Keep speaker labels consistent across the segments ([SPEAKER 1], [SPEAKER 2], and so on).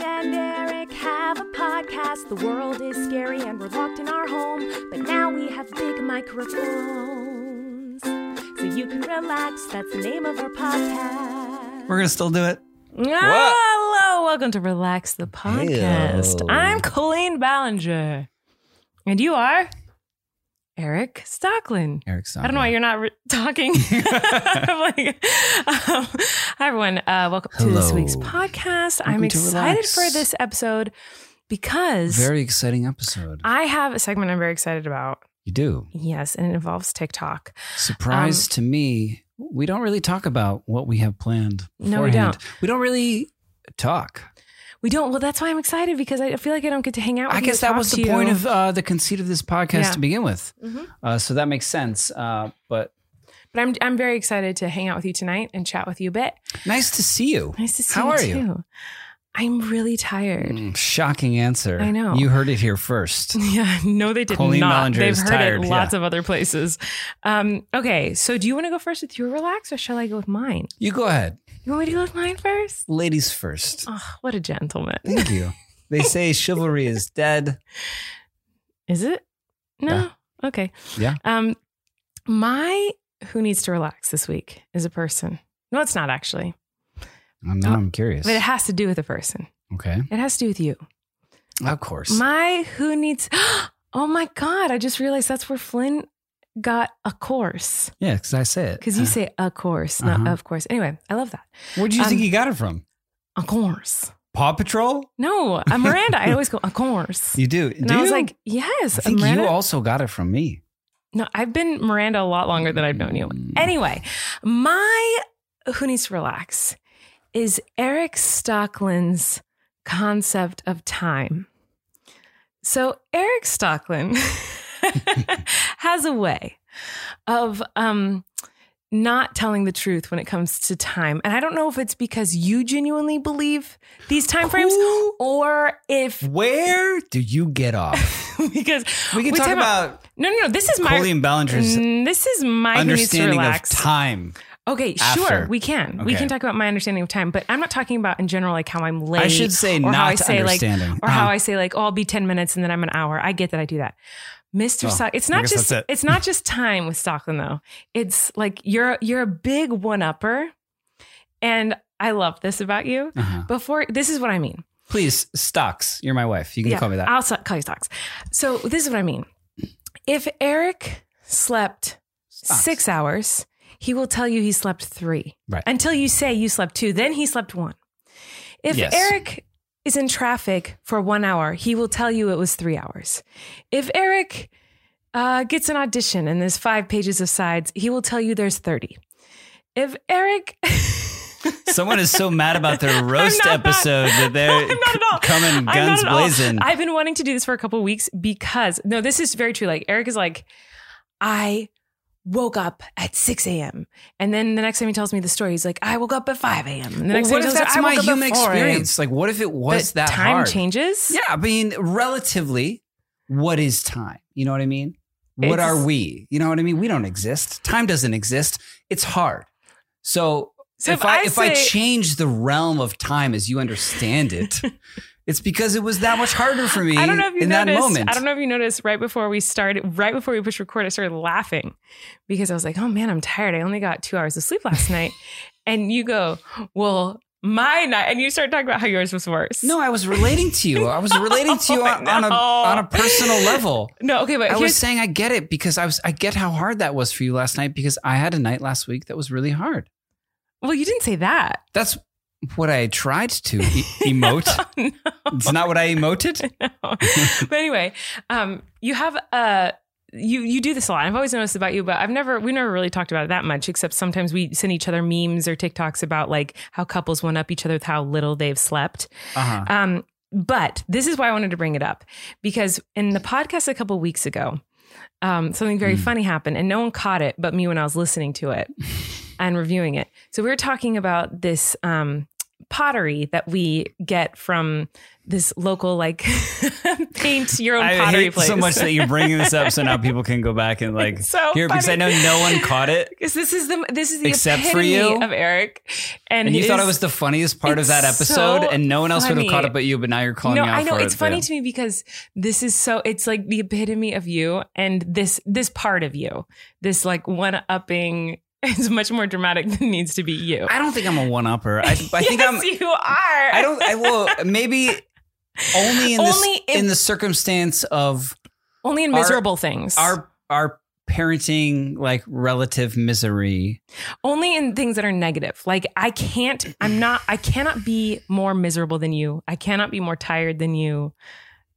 [SPEAKER 1] and Eric have a podcast. The world is scary and we're locked in our home, but now we have big microphones. So you can relax. That's the name of our podcast.
[SPEAKER 2] We're gonna still do it.
[SPEAKER 1] Hello, welcome to Relax the Podcast. I'm Colleen Ballinger. And you are Eric Stocklin.
[SPEAKER 2] Eric
[SPEAKER 1] I don't know why you're not re- talking. I'm like, um, hi, everyone. Uh, welcome to this
[SPEAKER 2] Hello.
[SPEAKER 1] week's podcast. I'm
[SPEAKER 2] Welcome to
[SPEAKER 1] excited
[SPEAKER 2] Relax.
[SPEAKER 1] for this episode because
[SPEAKER 2] Very exciting episode.
[SPEAKER 1] I have a segment I'm very excited about.
[SPEAKER 2] you do.
[SPEAKER 1] Yes, and it involves TikTok. Um,
[SPEAKER 2] Surprise to me, we don't really talk about what we have planned.
[SPEAKER 1] No, we
[SPEAKER 2] beforehand. We don't really talk.
[SPEAKER 1] We don't. Well, that's why I'm excited because I feel like I don't get to hang out with
[SPEAKER 2] I
[SPEAKER 1] you
[SPEAKER 2] guess
[SPEAKER 1] or
[SPEAKER 2] that
[SPEAKER 1] talk
[SPEAKER 2] was
[SPEAKER 1] to
[SPEAKER 2] the
[SPEAKER 1] you.
[SPEAKER 2] point of uh, the conceit of this podcast
[SPEAKER 1] Yeah.
[SPEAKER 2] to begin with.
[SPEAKER 1] Mhm.
[SPEAKER 2] Uh, so that makes sense. Uh, but
[SPEAKER 1] But I'm, I'm very excited to hang out with you tonight and chat with you a bit.
[SPEAKER 2] nice to see you.
[SPEAKER 1] Nice to see
[SPEAKER 2] How
[SPEAKER 1] you.
[SPEAKER 2] are
[SPEAKER 1] too.
[SPEAKER 2] you?
[SPEAKER 1] I'm really tired.
[SPEAKER 2] Mm, shocking answer.
[SPEAKER 1] I know.
[SPEAKER 2] You heard it here first.
[SPEAKER 1] Yeah, no, they did
[SPEAKER 2] Colleen
[SPEAKER 1] not.
[SPEAKER 2] Ballinger
[SPEAKER 1] They've
[SPEAKER 2] is
[SPEAKER 1] heard
[SPEAKER 2] tired,
[SPEAKER 1] it
[SPEAKER 2] yeah.
[SPEAKER 1] lots of other places. Um, okay, so do you want to go first with your relax, or shall I go with mine?
[SPEAKER 2] You go ahead.
[SPEAKER 1] You want me to go with mine first?
[SPEAKER 2] Ladies first.
[SPEAKER 1] Oh, what a gentleman!
[SPEAKER 2] Thank you. They say chivalry is dead.
[SPEAKER 1] Is it? No. Okay.
[SPEAKER 2] Yeah.
[SPEAKER 1] Um, my who needs to relax this week is a person. No, it's not actually,
[SPEAKER 2] Um, Now I'm curious.
[SPEAKER 1] Uh, but it has to do with a person.
[SPEAKER 2] Okay.
[SPEAKER 1] It has to do with you.
[SPEAKER 2] Of course.
[SPEAKER 1] My who needs. Oh my god! I just realized that's where Flynn got a course
[SPEAKER 2] yeah, because I say it.
[SPEAKER 1] because you
[SPEAKER 2] Uh,
[SPEAKER 1] say a course, not
[SPEAKER 2] Uh-huh.
[SPEAKER 1] of course. Anyway, I love that.
[SPEAKER 2] Where do you
[SPEAKER 1] um,
[SPEAKER 2] think he got it from?
[SPEAKER 1] A course.
[SPEAKER 2] Paw Patrol?
[SPEAKER 1] No, a Miranda. I always go, of course.
[SPEAKER 2] You do.
[SPEAKER 1] and
[SPEAKER 2] do
[SPEAKER 1] I was
[SPEAKER 2] you?
[SPEAKER 1] like, yes,
[SPEAKER 2] I
[SPEAKER 1] a
[SPEAKER 2] think
[SPEAKER 1] Miranda.
[SPEAKER 2] you also got it from me.
[SPEAKER 1] no, I've been Miranda a lot longer than I've known you.
[SPEAKER 2] Mm.
[SPEAKER 1] Anyway, my who needs to relax is Eric Stockland's concept of time. So Eric Stockland has a way of um not telling the truth when it comes to time. And I don't know if it's because you genuinely believe these time frames
[SPEAKER 2] Who-
[SPEAKER 1] or if
[SPEAKER 2] Where do you get off?
[SPEAKER 1] because
[SPEAKER 2] We can
[SPEAKER 1] we
[SPEAKER 2] talk
[SPEAKER 1] talk about-
[SPEAKER 2] about,
[SPEAKER 1] no, no, no. This is my
[SPEAKER 2] Colleen Ballinger's
[SPEAKER 1] Mm, this is my who needs to
[SPEAKER 2] understanding of
[SPEAKER 1] relax.
[SPEAKER 2] time.
[SPEAKER 1] Okay, sure,
[SPEAKER 2] after.
[SPEAKER 1] we can we
[SPEAKER 2] Okay.
[SPEAKER 1] can talk about my understanding of time, but I'm not talking about in general like how I'm late.
[SPEAKER 2] I should say
[SPEAKER 1] or
[SPEAKER 2] not
[SPEAKER 1] how I say
[SPEAKER 2] understanding. Uh-huh.
[SPEAKER 1] like or how I say like oh I'll be ten minutes and then I'm an hour. I get that I do that. Mr.
[SPEAKER 2] Oh,
[SPEAKER 1] Stock, it's
[SPEAKER 2] I
[SPEAKER 1] not
[SPEAKER 2] guess
[SPEAKER 1] just
[SPEAKER 2] that's it.
[SPEAKER 1] it's not just time with Stockland though. It's like you're you're a big one upper, and I love this about you.
[SPEAKER 2] Uh-huh.
[SPEAKER 1] Before this is what I mean.
[SPEAKER 2] Please, stocks. You're my wife. You can call me that.
[SPEAKER 1] I'll so- call you stocks. So this is what I mean. If Eric slept
[SPEAKER 2] Stocks.
[SPEAKER 1] six hours, he will tell you he slept three.
[SPEAKER 2] Right.
[SPEAKER 1] Until you say you slept two, then he slept one. If
[SPEAKER 2] Yes.
[SPEAKER 1] Eric is in traffic for one hour, he will tell you it was three hours. If Eric uh, gets an audition and there's five pages of sides, he will tell you there's 30. If Eric
[SPEAKER 2] Someone is so mad about their roast
[SPEAKER 1] I'm not-
[SPEAKER 2] episode that they're
[SPEAKER 1] I'm not at all. I'm
[SPEAKER 2] coming
[SPEAKER 1] not
[SPEAKER 2] guns
[SPEAKER 1] at all.
[SPEAKER 2] blazing.
[SPEAKER 1] I've been wanting to do this for a couple of weeks because no, this is very true. Like Eric is like, I woke up at 6 a.m. And then the next time he tells me the story, he's like, I woke up at 5 a.m. And the
[SPEAKER 2] Well,
[SPEAKER 1] next
[SPEAKER 2] what
[SPEAKER 1] time
[SPEAKER 2] if
[SPEAKER 1] he tells
[SPEAKER 2] that's
[SPEAKER 1] me, I
[SPEAKER 2] my
[SPEAKER 1] woke up at
[SPEAKER 2] human
[SPEAKER 1] 4 a.m."
[SPEAKER 2] experience? Like, what if it was
[SPEAKER 1] But
[SPEAKER 2] that
[SPEAKER 1] time
[SPEAKER 2] hard?
[SPEAKER 1] changes?
[SPEAKER 2] Yeah, I mean, relatively, what is time? You know what I mean? What
[SPEAKER 1] It's-
[SPEAKER 2] are we? You know what I mean? We don't exist. Time doesn't exist. It's hard. So,
[SPEAKER 1] So
[SPEAKER 2] if, I, if I
[SPEAKER 1] say-
[SPEAKER 2] change the realm of time as you understand it, it's because it was that much harder for me
[SPEAKER 1] I don't know if you
[SPEAKER 2] in
[SPEAKER 1] noticed.
[SPEAKER 2] that moment.
[SPEAKER 1] I don't know if you noticed right before we started, right before we pushed record, I started laughing because I was like, oh man, I'm tired. I only got two hours of sleep last night. And you go, well, my night. And you start talking about how yours was worse.
[SPEAKER 2] No, I was relating to you. I was relating to you on, on a
[SPEAKER 1] No.
[SPEAKER 2] on a personal level.
[SPEAKER 1] No, okay, Oh, but
[SPEAKER 2] I
[SPEAKER 1] here's,
[SPEAKER 2] was saying I get it because I was I get how hard that was for you last night because I had a night last week that was really hard.
[SPEAKER 1] well, you didn't say that.
[SPEAKER 2] That's what I tried to e- emote.
[SPEAKER 1] Oh, no.
[SPEAKER 2] It's not what I emoted.
[SPEAKER 1] but anyway, um, you have a you you do this a lot. I've always noticed about you, but I've never we never really talked about it that much. Except sometimes we send each other memes or TikToks about like how couples one up each other with how little they've slept.
[SPEAKER 2] Uh-huh.
[SPEAKER 1] Um, but this is why I wanted to bring it up because in the podcast a couple weeks ago, um, something very
[SPEAKER 2] Mm.
[SPEAKER 1] funny happened, and no one caught it but me when I was listening to it and reviewing it. So we were talking about this um, pottery that we get from this local like paint your own
[SPEAKER 2] I
[SPEAKER 1] pottery
[SPEAKER 2] hate
[SPEAKER 1] place.
[SPEAKER 2] so much that you're bringing this up, so now people can go back and like
[SPEAKER 1] It's so
[SPEAKER 2] here because I know
[SPEAKER 1] funny.
[SPEAKER 2] no one caught it,
[SPEAKER 1] Because this is the this is the
[SPEAKER 2] Except for
[SPEAKER 1] epitome
[SPEAKER 2] you?
[SPEAKER 1] of Eric, and,
[SPEAKER 2] and you thought it
[SPEAKER 1] his-
[SPEAKER 2] was the funniest part of
[SPEAKER 1] It's
[SPEAKER 2] that episode,
[SPEAKER 1] so
[SPEAKER 2] and no one else would
[SPEAKER 1] funny.
[SPEAKER 2] have caught it but you. But now you're calling
[SPEAKER 1] no,
[SPEAKER 2] me out
[SPEAKER 1] I know
[SPEAKER 2] for
[SPEAKER 1] it's
[SPEAKER 2] it,
[SPEAKER 1] funny
[SPEAKER 2] yeah.
[SPEAKER 1] to me because this is so it's like the epitome of you and this this part of you, this like one upping is much more dramatic than needs to be you.
[SPEAKER 2] I don't think I'm a one upper. I, I think
[SPEAKER 1] yes,
[SPEAKER 2] I'm.
[SPEAKER 1] you are.
[SPEAKER 2] I don't. I will maybe only in
[SPEAKER 1] Only
[SPEAKER 2] this
[SPEAKER 1] if-
[SPEAKER 2] in the circumstance of
[SPEAKER 1] only in
[SPEAKER 2] Our-
[SPEAKER 1] miserable things.
[SPEAKER 2] our our parenting like relative misery.
[SPEAKER 1] only in things that are negative. Like I can't. I'm not. I cannot be more miserable than you. I cannot be more tired than you.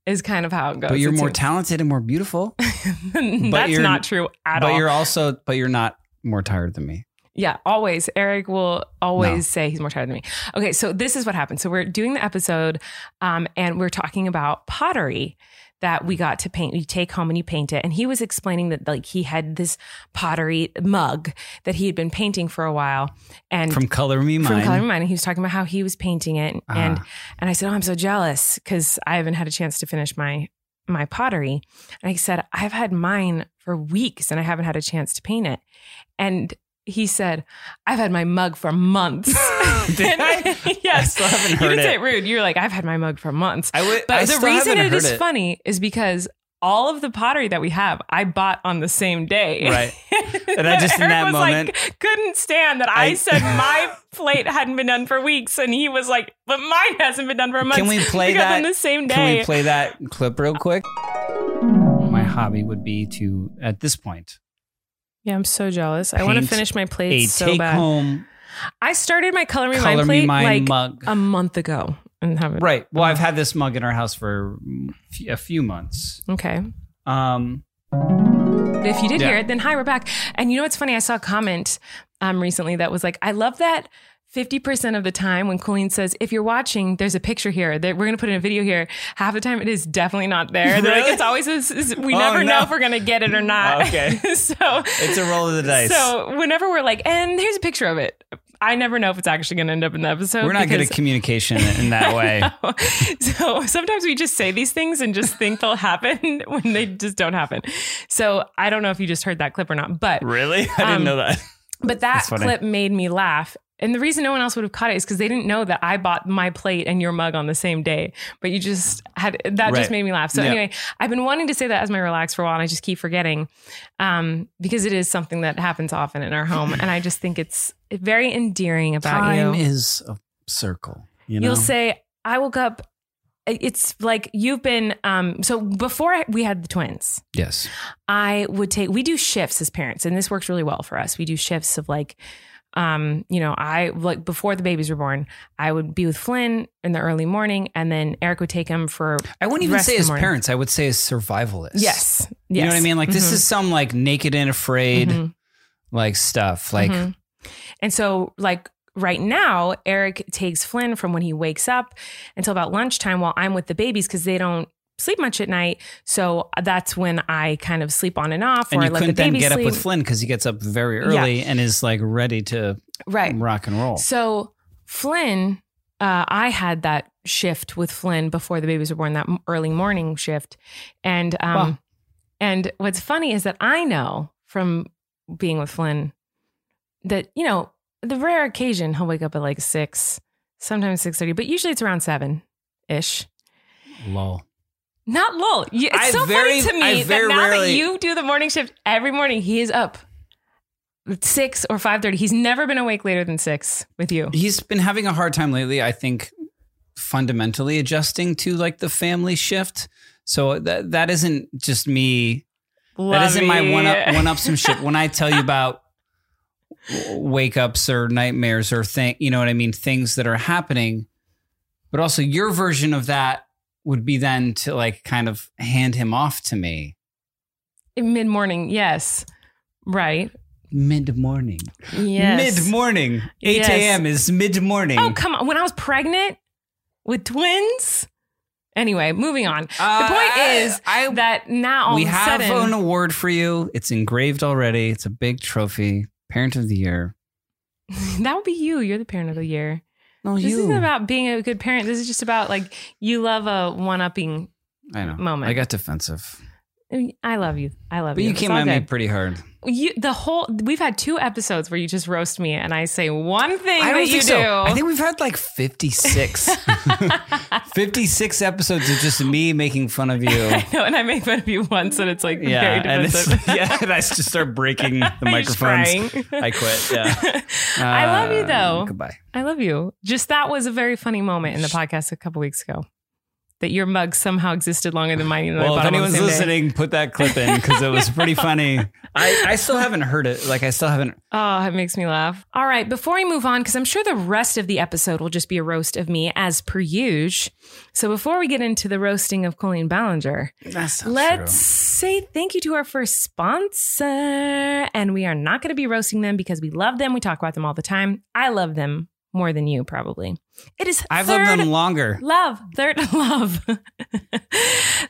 [SPEAKER 1] Is kind of how it goes.
[SPEAKER 2] But you're
[SPEAKER 1] It's-
[SPEAKER 2] more talented and more beautiful.
[SPEAKER 1] That's
[SPEAKER 2] you're-
[SPEAKER 1] not true at
[SPEAKER 2] but
[SPEAKER 1] all.
[SPEAKER 2] you're also but you're not more tired than me.
[SPEAKER 1] Yeah, always. Eric will always
[SPEAKER 2] No.
[SPEAKER 1] say he's more tired than me. Okay, so this is what happened. So we're doing the episode, um, and we're talking about pottery that we got to paint. You take home and you paint it. And he was explaining that like he had this pottery mug that he had been painting for a while, and
[SPEAKER 2] From color me mine.
[SPEAKER 1] from Color Me Mine. And he was talking about how he was painting it, and
[SPEAKER 2] Ah.
[SPEAKER 1] and I said, "Oh, I'm so jealous because I haven't had a chance to finish my my pottery." And I said, "I've had mine for weeks, and I haven't had a chance to paint it." And he said, "I've had my mug for months."
[SPEAKER 2] Did I? I
[SPEAKER 1] yes,
[SPEAKER 2] still haven't
[SPEAKER 1] you
[SPEAKER 2] heard
[SPEAKER 1] didn't say
[SPEAKER 2] it.
[SPEAKER 1] it rude. You're like, "I've had my mug for months."
[SPEAKER 2] I would.
[SPEAKER 1] But
[SPEAKER 2] I
[SPEAKER 1] the
[SPEAKER 2] still
[SPEAKER 1] reason
[SPEAKER 2] haven't
[SPEAKER 1] it is
[SPEAKER 2] heard
[SPEAKER 1] funny is because all of the pottery that we have, I bought on the same day.
[SPEAKER 2] Right. And I just, in
[SPEAKER 1] Eric
[SPEAKER 2] that
[SPEAKER 1] was
[SPEAKER 2] moment-
[SPEAKER 1] like, couldn't stand that I,
[SPEAKER 2] I-
[SPEAKER 1] said my plate hadn't been done for weeks, and he was like, "But mine hasn't been done for months."
[SPEAKER 2] Can we play
[SPEAKER 1] because
[SPEAKER 2] that
[SPEAKER 1] on the same day?
[SPEAKER 2] Can we play that clip real quick? My hobby would be to, at this point,
[SPEAKER 1] yeah, I'm so jealous. I want to
[SPEAKER 2] Paint
[SPEAKER 1] finish my
[SPEAKER 2] a
[SPEAKER 1] plates so
[SPEAKER 2] take
[SPEAKER 1] bad.
[SPEAKER 2] home
[SPEAKER 1] I started my color me
[SPEAKER 2] color
[SPEAKER 1] mine
[SPEAKER 2] me
[SPEAKER 1] plate
[SPEAKER 2] mine
[SPEAKER 1] like
[SPEAKER 2] mug.
[SPEAKER 1] a month ago, and haven't.
[SPEAKER 2] right. Well, I've had this mug in our house for mm, f- a few months.
[SPEAKER 1] Okay.
[SPEAKER 2] Um,
[SPEAKER 1] If you did
[SPEAKER 2] Yeah.
[SPEAKER 1] hear it, then hi, we're back. And you know what's funny? I saw a comment um, recently that was like, I love that 50% of the time when Colleen says, if you're watching, there's a picture here that we're going to put in a video here. Half the time it is definitely not there. They're like,
[SPEAKER 2] Really?
[SPEAKER 1] it's always, this, this- we
[SPEAKER 2] Oh,
[SPEAKER 1] never
[SPEAKER 2] no.
[SPEAKER 1] know if we're going to get it or not.
[SPEAKER 2] Okay.
[SPEAKER 1] so
[SPEAKER 2] it's a roll of the dice.
[SPEAKER 1] So whenever we're like, and here's a picture of it. I never know if it's actually going to end up in the episode.
[SPEAKER 2] We're not good
[SPEAKER 1] because-
[SPEAKER 2] at communication in that way.
[SPEAKER 1] so sometimes we just say these things and just think they'll happen when they just don't happen. So I don't know if you just heard that clip or not, but
[SPEAKER 2] Really? I
[SPEAKER 1] Um,
[SPEAKER 2] that.
[SPEAKER 1] but that
[SPEAKER 2] That's funny.
[SPEAKER 1] clip made me laugh. And the reason no one else would have caught it is because they didn't know that I bought my plate and your mug on the same day. But you just had that
[SPEAKER 2] Right.
[SPEAKER 1] just made me laugh. So
[SPEAKER 2] Yeah.
[SPEAKER 1] anyway, I've been wanting to say that as my relax for a while, and I just keep forgetting um, because it is something that happens often in our home, and I just think it's very endearing about you.
[SPEAKER 2] Time is a circle. You know?
[SPEAKER 1] You'll say, I woke up. It's like you've been. Um, so before I- we had the twins,
[SPEAKER 2] yes.
[SPEAKER 1] I would take, we do shifts as parents, and this works really well for us. We do shifts of like, um, you know, I like before the babies were born, I would be with Flynn in the early morning, and then Eric would take him for
[SPEAKER 2] I wouldn't even
[SPEAKER 1] rest
[SPEAKER 2] say
[SPEAKER 1] in the
[SPEAKER 2] as
[SPEAKER 1] morning.
[SPEAKER 2] parents. I would say as survivalists.
[SPEAKER 1] Yes, yes.
[SPEAKER 2] You know what I mean? Like this
[SPEAKER 1] Mhm.
[SPEAKER 2] is some like naked and afraid
[SPEAKER 1] Mhm.
[SPEAKER 2] like stuff. Like
[SPEAKER 1] Mhm. And so, like, right now, Eric takes Flynn from when he wakes up until about lunchtime while I'm with the babies because they don't sleep much at night. So that's when I kind of sleep on and off
[SPEAKER 2] and
[SPEAKER 1] or
[SPEAKER 2] you
[SPEAKER 1] I let the
[SPEAKER 2] couldn't then
[SPEAKER 1] baby
[SPEAKER 2] get
[SPEAKER 1] sleep.
[SPEAKER 2] up with Flynn because he gets up very early and is like ready to
[SPEAKER 1] right.
[SPEAKER 2] rock and roll.
[SPEAKER 1] So Flynn, uh, I had that shift with Flynn before the babies were born, that m- early morning shift. And um,
[SPEAKER 2] Wow.
[SPEAKER 1] and what's funny is that I know from being with Flynn that you know the rare occasion he'll wake up at like six, sometimes six thirty, but usually it's around seven ish.
[SPEAKER 2] Lol.
[SPEAKER 1] Not lol. You- It's
[SPEAKER 2] I
[SPEAKER 1] so
[SPEAKER 2] very-
[SPEAKER 1] funny to
[SPEAKER 2] I
[SPEAKER 1] me that
[SPEAKER 2] very
[SPEAKER 1] now that
[SPEAKER 2] rarely-
[SPEAKER 1] you do the morning shift every morning, he is up at six or five thirty. He's never been awake later than six with you.
[SPEAKER 2] He's been having a hard time lately, I think fundamentally adjusting to like the family shift. So that that isn't just me. That isn't my one up one up some shit. When I tell you about wake ups or nightmares or thing, you know what I mean, things that are happening. But also your version of that would be then to like kind of hand him off to me.
[SPEAKER 1] Mid morning, yes. Right.
[SPEAKER 2] Mid morning.
[SPEAKER 1] Yes.
[SPEAKER 2] Mid morning. 8
[SPEAKER 1] Yes.
[SPEAKER 2] a.m. is mid morning.
[SPEAKER 1] Oh, come on. When I was pregnant with twins. Anyway, moving on. the point is
[SPEAKER 2] Uh, I,
[SPEAKER 1] that now all
[SPEAKER 2] we
[SPEAKER 1] of a
[SPEAKER 2] have
[SPEAKER 1] sudden,
[SPEAKER 2] an award for you. It's engraved already. It's a big trophy. Parent of the year.
[SPEAKER 1] that would be you. You're the parent of the year.
[SPEAKER 2] No,
[SPEAKER 1] This
[SPEAKER 2] Oh, you.
[SPEAKER 1] isn't about being a good parent. This is just about like you love a one upping.
[SPEAKER 2] I know.
[SPEAKER 1] moment.
[SPEAKER 2] I got defensive,
[SPEAKER 1] I love you. I love
[SPEAKER 2] but
[SPEAKER 1] you.
[SPEAKER 2] you
[SPEAKER 1] It's
[SPEAKER 2] came
[SPEAKER 1] all
[SPEAKER 2] at me
[SPEAKER 1] good.
[SPEAKER 2] pretty hard.
[SPEAKER 1] You, the whole we've had two episodes where you just roast me and I say one thing
[SPEAKER 2] I
[SPEAKER 1] that
[SPEAKER 2] don't
[SPEAKER 1] you
[SPEAKER 2] think
[SPEAKER 1] do.
[SPEAKER 2] so. I think we've had like 56. 56 episodes of just me making fun of you.
[SPEAKER 1] I know, and I made fun of you once, and it's like very
[SPEAKER 2] Yeah, and it's,
[SPEAKER 1] defensive.
[SPEAKER 2] yeah, and I just start breaking the
[SPEAKER 1] You're just
[SPEAKER 2] microphones.
[SPEAKER 1] crying.
[SPEAKER 2] I quit. Yeah,
[SPEAKER 1] I love you
[SPEAKER 2] Uh,
[SPEAKER 1] though.
[SPEAKER 2] Goodbye.
[SPEAKER 1] I love you. Just that was a very funny moment in the podcast a couple weeks ago. That your mug somehow existed longer than mine. even though I
[SPEAKER 2] Well,
[SPEAKER 1] bought
[SPEAKER 2] if
[SPEAKER 1] them on the
[SPEAKER 2] anyone's
[SPEAKER 1] same day.
[SPEAKER 2] listening, put that clip in because it was pretty funny. I, I still haven't heard it. Like I still haven't.
[SPEAKER 1] Oh, it makes me laugh. All right, before we move on, because I'm sure the rest of the episode will just be a roast of me as per usual. So before we get into the roasting of Colleen Ballinger,
[SPEAKER 2] That's not
[SPEAKER 1] Let's say thank you to our first sponsor. And we are not going to be roasting them because we love them. We talk about them all the time. I love them more than you, probably. It is
[SPEAKER 2] I've
[SPEAKER 1] third
[SPEAKER 2] loved them longer.
[SPEAKER 1] love. Third love.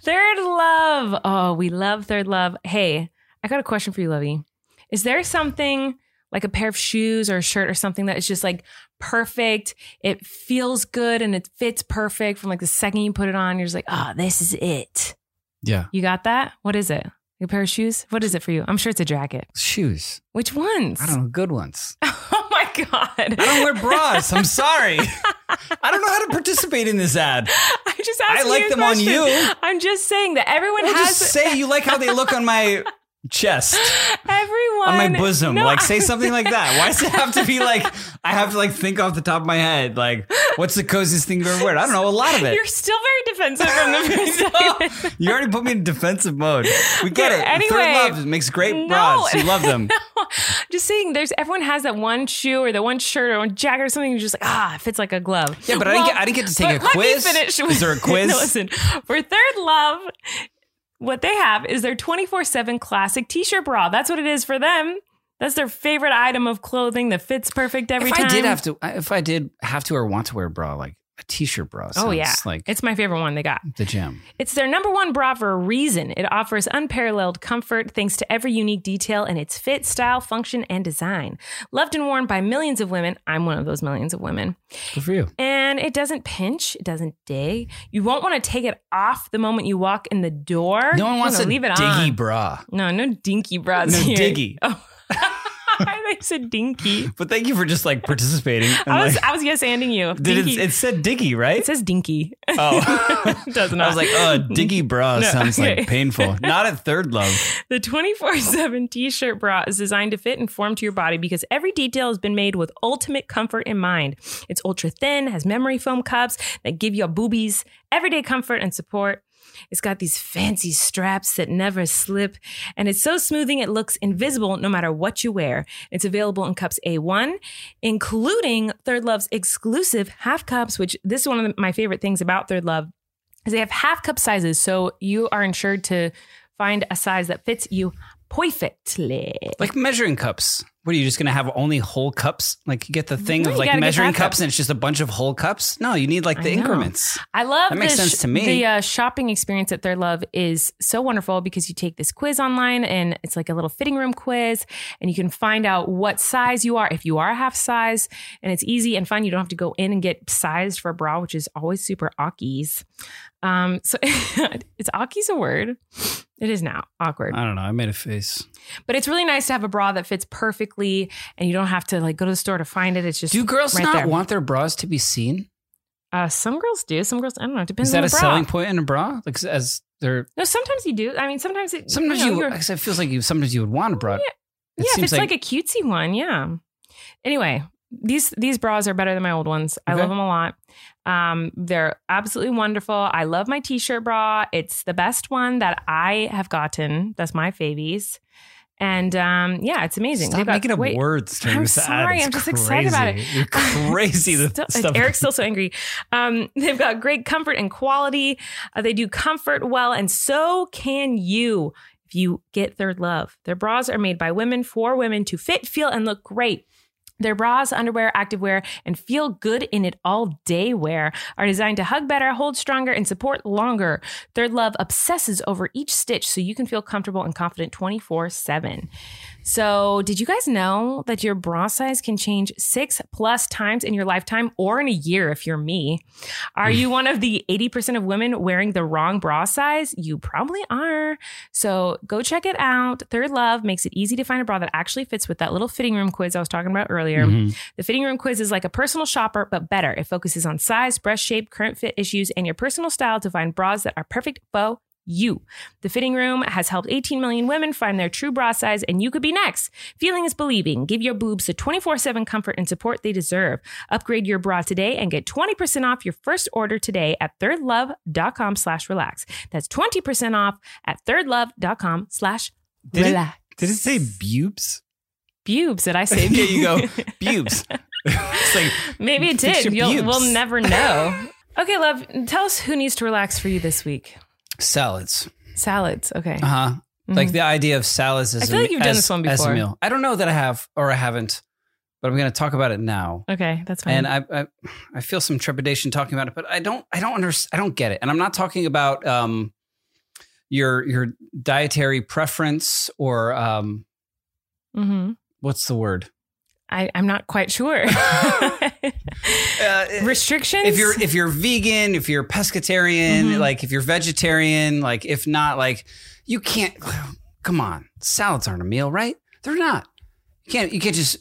[SPEAKER 1] third love. Oh, we love third love. Hey, I got a question for you, Lovey. Is there something like a pair of shoes or a shirt or something that is just like perfect? It feels good and it fits perfect from like the second you put it on. You're just like, oh, this is it.
[SPEAKER 2] Yeah,
[SPEAKER 1] You got that? What is it? A pair of shoes? What is it for you? I'm sure it's a jacket.
[SPEAKER 2] shoes.
[SPEAKER 1] Which ones?
[SPEAKER 2] I don't know, good ones.
[SPEAKER 1] Oh my god!
[SPEAKER 2] I don't wear bras. I'm sorry. I don't know how to participate in this ad.
[SPEAKER 1] I just asked.
[SPEAKER 2] I like
[SPEAKER 1] you a
[SPEAKER 2] them on
[SPEAKER 1] question.
[SPEAKER 2] you.
[SPEAKER 1] I'm just saying that everyone
[SPEAKER 2] Well,
[SPEAKER 1] has
[SPEAKER 2] just say you like how they look on my chest,
[SPEAKER 1] everyone
[SPEAKER 2] on my bosom.
[SPEAKER 1] No,
[SPEAKER 2] like say something like that. Why does it have to be like? I have to like think off the top of my head. Like, what's the coziest thing you've ever worn? I don't know. A lot of it.
[SPEAKER 1] You're still very defensive from the first day.
[SPEAKER 2] You already put me in defensive mode. We get
[SPEAKER 1] Okay,
[SPEAKER 2] it.
[SPEAKER 1] anyway.
[SPEAKER 2] Third love makes great
[SPEAKER 1] No.
[SPEAKER 2] bras. You love them.
[SPEAKER 1] just saying, there's everyone has that one shoe or that one shirt or one jacket or something. You're just like, ah, it fits like a glove.
[SPEAKER 2] Yeah, but I didn't get- I didn't get to
[SPEAKER 1] but
[SPEAKER 2] take
[SPEAKER 1] let
[SPEAKER 2] a
[SPEAKER 1] me
[SPEAKER 2] quiz.
[SPEAKER 1] finish
[SPEAKER 2] Is
[SPEAKER 1] with-
[SPEAKER 2] there a quiz?
[SPEAKER 1] no, listen, for Third Love, what they have is their 24 7 classic t shirt bra. That's what it is for them. That's their favorite item of clothing that fits perfect every
[SPEAKER 2] if
[SPEAKER 1] time.
[SPEAKER 2] I did have to, if I did have to or want to wear a bra, like a t-shirt bra, sounds
[SPEAKER 1] Oh yeah,
[SPEAKER 2] like
[SPEAKER 1] it's my favorite one they got.
[SPEAKER 2] the gym.
[SPEAKER 1] It's their number one bra for a reason. It offers unparalleled comfort thanks to every unique detail in its fit, style, function, and design. Loved and worn by millions of women. I'm one of those millions of women.
[SPEAKER 2] Good for you.
[SPEAKER 1] And it doesn't pinch, it doesn't dig. You won't want to take it off the moment you walk in the door.
[SPEAKER 2] No one
[SPEAKER 1] You
[SPEAKER 2] wants
[SPEAKER 1] wanna
[SPEAKER 2] a
[SPEAKER 1] leave it
[SPEAKER 2] diggy
[SPEAKER 1] on.
[SPEAKER 2] bra,
[SPEAKER 1] No, no dinky bras
[SPEAKER 2] No
[SPEAKER 1] here.
[SPEAKER 2] diggy.
[SPEAKER 1] Oh. I said dinky.
[SPEAKER 2] but thank you for just like participating. And,
[SPEAKER 1] I was
[SPEAKER 2] like,
[SPEAKER 1] I was yes anding you.
[SPEAKER 2] did it,
[SPEAKER 1] Dinky.
[SPEAKER 2] it said diggy, right?
[SPEAKER 1] it says dinky.
[SPEAKER 2] oh,
[SPEAKER 1] It does not.
[SPEAKER 2] I was like, oh, diggy bra
[SPEAKER 1] No,
[SPEAKER 2] sounds
[SPEAKER 1] okay.
[SPEAKER 2] like painful. Not at third love.
[SPEAKER 1] The 24 7 t shirt bra is designed to fit and form to your body because every detail has been made with ultimate comfort in mind. It's ultra thin, has memory foam cups that give your boobies everyday comfort and support. It's got these fancy straps that never slip, and it's so smoothing it looks invisible no matter what you wear. It's available in cups A1, including Third Love's exclusive half cups, which this is one of the- my favorite things about Third Love is they have half cup sizes, so you are insured to find a size that fits you perfectly.
[SPEAKER 2] Like measuring cups. What are you just gonna have only whole cups? Like you get the thing
[SPEAKER 1] No,
[SPEAKER 2] of
[SPEAKER 1] you gotta
[SPEAKER 2] like
[SPEAKER 1] get
[SPEAKER 2] measuring
[SPEAKER 1] half cup.
[SPEAKER 2] cups and it's just a bunch of whole cups? No, you need like
[SPEAKER 1] I
[SPEAKER 2] the
[SPEAKER 1] know.
[SPEAKER 2] increments.
[SPEAKER 1] I love
[SPEAKER 2] That makes
[SPEAKER 1] the
[SPEAKER 2] sense to me.
[SPEAKER 1] The uh, shopping experience at Third Love is so wonderful because you take this quiz online and it's like a little fitting room quiz, and you can find out what size you are if you are a half size, and it's easy and fun. You don't have to go in and get sized for a bra, which is always super awkies. Um, so it's awkies a word? It is now awkward.
[SPEAKER 2] I don't know. I made a face.
[SPEAKER 1] But it's really nice to have a bra that fits perfectly and you don't have to like go to the store to find it. It's just
[SPEAKER 2] Do girls
[SPEAKER 1] right
[SPEAKER 2] not
[SPEAKER 1] there.
[SPEAKER 2] want their bras to be seen?
[SPEAKER 1] uh some girls do, some girls I don't know, it depends
[SPEAKER 2] Is that
[SPEAKER 1] on
[SPEAKER 2] a
[SPEAKER 1] the bra.
[SPEAKER 2] selling point in a bra? Like as they're
[SPEAKER 1] No, sometimes you do. I mean sometimes it
[SPEAKER 2] sometimes
[SPEAKER 1] you,
[SPEAKER 2] you,
[SPEAKER 1] know, you're-
[SPEAKER 2] it feels like you sometimes you would want a bra.
[SPEAKER 1] Yeah, if it's like, a cutesy one, yeah. Anyway, these these bras are better than my old ones. I
[SPEAKER 2] Okay.
[SPEAKER 1] love them a lot. Um, they're absolutely wonderful. I love my t-shirt bra. It's the best one that I have gotten. That's my favies. And um, yeah, it's amazing.
[SPEAKER 2] stop
[SPEAKER 1] They've got-
[SPEAKER 2] making up
[SPEAKER 1] wait,
[SPEAKER 2] words during
[SPEAKER 1] I'm
[SPEAKER 2] this ad.
[SPEAKER 1] sorry,
[SPEAKER 2] It's
[SPEAKER 1] I'm just excited about
[SPEAKER 2] crazy. You're crazy. the
[SPEAKER 1] Still-
[SPEAKER 2] stuff.
[SPEAKER 1] Eric's still so angry. Um, they've got great comfort and quality. Uh, they do comfort well, and so can you. If you get their love. Their bras are made by women for women to fit, feel, and look great. Their bras, underwear, activewear, and feel good in it all day wear are designed to hug better, hold stronger, and support longer. Third Love obsesses over each stitch so you can feel comfortable and confident 24 7. So, did you guys know that your bra size can change six plus times in your lifetime or in a year if you're me? Are you one of the 80% of women wearing the wrong bra size? You probably are. So, go check it out. Third Love makes it easy to find a bra that actually fits with that little fitting room quiz I was talking about earlier.
[SPEAKER 2] Mhm.
[SPEAKER 1] The fitting room quiz is like a personal shopper, but better. It focuses on size, breast shape, current fit issues, and your personal style to find bras that are perfect for you. The fitting room has helped 18 million women find their true bra size, and you could be next. Feeling is believing. Give your boobs the 24 7 comfort and support they deserve. Upgrade your bra today and get 20% off your first order today at thirdlove.com slash relax. That's 20% off at thirdlove.com slash
[SPEAKER 2] Did it,
[SPEAKER 1] relax.
[SPEAKER 2] did it say bubes?
[SPEAKER 1] Bubes, did I say?
[SPEAKER 2] There you go, bubes. it's like
[SPEAKER 1] Maybe it
[SPEAKER 2] Fix
[SPEAKER 1] did.
[SPEAKER 2] your
[SPEAKER 1] You'll,
[SPEAKER 2] pubes.
[SPEAKER 1] we'll never know. okay, love, tell us who needs to relax for you this week.
[SPEAKER 2] salads.
[SPEAKER 1] Salads. Okay.
[SPEAKER 2] Uh huh. Like the idea of salads as
[SPEAKER 1] Mm-hmm. I feel
[SPEAKER 2] a,
[SPEAKER 1] like you've done
[SPEAKER 2] as-
[SPEAKER 1] this one
[SPEAKER 2] as a
[SPEAKER 1] before.
[SPEAKER 2] meal. I don't know that I have or I haven't, but I'm going to talk about it now.
[SPEAKER 1] Okay, that's fine.
[SPEAKER 2] And I, I, I feel some trepidation talking about it, but I don't, I don't understand. I don't get it. And I'm not talking about um, your your dietary preference or um,
[SPEAKER 1] mm-hmm.
[SPEAKER 2] what's the word?
[SPEAKER 1] I, I'm not quite sure.
[SPEAKER 2] Uh,
[SPEAKER 1] Restrictions?
[SPEAKER 2] if you're if you're vegan, if you're pescatarian,
[SPEAKER 1] Mhm.
[SPEAKER 2] like if you're vegetarian, like if not, like you can't. Come on, salads aren't a meal, right? They're not. You can't. You can't just.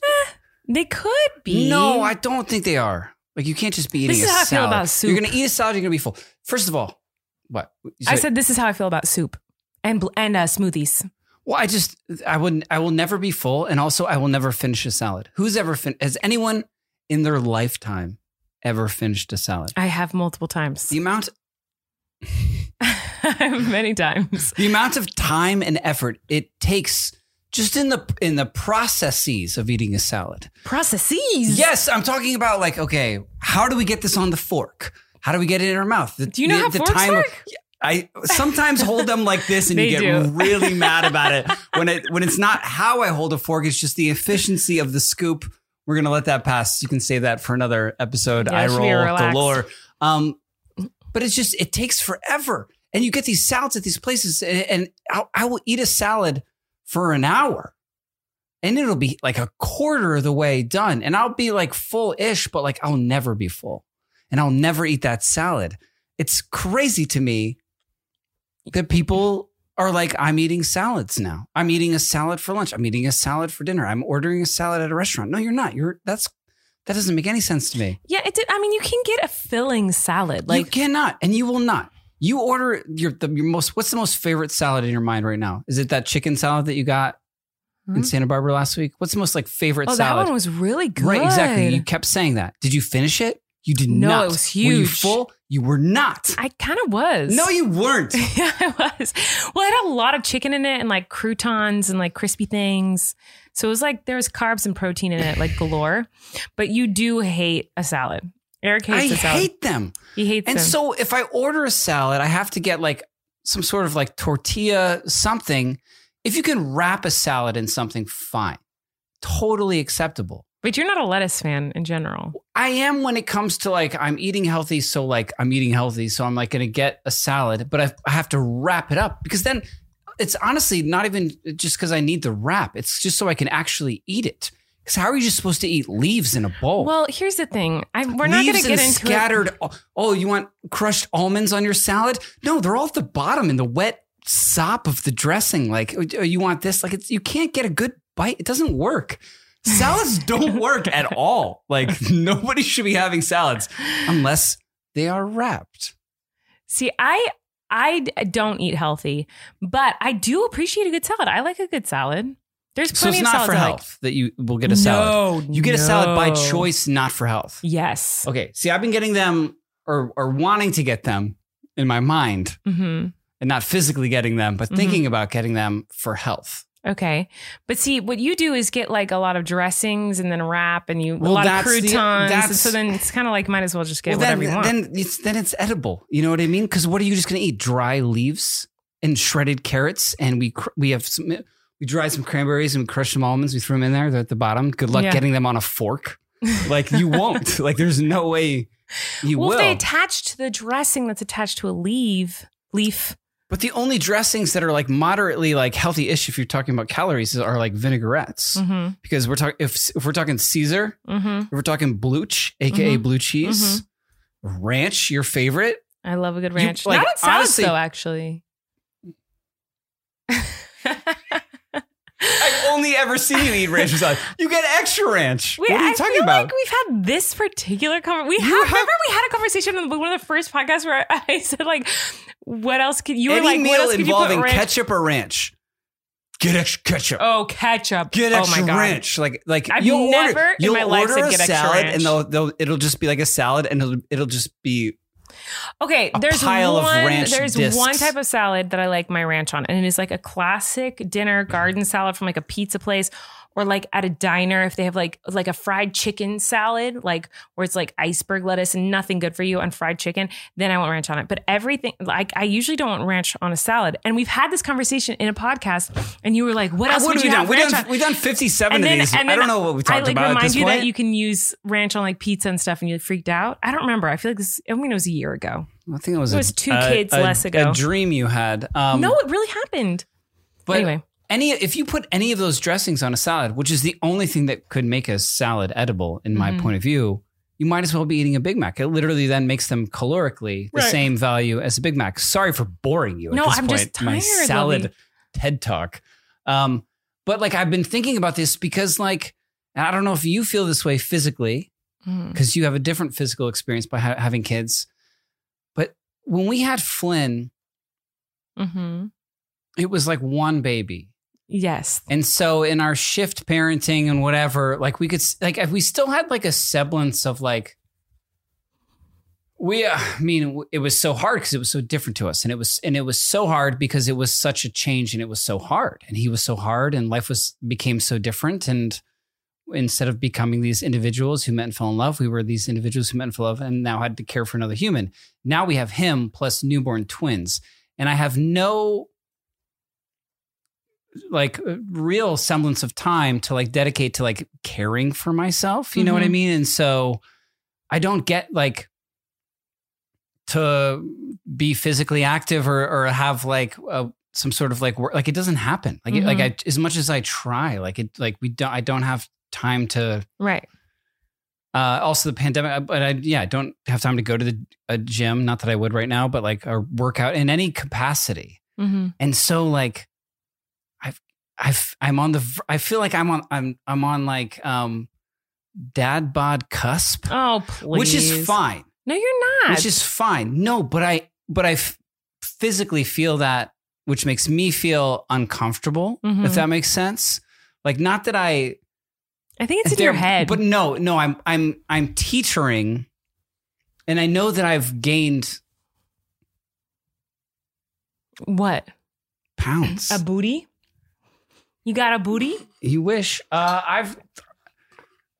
[SPEAKER 1] they could be.
[SPEAKER 2] No, I don't think they are. Like you can't just be eating
[SPEAKER 1] This is
[SPEAKER 2] a
[SPEAKER 1] how I feel
[SPEAKER 2] salad.
[SPEAKER 1] about soup.
[SPEAKER 2] You're gonna eat a salad. You're gonna be full. First of all, what You
[SPEAKER 1] I said this is how I feel about soup and bl- and uh, smoothies.
[SPEAKER 2] Well, I just I wouldn't. I will never be full, and also I will never finish a salad. Who's ever fin- has anyone in their lifetime ever finished a salad?
[SPEAKER 1] I have multiple times,
[SPEAKER 2] The amount
[SPEAKER 1] many times.
[SPEAKER 2] the amount of time and effort it takes just in the in the processes of eating a salad.
[SPEAKER 1] Processes.
[SPEAKER 2] Yes, I'm talking about like okay, how do we get this on the fork? How do we get it in our mouth? The,
[SPEAKER 1] Do you know how forks work?
[SPEAKER 2] I sometimes hold them like this, and you
[SPEAKER 1] They
[SPEAKER 2] get
[SPEAKER 1] do.
[SPEAKER 2] really mad about it when it when it's not how I hold a fork. It's just the efficiency of the scoop. We're gonna let that pass. You can save that for another episode.
[SPEAKER 1] Yeah,
[SPEAKER 2] I
[SPEAKER 1] it should be a
[SPEAKER 2] roll
[SPEAKER 1] relaxed-
[SPEAKER 2] galore. Um, but it's just it takes forever, and you get these salads at these places, and, and I, I will eat a salad for an hour, and it'll be like a quarter of the way done, and I'll be like full ish, but like I'll never be full, and I'll never eat that salad. It's crazy to me that people are like, I'm eating salads now. I'm eating a salad for lunch. I'm eating a salad for dinner. I'm ordering a salad at a restaurant. No, you're not. You're that's that doesn't make any sense to me.
[SPEAKER 1] Yeah. It did, I mean, you can get a filling salad. Like
[SPEAKER 2] Like, you cannot, and you will not. You order your the your most. What's the most favorite salad in your mind right now? Is it that chicken salad that you got
[SPEAKER 1] Hmm?
[SPEAKER 2] in Santa Barbara last week? What's the most like favorite
[SPEAKER 1] oh,
[SPEAKER 2] salad?
[SPEAKER 1] that one was really good.
[SPEAKER 2] Right, exactly. You kept saying that. Did you finish it? You did
[SPEAKER 1] No,
[SPEAKER 2] not.
[SPEAKER 1] it was
[SPEAKER 2] Were you
[SPEAKER 1] huge.
[SPEAKER 2] full? You were not.
[SPEAKER 1] I kind of was.
[SPEAKER 2] no, you weren't.
[SPEAKER 1] yeah, I was. Well, it had a lot of chicken in it and like croutons and like crispy things. So it was like there was carbs and protein in it, like galore. But you do hate a salad. Eric
[SPEAKER 2] I
[SPEAKER 1] hates a salad.
[SPEAKER 2] hate them.
[SPEAKER 1] he hates
[SPEAKER 2] And
[SPEAKER 1] them.
[SPEAKER 2] so if I order a salad, I have to get like some sort of like tortilla something. If you can wrap a salad in something, fine. Totally acceptable.
[SPEAKER 1] but you're not a lettuce fan in general.
[SPEAKER 2] I am when it comes to like I'm eating healthy, so like I'm eating healthy, so I'm like gonna get a salad, but I, I have to wrap it up because then it's honestly not even just because I need the wrap. It's just so I can actually eat it. Because how are you just supposed to eat leaves in a bowl?
[SPEAKER 1] Well, here's the thing. I, we're not going
[SPEAKER 2] Oh. Leaves
[SPEAKER 1] to get
[SPEAKER 2] and
[SPEAKER 1] into it.
[SPEAKER 2] scattered. Oh, you want crushed almonds on your salad? No, they're all at the bottom in the wet sop of the dressing. Like, oh, you want this? Like, it's you can't get a good bite. It doesn't work. Salads don't work at all. Like, nobody should be having salads unless they are wrapped.
[SPEAKER 1] See, I I d- don't eat healthy, but I do appreciate a good salad. I like a good salad. There's
[SPEAKER 2] So
[SPEAKER 1] plenty
[SPEAKER 2] it's
[SPEAKER 1] of salads
[SPEAKER 2] not
[SPEAKER 1] I
[SPEAKER 2] for
[SPEAKER 1] like.
[SPEAKER 2] health that you will get a salad.
[SPEAKER 1] No,
[SPEAKER 2] You get a salad by
[SPEAKER 1] no.
[SPEAKER 2] choice, not for health.
[SPEAKER 1] Yes.
[SPEAKER 2] Okay. See, I've been getting them or or wanting to get them in my mind
[SPEAKER 1] hmm
[SPEAKER 2] and not physically getting them, but
[SPEAKER 1] Mhm.
[SPEAKER 2] thinking about getting them for health.
[SPEAKER 1] Okay. But see, what you do is get like a lot of dressings and then wrap and you
[SPEAKER 2] Well,
[SPEAKER 1] a lot of
[SPEAKER 2] that's the-
[SPEAKER 1] croutons.
[SPEAKER 2] that's-
[SPEAKER 1] so then it's kind of like might as well just get
[SPEAKER 2] Well,
[SPEAKER 1] whatever
[SPEAKER 2] then,
[SPEAKER 1] you want.
[SPEAKER 2] then it's then it's edible. You know what I mean? Because what are you just going to eat? Dry leaves and shredded carrots, and we cr- we have some, we dried some cranberries and we crushed some almonds. We threw them in there. They're at the bottom. Good luck
[SPEAKER 1] Yeah.
[SPEAKER 2] getting them on a fork. Like you won't. like there's no way you
[SPEAKER 1] well,
[SPEAKER 2] will.
[SPEAKER 1] if they attach to the dressing that's attached to a leaf, leaf.
[SPEAKER 2] but the only dressings that are like moderately like healthy-ish, if you're talking about calories, are like vinaigrettes.
[SPEAKER 1] Mm-hmm.
[SPEAKER 2] Because we're talking if if we're talking Caesar,
[SPEAKER 1] Mm-hmm.
[SPEAKER 2] if we're talking blooch, aka blue cheese, ranch, your favorite.
[SPEAKER 1] I love a good ranch.
[SPEAKER 2] like,
[SPEAKER 1] Not in salads
[SPEAKER 2] honestly-
[SPEAKER 1] though, actually.
[SPEAKER 2] I've only ever seen you eat ranch with salad. You get extra ranch.
[SPEAKER 1] Wait,
[SPEAKER 2] what are you
[SPEAKER 1] I
[SPEAKER 2] talking
[SPEAKER 1] feel
[SPEAKER 2] about?
[SPEAKER 1] Like we've had this particular conversation. We
[SPEAKER 2] You
[SPEAKER 1] have,
[SPEAKER 2] have-
[SPEAKER 1] Remember, we had a conversation on the, one of the first podcasts where I said, like, "What else could you were
[SPEAKER 2] Any
[SPEAKER 1] like?
[SPEAKER 2] meal
[SPEAKER 1] What else could you put
[SPEAKER 2] involving
[SPEAKER 1] ranch?
[SPEAKER 2] ketchup or ranch. Get extra ketchup.
[SPEAKER 1] Oh, ketchup.
[SPEAKER 2] Get
[SPEAKER 1] oh
[SPEAKER 2] extra
[SPEAKER 1] my God.
[SPEAKER 2] ranch, like like
[SPEAKER 1] I've
[SPEAKER 2] you'll
[SPEAKER 1] never
[SPEAKER 2] order,
[SPEAKER 1] in
[SPEAKER 2] you'll
[SPEAKER 1] my life
[SPEAKER 2] order
[SPEAKER 1] said
[SPEAKER 2] a
[SPEAKER 1] get extra
[SPEAKER 2] salad,
[SPEAKER 1] ranch.
[SPEAKER 2] and they'll, they'll it'll just be like a salad, and it'll it'll just be
[SPEAKER 1] Okay,
[SPEAKER 2] A
[SPEAKER 1] there's
[SPEAKER 2] pile of
[SPEAKER 1] one,
[SPEAKER 2] ranch
[SPEAKER 1] There's
[SPEAKER 2] discs.
[SPEAKER 1] one type of salad that I like my ranch on, and it is like a classic dinner garden salad from like a pizza place. Or like at a diner, if they have like like a fried chicken salad, like where it's like iceberg lettuce and nothing good for you on fried chicken, then I want ranch on it. But everything, like I usually don't want ranch on a salad. And we've had this conversation in a podcast, and you were like, "What else
[SPEAKER 2] what
[SPEAKER 1] would
[SPEAKER 2] have we
[SPEAKER 1] you
[SPEAKER 2] done?
[SPEAKER 1] have
[SPEAKER 2] We
[SPEAKER 1] ranch
[SPEAKER 2] done
[SPEAKER 1] on?"
[SPEAKER 2] we done fifty seven of these. I don't know what we
[SPEAKER 1] I
[SPEAKER 2] talked
[SPEAKER 1] like
[SPEAKER 2] about at
[SPEAKER 1] remind
[SPEAKER 2] this
[SPEAKER 1] you
[SPEAKER 2] point.
[SPEAKER 1] that you can use ranch on like pizza and stuff, and you freaked out. I don't remember. I feel like this. I mean, it was a year ago.
[SPEAKER 2] I think it was
[SPEAKER 1] It
[SPEAKER 2] a-
[SPEAKER 1] was two
[SPEAKER 2] a-
[SPEAKER 1] kids
[SPEAKER 2] a-
[SPEAKER 1] less ago.
[SPEAKER 2] A dream you had. Um,
[SPEAKER 1] no, it really happened.
[SPEAKER 2] but
[SPEAKER 1] anyway,
[SPEAKER 2] any if you put any of those dressings on a salad, which is the only thing that could make a salad edible in my
[SPEAKER 1] Mhm.
[SPEAKER 2] point of view, you might as well be eating a Big Mac. It literally then makes them calorically the
[SPEAKER 1] Right.
[SPEAKER 2] same value as a Big Mac. Sorry for boring you. At
[SPEAKER 1] No,
[SPEAKER 2] this
[SPEAKER 1] I'm
[SPEAKER 2] point,
[SPEAKER 1] just
[SPEAKER 2] My
[SPEAKER 1] tired,
[SPEAKER 2] salad
[SPEAKER 1] Lovey.
[SPEAKER 2] TED talk. Um, but like I've been thinking about this because like I don't know if you feel this way physically
[SPEAKER 1] Mm.
[SPEAKER 2] because you have a different physical experience by ha- having kids. But when we had Flynn,
[SPEAKER 1] Mhm.
[SPEAKER 2] it was like one baby.
[SPEAKER 1] yes,
[SPEAKER 2] And so in our shift parenting and whatever, like we could like if we still had like a semblance of like we uh, I mean it was so hard cuz it was so different to us and it was and it was so hard because it was such a change and it was so hard and he was so hard and life was became so different and instead of becoming these individuals who met and fell in love, we were these individuals who met and fell in love and now had to care for another human. Now we have him plus newborn twins and I have no like uh, real semblance of time to like dedicate to like caring for myself. You know what I
[SPEAKER 1] Mhm.
[SPEAKER 2] mean? And so I don't get like to be physically active or or have like uh some sort of like work. Like it doesn't happen. Like it, like I as much as I try, like it like we don't. I don't have time to
[SPEAKER 1] right.
[SPEAKER 2] uh, also, the pandemic, uh, but I, yeah, I don't have time to go to the a gym. Not that I would right now, but like a workout in any capacity.
[SPEAKER 1] Mm-hmm.
[SPEAKER 2] And so, like, I've, I've, I'm on the. v- I feel like I'm on. I'm, I'm on like, um, dad bod cusp,
[SPEAKER 1] Oh, please.
[SPEAKER 2] which is fine.
[SPEAKER 1] No, you're not.
[SPEAKER 2] Which is fine. No, but I, but I f- physically feel that, which makes me feel uncomfortable.
[SPEAKER 1] Mhm.
[SPEAKER 2] If that makes sense. Like, not that I
[SPEAKER 1] I think it's in your
[SPEAKER 2] there-
[SPEAKER 1] head.
[SPEAKER 2] But no, no, I'm I'm I'm teetering, and I know that I've gained
[SPEAKER 1] what?
[SPEAKER 2] pounds.
[SPEAKER 1] A booty? You got a booty?
[SPEAKER 2] you wish. Uh, I've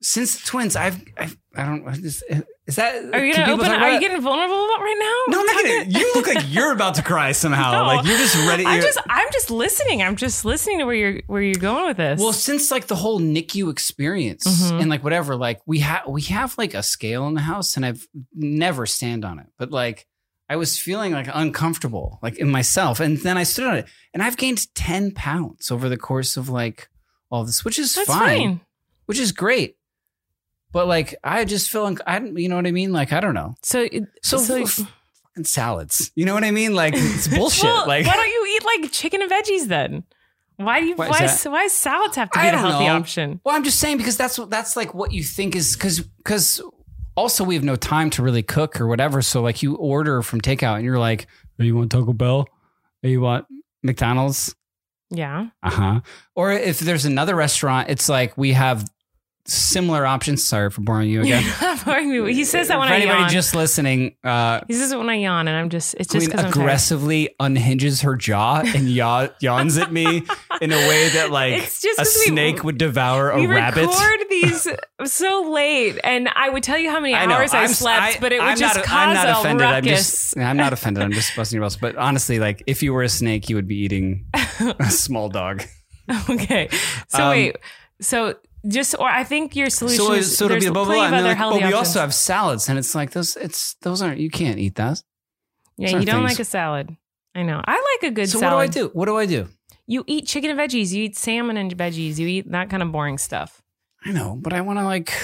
[SPEAKER 2] since the twins. I've, I've I don't. Is, is that?
[SPEAKER 1] Are you
[SPEAKER 2] can
[SPEAKER 1] gonna
[SPEAKER 2] people
[SPEAKER 1] open?
[SPEAKER 2] talk
[SPEAKER 1] Are
[SPEAKER 2] about
[SPEAKER 1] you
[SPEAKER 2] it?
[SPEAKER 1] getting vulnerable about right now?
[SPEAKER 2] No, I'm not gonna. You look like you're about to cry somehow.
[SPEAKER 1] No.
[SPEAKER 2] Like you're just ready.
[SPEAKER 1] I'm
[SPEAKER 2] you're-
[SPEAKER 1] just, I'm just listening. I'm just listening to where you're, where you're going with this.
[SPEAKER 2] Well, since like the whole NICU experience
[SPEAKER 1] Mhm.
[SPEAKER 2] and like whatever, like we have we have like a scale in the house, and I've never stand on it, but like I was feeling like uncomfortable, like in myself, and then I stood on it, and I've gained ten pounds over the course of like all this, which is
[SPEAKER 1] that's
[SPEAKER 2] fine, which is great, but like I just feel like I, don't- you know what I mean, like I don't know,
[SPEAKER 1] So, it-
[SPEAKER 2] so.
[SPEAKER 1] So-
[SPEAKER 2] f- fucking Salads, you know what I mean? Like it's bullshit.
[SPEAKER 1] well,
[SPEAKER 2] like
[SPEAKER 1] why don't you eat like chicken and veggies then? Why do you?
[SPEAKER 2] Why
[SPEAKER 1] Why?
[SPEAKER 2] is
[SPEAKER 1] Why,
[SPEAKER 2] that?
[SPEAKER 1] s- why salads have to
[SPEAKER 2] I
[SPEAKER 1] be the
[SPEAKER 2] don't
[SPEAKER 1] healthy
[SPEAKER 2] know.
[SPEAKER 1] option?
[SPEAKER 2] Well, I'm just saying because that's what that's like what you think is because because also we have no time to really cook or whatever. So like you order from takeout and you're like, oh, you want Taco Bell? Or you want McDonald's? Uh-huh.
[SPEAKER 1] Yeah.
[SPEAKER 2] Uh huh. Or if there's another restaurant, it's like we have similar options. Sorry for boring you again.
[SPEAKER 1] Boring me. He says that when
[SPEAKER 2] for
[SPEAKER 1] I
[SPEAKER 2] anybody
[SPEAKER 1] yawn.
[SPEAKER 2] just listening, uh,
[SPEAKER 1] he says it when I yawn, and I'm just it's just
[SPEAKER 2] Queen
[SPEAKER 1] because I'm tired.
[SPEAKER 2] aggressively unhinges her jaw and yaw- yawns at me in a way that like
[SPEAKER 1] It's just
[SPEAKER 2] a
[SPEAKER 1] 'cause we-
[SPEAKER 2] snake would devour a
[SPEAKER 1] we
[SPEAKER 2] rabbit.
[SPEAKER 1] record these so late, and I would tell you how many hours I
[SPEAKER 2] I'm s-
[SPEAKER 1] slept,
[SPEAKER 2] I-
[SPEAKER 1] but it would
[SPEAKER 2] I'm
[SPEAKER 1] just
[SPEAKER 2] not,
[SPEAKER 1] cause
[SPEAKER 2] I'm not
[SPEAKER 1] a
[SPEAKER 2] offended.
[SPEAKER 1] ruckus.
[SPEAKER 2] I'm just, I'm not offended. I'm just busting your balls. But honestly, like if you were a snake, you would be eating a small dog.
[SPEAKER 1] okay, so
[SPEAKER 2] Um,
[SPEAKER 1] wait, so just or I think your solution
[SPEAKER 2] So,
[SPEAKER 1] is
[SPEAKER 2] so it'll
[SPEAKER 1] there's
[SPEAKER 2] be blah, blah,
[SPEAKER 1] plenty
[SPEAKER 2] blah.
[SPEAKER 1] of
[SPEAKER 2] And they're
[SPEAKER 1] other
[SPEAKER 2] like,
[SPEAKER 1] healthy
[SPEAKER 2] but we
[SPEAKER 1] options.
[SPEAKER 2] also have salads, and it's like those. It's those aren't. You can't eat those.
[SPEAKER 1] yeah,
[SPEAKER 2] certain
[SPEAKER 1] you don't
[SPEAKER 2] things.
[SPEAKER 1] like a salad. I know. I like a good
[SPEAKER 2] so
[SPEAKER 1] salad.
[SPEAKER 2] what do I do? What do I do?
[SPEAKER 1] You eat chicken and veggies. You eat salmon and veggies. You eat that kind of boring stuff.
[SPEAKER 2] I know, but I want to like.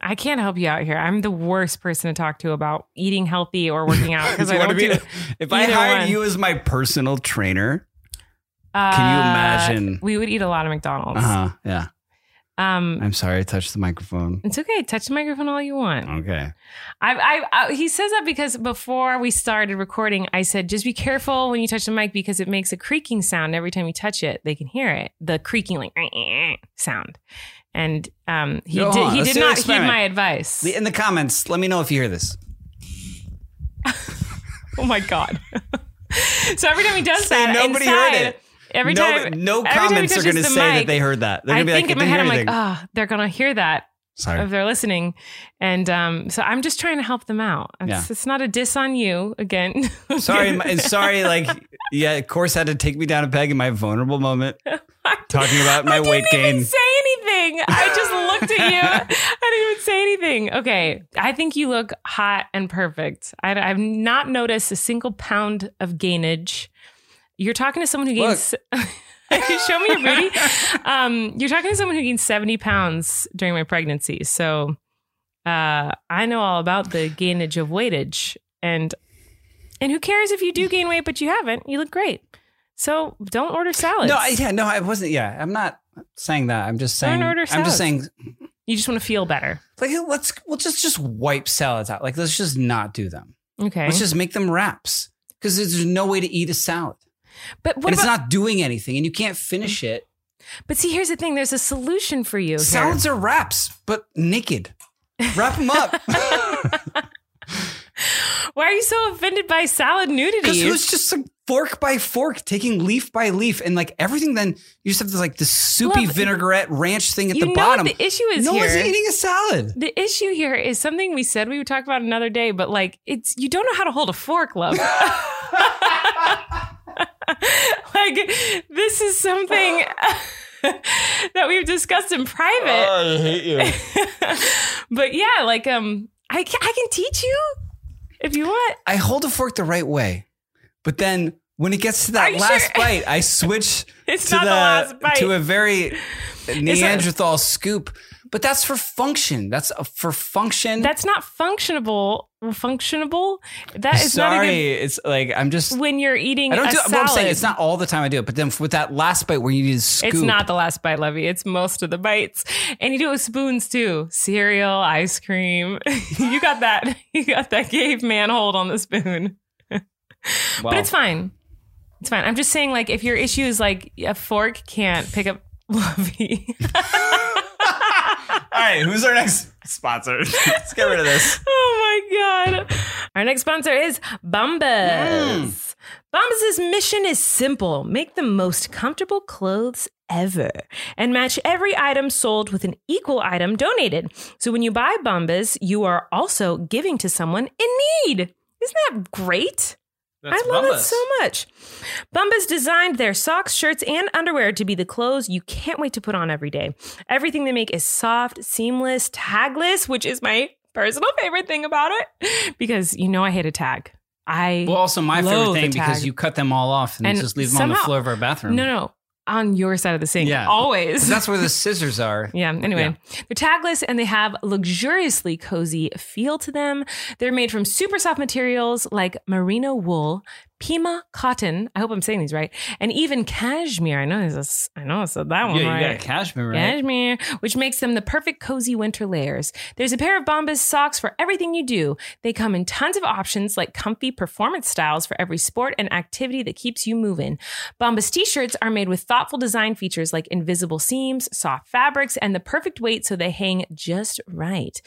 [SPEAKER 1] I can't help you out here. I'm the worst person to talk to about eating healthy or working out because
[SPEAKER 2] Do
[SPEAKER 1] I
[SPEAKER 2] you
[SPEAKER 1] don't
[SPEAKER 2] wanna be-
[SPEAKER 1] do.
[SPEAKER 2] if I
[SPEAKER 1] either
[SPEAKER 2] hired
[SPEAKER 1] one.
[SPEAKER 2] you as my personal trainer,
[SPEAKER 1] Uh,
[SPEAKER 2] you imagine?
[SPEAKER 1] We would eat a lot of McDonald's.
[SPEAKER 2] uh huh, yeah.
[SPEAKER 1] Um,
[SPEAKER 2] I'm sorry, I touched the microphone.
[SPEAKER 1] it's okay. Touch the microphone all you want.
[SPEAKER 2] Okay.
[SPEAKER 1] I, I, I, he says that because before we started recording, I said just be careful when you touch the mic because it makes a creaking sound every time you touch it. They can hear it, the creaking like sound. And um, he
[SPEAKER 2] Go
[SPEAKER 1] did,
[SPEAKER 2] on,
[SPEAKER 1] he
[SPEAKER 2] let's
[SPEAKER 1] did
[SPEAKER 2] do an
[SPEAKER 1] not heed
[SPEAKER 2] experiment.
[SPEAKER 1] my advice.
[SPEAKER 2] In the comments, let me know if you hear this.
[SPEAKER 1] Oh my god! so every time he does
[SPEAKER 2] Say
[SPEAKER 1] that,
[SPEAKER 2] nobody
[SPEAKER 1] inside,
[SPEAKER 2] heard it.
[SPEAKER 1] Every
[SPEAKER 2] no,
[SPEAKER 1] time,
[SPEAKER 2] no
[SPEAKER 1] every time he
[SPEAKER 2] comments are
[SPEAKER 1] touches
[SPEAKER 2] going to
[SPEAKER 1] the
[SPEAKER 2] say that
[SPEAKER 1] mic,
[SPEAKER 2] they heard that. They're
[SPEAKER 1] I
[SPEAKER 2] going to be
[SPEAKER 1] think
[SPEAKER 2] like,
[SPEAKER 1] in my
[SPEAKER 2] "Didn't
[SPEAKER 1] head,
[SPEAKER 2] hear
[SPEAKER 1] I'm like,
[SPEAKER 2] anything."
[SPEAKER 1] oh, they're gonna hear that if
[SPEAKER 2] Sorry.
[SPEAKER 1] they're listening, and um, so I'm just trying to help them out. It's,
[SPEAKER 2] Yeah.
[SPEAKER 1] it's not a diss on you again.
[SPEAKER 2] Sorry, my- and sorry, like, yeah, of course, had to take me down a peg in my vulnerable moment, talking about my
[SPEAKER 1] I
[SPEAKER 2] weight
[SPEAKER 1] didn't
[SPEAKER 2] gain.
[SPEAKER 1] even say anything. I just looked at you. I didn't even say anything. Okay, I think you look hot and perfect. I, have not noticed a single pound of gainage. You're talking to someone who gains. Show me your booty. Um, you're talking to someone who gained 70 pounds during my pregnancy, so uh, I know all about the gainage of weightage, and and who cares if you do gain weight but you haven't? You look great. So don't order salads.
[SPEAKER 2] No, I, yeah, no, I wasn't. Yeah, I'm not saying that. I'm just
[SPEAKER 1] They're
[SPEAKER 2] saying.
[SPEAKER 1] in order
[SPEAKER 2] I'm just saying,
[SPEAKER 1] salads. You just want to feel better.
[SPEAKER 2] like, let's we'll just just wipe salads out. Like, let's just not do them.
[SPEAKER 1] Okay.
[SPEAKER 2] Let's just make them wraps because there's no way to eat a salad,
[SPEAKER 1] but what
[SPEAKER 2] and
[SPEAKER 1] about,
[SPEAKER 2] it's not doing anything, and you can't finish it.
[SPEAKER 1] but see, here's the thing. There's a solution for you. here.
[SPEAKER 2] Salads are wraps, but naked. Wrap them up.
[SPEAKER 1] Why are you so offended by salad
[SPEAKER 2] Because
[SPEAKER 1] nudity?
[SPEAKER 2] it was just like fork by fork, taking leaf by leaf, and like everything. Then you just have this like this soupy
[SPEAKER 1] Love,
[SPEAKER 2] vinaigrette ranch thing at
[SPEAKER 1] you
[SPEAKER 2] the
[SPEAKER 1] know
[SPEAKER 2] bottom.
[SPEAKER 1] what the issue is
[SPEAKER 2] no one's
[SPEAKER 1] here.
[SPEAKER 2] eating a salad.
[SPEAKER 1] the issue here is something we said we would talk about another day, but like it's you don't know how to hold a fork, love. like this is something that we've discussed in private.
[SPEAKER 2] I hate Oh, you.
[SPEAKER 1] but yeah, like um, I can, I can teach you if you want.
[SPEAKER 2] I hold a fork the right way, but then when it gets
[SPEAKER 1] Are
[SPEAKER 2] to that
[SPEAKER 1] you
[SPEAKER 2] last
[SPEAKER 1] sure?
[SPEAKER 2] bite, I switch
[SPEAKER 1] It's
[SPEAKER 2] to
[SPEAKER 1] not the last bite.
[SPEAKER 2] to a very Neanderthal scoop. But that's for function. That's uh, for function.
[SPEAKER 1] That's not functionable. Functionable. That is
[SPEAKER 2] sorry.
[SPEAKER 1] not a good
[SPEAKER 2] it's like I'm just.
[SPEAKER 1] when you're eating
[SPEAKER 2] I don't
[SPEAKER 1] a
[SPEAKER 2] do. it.
[SPEAKER 1] salad.
[SPEAKER 2] Well, I'm saying it's not all the time I do it, but then with that last bite where you need to scoop,
[SPEAKER 1] It's not the last bite, Levy. It's most of the bites. And you do it with spoons too. Cereal, ice cream. you got that. You got that caveman hold on the spoon. But
[SPEAKER 2] Wow.
[SPEAKER 1] it's fine. It's fine. I'm just saying, like, if your issue is like a fork can't pick up Levy.
[SPEAKER 2] All right, who's our next sponsor? Let's get rid of this.
[SPEAKER 1] oh my god. Our next sponsor is Bombas. Bombas' mission is simple. Make the most comfortable clothes ever and match every item sold with an equal item donated. So when you buy Bombas, you are also giving to someone in need. Isn't that great? I love it so much. Bombas designed their socks, shirts, and underwear to be the clothes you can't wait to put on every day. Everything they make is soft, seamless, tagless, which is my personal favorite thing about it because you know I hate a tag. I
[SPEAKER 2] Well, also my
[SPEAKER 1] Loathe
[SPEAKER 2] favorite
[SPEAKER 1] the
[SPEAKER 2] thing because
[SPEAKER 1] tag.
[SPEAKER 2] you cut them all off and,
[SPEAKER 1] And
[SPEAKER 2] just leave them on the
[SPEAKER 1] somehow-
[SPEAKER 2] floor of our bathroom.
[SPEAKER 1] no no on your side of the sink
[SPEAKER 2] Yeah.
[SPEAKER 1] always.
[SPEAKER 2] 'Cause that's where the scissors are.
[SPEAKER 1] Yeah. Anyway, they're tagless and they have luxuriously cozy feel to them. They're made from super soft materials like merino wool, Pima cotton. I hope I'm saying these right. And even cashmere. I know there's a, s- I know I said that one
[SPEAKER 2] yeah,
[SPEAKER 1] right.
[SPEAKER 2] you got cashmere, right?
[SPEAKER 1] Cashmere, which makes them the perfect cozy winter layers. There's a pair of Bombas socks for everything you do. They come in tons of options like comfy performance styles for every sport and activity that keeps you moving. Bombas t shirts are made with thoughtful design features like invisible seams, soft fabrics, and the perfect weight so they hang just right.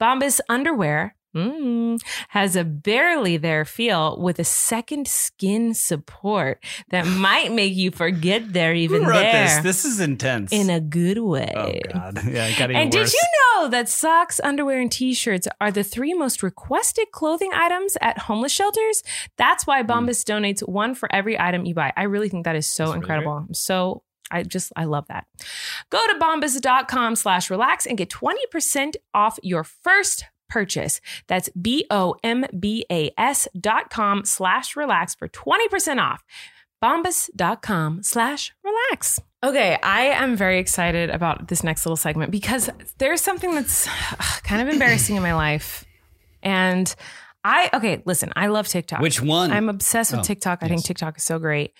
[SPEAKER 1] Bombas underwear. mm, has a barely there feel with a second skin support that might make you forget they're even
[SPEAKER 2] Who wrote
[SPEAKER 1] there
[SPEAKER 2] this? This is intense.
[SPEAKER 1] in a good way.
[SPEAKER 2] oh god, yeah, it got even
[SPEAKER 1] and
[SPEAKER 2] worse.
[SPEAKER 1] did you know that socks, underwear, and t-shirts are the three most requested clothing items at homeless shelters? That's why Bombas donates one for every item you buy. I really think that is so
[SPEAKER 2] Hmm. That's really
[SPEAKER 1] incredible. I'm so I just I love that. Go to bombas.com slash relax and get 20% off your first purchase. That's B-O-M-B-A-S dot com slash relax for 20% off. Bombas.com slash relax. Okay, I am very excited about this next little segment because there's something that's kind of embarrassing in my life. And I, okay, listen, I love TikTok.
[SPEAKER 2] Which one?
[SPEAKER 1] I'm obsessed with
[SPEAKER 2] Oh,
[SPEAKER 1] TikTok. I think
[SPEAKER 2] yes.
[SPEAKER 1] TikTok is so great.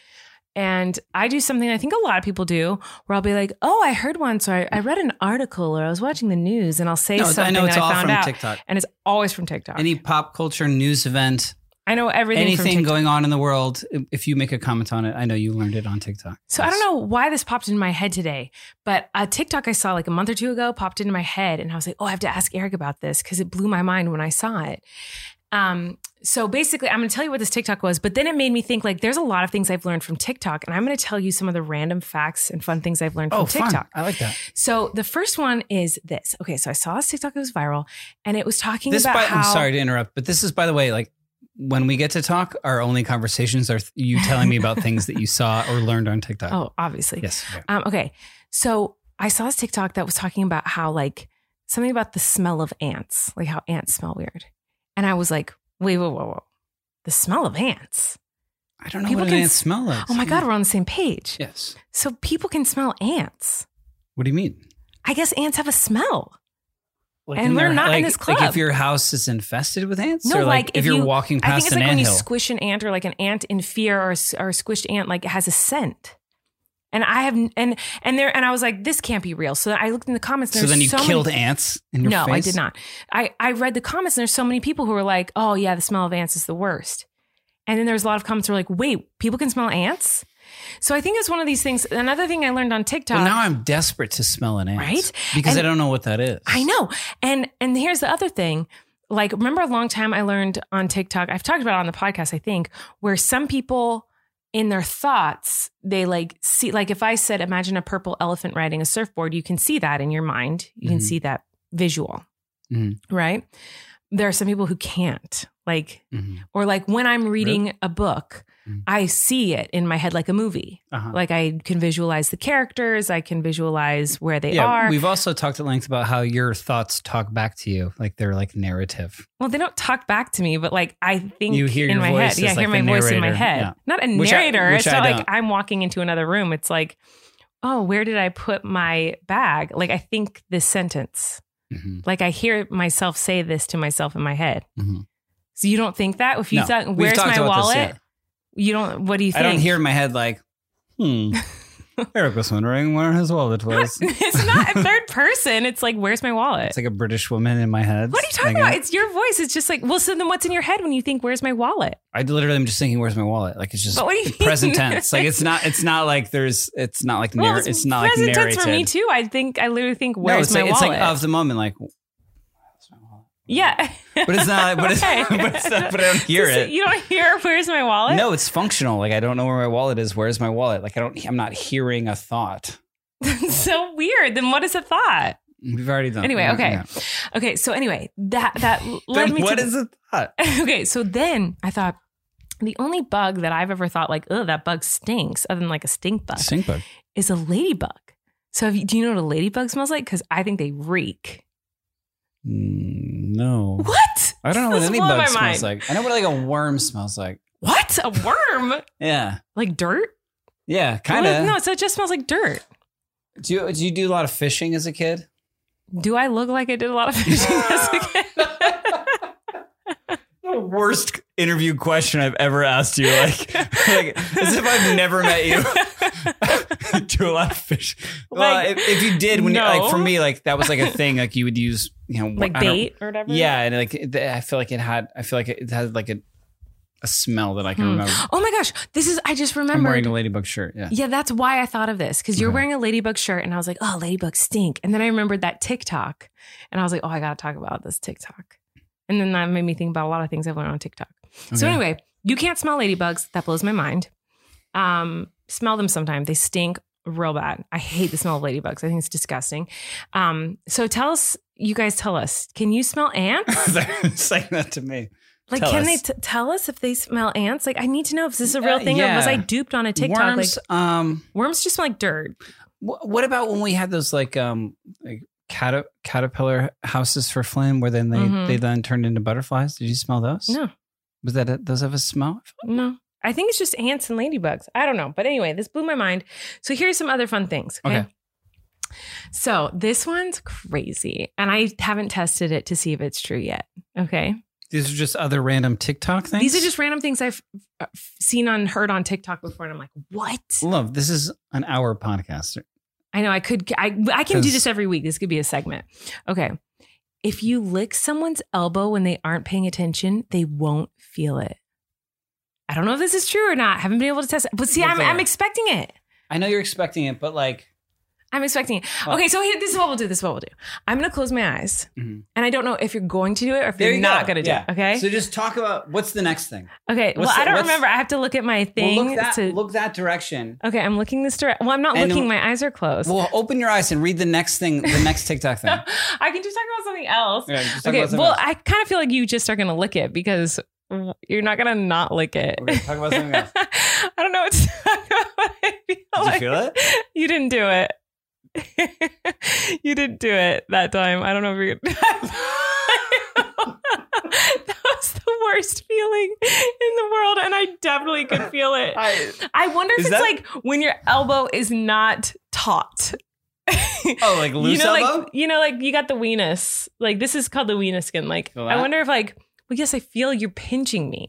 [SPEAKER 1] And I do something I think a lot of people do where I'll be like, oh, I heard one. So I, I read an article or I was watching the news and I'll say
[SPEAKER 2] No, I know
[SPEAKER 1] something
[SPEAKER 2] it's
[SPEAKER 1] that
[SPEAKER 2] all
[SPEAKER 1] I found
[SPEAKER 2] from
[SPEAKER 1] out.
[SPEAKER 2] TikTok.
[SPEAKER 1] And it's always from TikTok.
[SPEAKER 2] Any pop culture news event,
[SPEAKER 1] I know everything from
[SPEAKER 2] anything
[SPEAKER 1] TikTok.
[SPEAKER 2] going on in the world, if you make a comment on it, I know you learned it on TikTok.
[SPEAKER 1] So I don't know why this popped into my head today, but a TikTok I saw like a month or two ago popped into my head, and I was like, "Oh, I have to ask Eric about this" because it blew my mind when I saw it. Um, so basically, I'm going to tell you what this TikTok was, but then it made me think like, there's a lot of things I've learned from TikTok, and I'm going to tell you some of the random facts and fun things I've learned
[SPEAKER 2] Oh,
[SPEAKER 1] from TikTok.
[SPEAKER 2] fun. I like that.
[SPEAKER 1] So the first one is this. Okay, so I saw this TikTok; it was viral, and it was talking
[SPEAKER 2] This,
[SPEAKER 1] about
[SPEAKER 2] by,
[SPEAKER 1] how.
[SPEAKER 2] I'm sorry to interrupt, but this is, by the way, like when we get to talk, our only conversations are th- you telling me about things that you saw or learned on TikTok.
[SPEAKER 1] Oh, obviously.
[SPEAKER 2] yes. okay.
[SPEAKER 1] Um, okay. So I saw this TikTok that was talking about how like something about the smell of ants, like how ants smell weird. And I was like, wait, whoa, whoa, whoa. The smell of ants.
[SPEAKER 2] I don't know
[SPEAKER 1] people
[SPEAKER 2] what
[SPEAKER 1] can
[SPEAKER 2] an ant
[SPEAKER 1] s-
[SPEAKER 2] smell like.
[SPEAKER 1] Oh my God, we're on the same page.
[SPEAKER 2] Yes.
[SPEAKER 1] So people can smell ants.
[SPEAKER 2] What do you mean?
[SPEAKER 1] I guess ants have a smell.
[SPEAKER 2] Like
[SPEAKER 1] And
[SPEAKER 2] in
[SPEAKER 1] we're
[SPEAKER 2] their-
[SPEAKER 1] not in
[SPEAKER 2] like,
[SPEAKER 1] this
[SPEAKER 2] Like
[SPEAKER 1] club.
[SPEAKER 2] if your house is infested with ants,
[SPEAKER 1] No,
[SPEAKER 2] or like,
[SPEAKER 1] like,
[SPEAKER 2] if,
[SPEAKER 1] if
[SPEAKER 2] you're
[SPEAKER 1] you-
[SPEAKER 2] walking
[SPEAKER 1] I think
[SPEAKER 2] past
[SPEAKER 1] it's
[SPEAKER 2] an
[SPEAKER 1] like when
[SPEAKER 2] ant
[SPEAKER 1] you
[SPEAKER 2] hill.
[SPEAKER 1] squish an ant or like an ant in fear or, a s- or a squished ant, like it has a scent. And I have and and there and I was like, this can't be real. So then I looked in the comments. And
[SPEAKER 2] so
[SPEAKER 1] there's
[SPEAKER 2] then you
[SPEAKER 1] so many-
[SPEAKER 2] killed ants in your
[SPEAKER 1] no,
[SPEAKER 2] face.
[SPEAKER 1] I did not. I, I read the comments and there's so many people who were like, oh yeah, the smell of ants is the worst. And then there's a lot of comments who were like, wait, people can smell ants? So I think it's one of these things. Another thing I learned on TikTok.
[SPEAKER 2] Well, now I'm desperate to smell an ant,
[SPEAKER 1] Right?
[SPEAKER 2] Because
[SPEAKER 1] And-
[SPEAKER 2] I don't know what that is.
[SPEAKER 1] I know. And and here's the other thing. Like, remember a long time I learned on TikTok, I've talked about it on the podcast, I think, where some people in their thoughts, they like see like if I said, imagine a purple elephant riding a surfboard, you can see that in your mind. You can
[SPEAKER 2] Mhm.
[SPEAKER 1] see that visual.
[SPEAKER 2] Mhm.
[SPEAKER 1] Right? There are some people who can't. Like,
[SPEAKER 2] Mhm.
[SPEAKER 1] or like when I'm reading a book,
[SPEAKER 2] Mhm.
[SPEAKER 1] I see it in my head like a movie.
[SPEAKER 2] Uh-huh.
[SPEAKER 1] Like I can visualize the characters, I can visualize where they
[SPEAKER 2] yeah,
[SPEAKER 1] are.
[SPEAKER 2] we've also talked at length about how your thoughts talk back to you, like they're like narrative.
[SPEAKER 1] Well, they don't talk back to me, but like I think
[SPEAKER 2] You hear
[SPEAKER 1] in
[SPEAKER 2] your
[SPEAKER 1] my
[SPEAKER 2] voice
[SPEAKER 1] head. Yeah,
[SPEAKER 2] as,
[SPEAKER 1] I hear
[SPEAKER 2] like, the
[SPEAKER 1] my voice in my
[SPEAKER 2] narrator.
[SPEAKER 1] head.
[SPEAKER 2] Yeah.
[SPEAKER 1] Not a
[SPEAKER 2] Which I-
[SPEAKER 1] narrator. it's
[SPEAKER 2] which I
[SPEAKER 1] not like
[SPEAKER 2] don't.
[SPEAKER 1] I'm walking into another room. It's like, oh, where did I put my bag? Like I think this sentence.
[SPEAKER 2] Mhm.
[SPEAKER 1] Like I hear myself say this to myself in my head.
[SPEAKER 2] Mhm.
[SPEAKER 1] So you don't think that? If you
[SPEAKER 2] No,
[SPEAKER 1] thought,
[SPEAKER 2] we've
[SPEAKER 1] where's
[SPEAKER 2] talked
[SPEAKER 1] my
[SPEAKER 2] about this,
[SPEAKER 1] wallet?
[SPEAKER 2] yeah.
[SPEAKER 1] You don't what do you
[SPEAKER 2] I
[SPEAKER 1] think?
[SPEAKER 2] don't hear in my head like, hmm. Eric was wondering where his wallet was.
[SPEAKER 1] it's not a third person. It's like, where's my wallet?
[SPEAKER 2] It's like a British woman in my head.
[SPEAKER 1] what are you talking
[SPEAKER 2] thinking-
[SPEAKER 1] about? It's your voice. It's just like, well, so then what's in your head when you think, where's my wallet?
[SPEAKER 2] I literally am just thinking, "Where's my wallet?" Like it's just
[SPEAKER 1] But what do you
[SPEAKER 2] present
[SPEAKER 1] mean?
[SPEAKER 2] tense. Like it's not. It's not like there's. It's not like narr- it's, not like
[SPEAKER 1] present
[SPEAKER 2] narrated.
[SPEAKER 1] tense for me too. I think I literally think
[SPEAKER 2] No,
[SPEAKER 1] where's
[SPEAKER 2] it's
[SPEAKER 1] my
[SPEAKER 2] like, it's
[SPEAKER 1] wallet?
[SPEAKER 2] like of the moment. Like,
[SPEAKER 1] yeah,
[SPEAKER 2] but it's not. But it's,
[SPEAKER 1] Okay.
[SPEAKER 2] but, it's not but I don't hear
[SPEAKER 1] Just-
[SPEAKER 2] it.
[SPEAKER 1] You don't hear where's my wallet?
[SPEAKER 2] No, it's functional. Like I don't know where my wallet is. Where's my wallet? Like I don't. I'm not hearing a thought.
[SPEAKER 1] It's so weird. Then what is a thought?
[SPEAKER 2] We've already done.
[SPEAKER 1] Anyway,
[SPEAKER 2] Oh, yeah,
[SPEAKER 1] okay,
[SPEAKER 2] yeah.
[SPEAKER 1] okay. So anyway, that that led
[SPEAKER 2] Then
[SPEAKER 1] me
[SPEAKER 2] what
[SPEAKER 1] to
[SPEAKER 2] is a thought?
[SPEAKER 1] okay, so then I thought the only bug that I've ever thought like, oh, that bug stinks, other than like a stink bug,
[SPEAKER 2] Stink bug.
[SPEAKER 1] is a ladybug. So have you, do you know what a ladybug smells like? Because I think they reek.
[SPEAKER 2] Mm, no.
[SPEAKER 1] What?
[SPEAKER 2] I don't know what
[SPEAKER 1] This
[SPEAKER 2] any
[SPEAKER 1] blew my
[SPEAKER 2] bug
[SPEAKER 1] mind.
[SPEAKER 2] smells like. I know what like a worm smells like.
[SPEAKER 1] What? A worm?
[SPEAKER 2] Yeah.
[SPEAKER 1] like dirt?
[SPEAKER 2] Yeah. Kind of.
[SPEAKER 1] No, so it just smells like dirt.
[SPEAKER 2] Do you, do you do a lot of fishing as a kid?
[SPEAKER 1] Do I look like I did a lot of fishing as a kid?
[SPEAKER 2] The worst interview question I've ever asked you. Like, like as if I've never met you. Do a lot of fish. well,
[SPEAKER 1] Like,
[SPEAKER 2] if, if you did, when you,
[SPEAKER 1] no.
[SPEAKER 2] like for me, like that was like a thing. Like you would use, you know,
[SPEAKER 1] like
[SPEAKER 2] I don't-
[SPEAKER 1] bait or whatever.
[SPEAKER 2] Yeah, and like it- I feel like it had. I feel like it had like a a smell that I can remember.
[SPEAKER 1] Oh my gosh, this is I just
[SPEAKER 2] I'm
[SPEAKER 1] remembered.
[SPEAKER 2] wearing a ladybug shirt. Yeah.
[SPEAKER 1] Yeah, that's why I thought of this because you're
[SPEAKER 2] Okay.
[SPEAKER 1] wearing a ladybug shirt, and I was like, "Oh, ladybugs stink." And then I remembered that TikTok, and I was like, "Oh, I gotta talk about this TikTok." And then that made me think about a lot of things I've learned on TikTok. So
[SPEAKER 2] Okay.
[SPEAKER 1] anyway, you can't smell ladybugs. That blows my mind. Um, smell them sometime. They stink real bad. I hate the smell of ladybugs. I think it's disgusting. Um, so tell us, you guys, tell us, can you smell ants?
[SPEAKER 2] They're saying that to me.
[SPEAKER 1] Like,
[SPEAKER 2] Tell
[SPEAKER 1] can
[SPEAKER 2] us.
[SPEAKER 1] they t- tell us if they smell ants? Like, I need to know if this is a real
[SPEAKER 2] Uh,
[SPEAKER 1] thing or was
[SPEAKER 2] yeah.
[SPEAKER 1] I duped on a TikTok?
[SPEAKER 2] Worms.
[SPEAKER 1] Like,
[SPEAKER 2] um.
[SPEAKER 1] worms just smell like dirt.
[SPEAKER 2] wh- What about when we had those like um like cata- caterpillar houses for Flynn, where then they
[SPEAKER 1] Mhm.
[SPEAKER 2] they then turned into butterflies? Did you smell those?
[SPEAKER 1] No.
[SPEAKER 2] Was that it? those of a smell?
[SPEAKER 1] No. I think it's just ants and ladybugs. I don't know. But anyway, this blew my mind. So here's some other fun things. Okay.
[SPEAKER 2] Okay.
[SPEAKER 1] So this one's crazy. And I haven't tested it to see if it's true yet. Okay.
[SPEAKER 2] These are just other random TikTok things.
[SPEAKER 1] These are just random things I've uh, seen on heard on TikTok before. And I'm like, what?
[SPEAKER 2] love. This is an hour podcast.
[SPEAKER 1] I know I could, I, I can do
[SPEAKER 2] Because-
[SPEAKER 1] this every week. This could be a segment. Okay. If you lick someone's elbow when they aren't paying attention, they won't feel it. I don't know if this is true or not. Haven't been able to test it. But see,
[SPEAKER 2] What's
[SPEAKER 1] I'm,
[SPEAKER 2] that?
[SPEAKER 1] I'm expecting it.
[SPEAKER 2] I know you're expecting it, but like
[SPEAKER 1] I'm expecting it.
[SPEAKER 2] Oh.
[SPEAKER 1] Okay, so here, this is what we'll do. This is what we'll do. I'm gonna close my eyes,
[SPEAKER 2] Mhm.
[SPEAKER 1] and I don't know if you're going to do it or if
[SPEAKER 2] There
[SPEAKER 1] you're
[SPEAKER 2] you
[SPEAKER 1] not
[SPEAKER 2] go.
[SPEAKER 1] gonna do
[SPEAKER 2] Yeah.
[SPEAKER 1] it. Okay,
[SPEAKER 2] So just talk about what's the next thing.
[SPEAKER 1] okay. Well,
[SPEAKER 2] what's
[SPEAKER 1] I
[SPEAKER 2] the-
[SPEAKER 1] don't
[SPEAKER 2] what's-
[SPEAKER 1] remember. I have to look at my thing.
[SPEAKER 2] Well, look that
[SPEAKER 1] to-
[SPEAKER 2] look that direction.
[SPEAKER 1] okay, I'm looking this direction. Well, I'm not
[SPEAKER 2] And-
[SPEAKER 1] looking. My eyes are closed.
[SPEAKER 2] Well, open your eyes and read the next thing, the next TikTok thing.
[SPEAKER 1] I can just talk about something else.
[SPEAKER 2] Yeah, just talk
[SPEAKER 1] okay.
[SPEAKER 2] about something
[SPEAKER 1] Well,
[SPEAKER 2] else.
[SPEAKER 1] I kind of feel like you just are gonna lick it because you're not gonna not lick it.
[SPEAKER 2] Okay, talk about something else.
[SPEAKER 1] I don't know what to talk about. But I feel
[SPEAKER 2] Did you
[SPEAKER 1] like
[SPEAKER 2] feel it?
[SPEAKER 1] You didn't do it. you didn't do it that time. I don't know if you're that was the worst feeling in the world, and I definitely could feel it.
[SPEAKER 2] I,
[SPEAKER 1] I wonder if
[SPEAKER 2] Is
[SPEAKER 1] it's
[SPEAKER 2] that-
[SPEAKER 1] like when your elbow is not taut.
[SPEAKER 2] oh, like loose
[SPEAKER 1] you know,
[SPEAKER 2] elbow?
[SPEAKER 1] like you know, like you got the weenus. Like this is called the weenus skin. Like
[SPEAKER 2] Feel
[SPEAKER 1] I
[SPEAKER 2] that?
[SPEAKER 1] wonder if like, well, yes, I feel you're pinching me,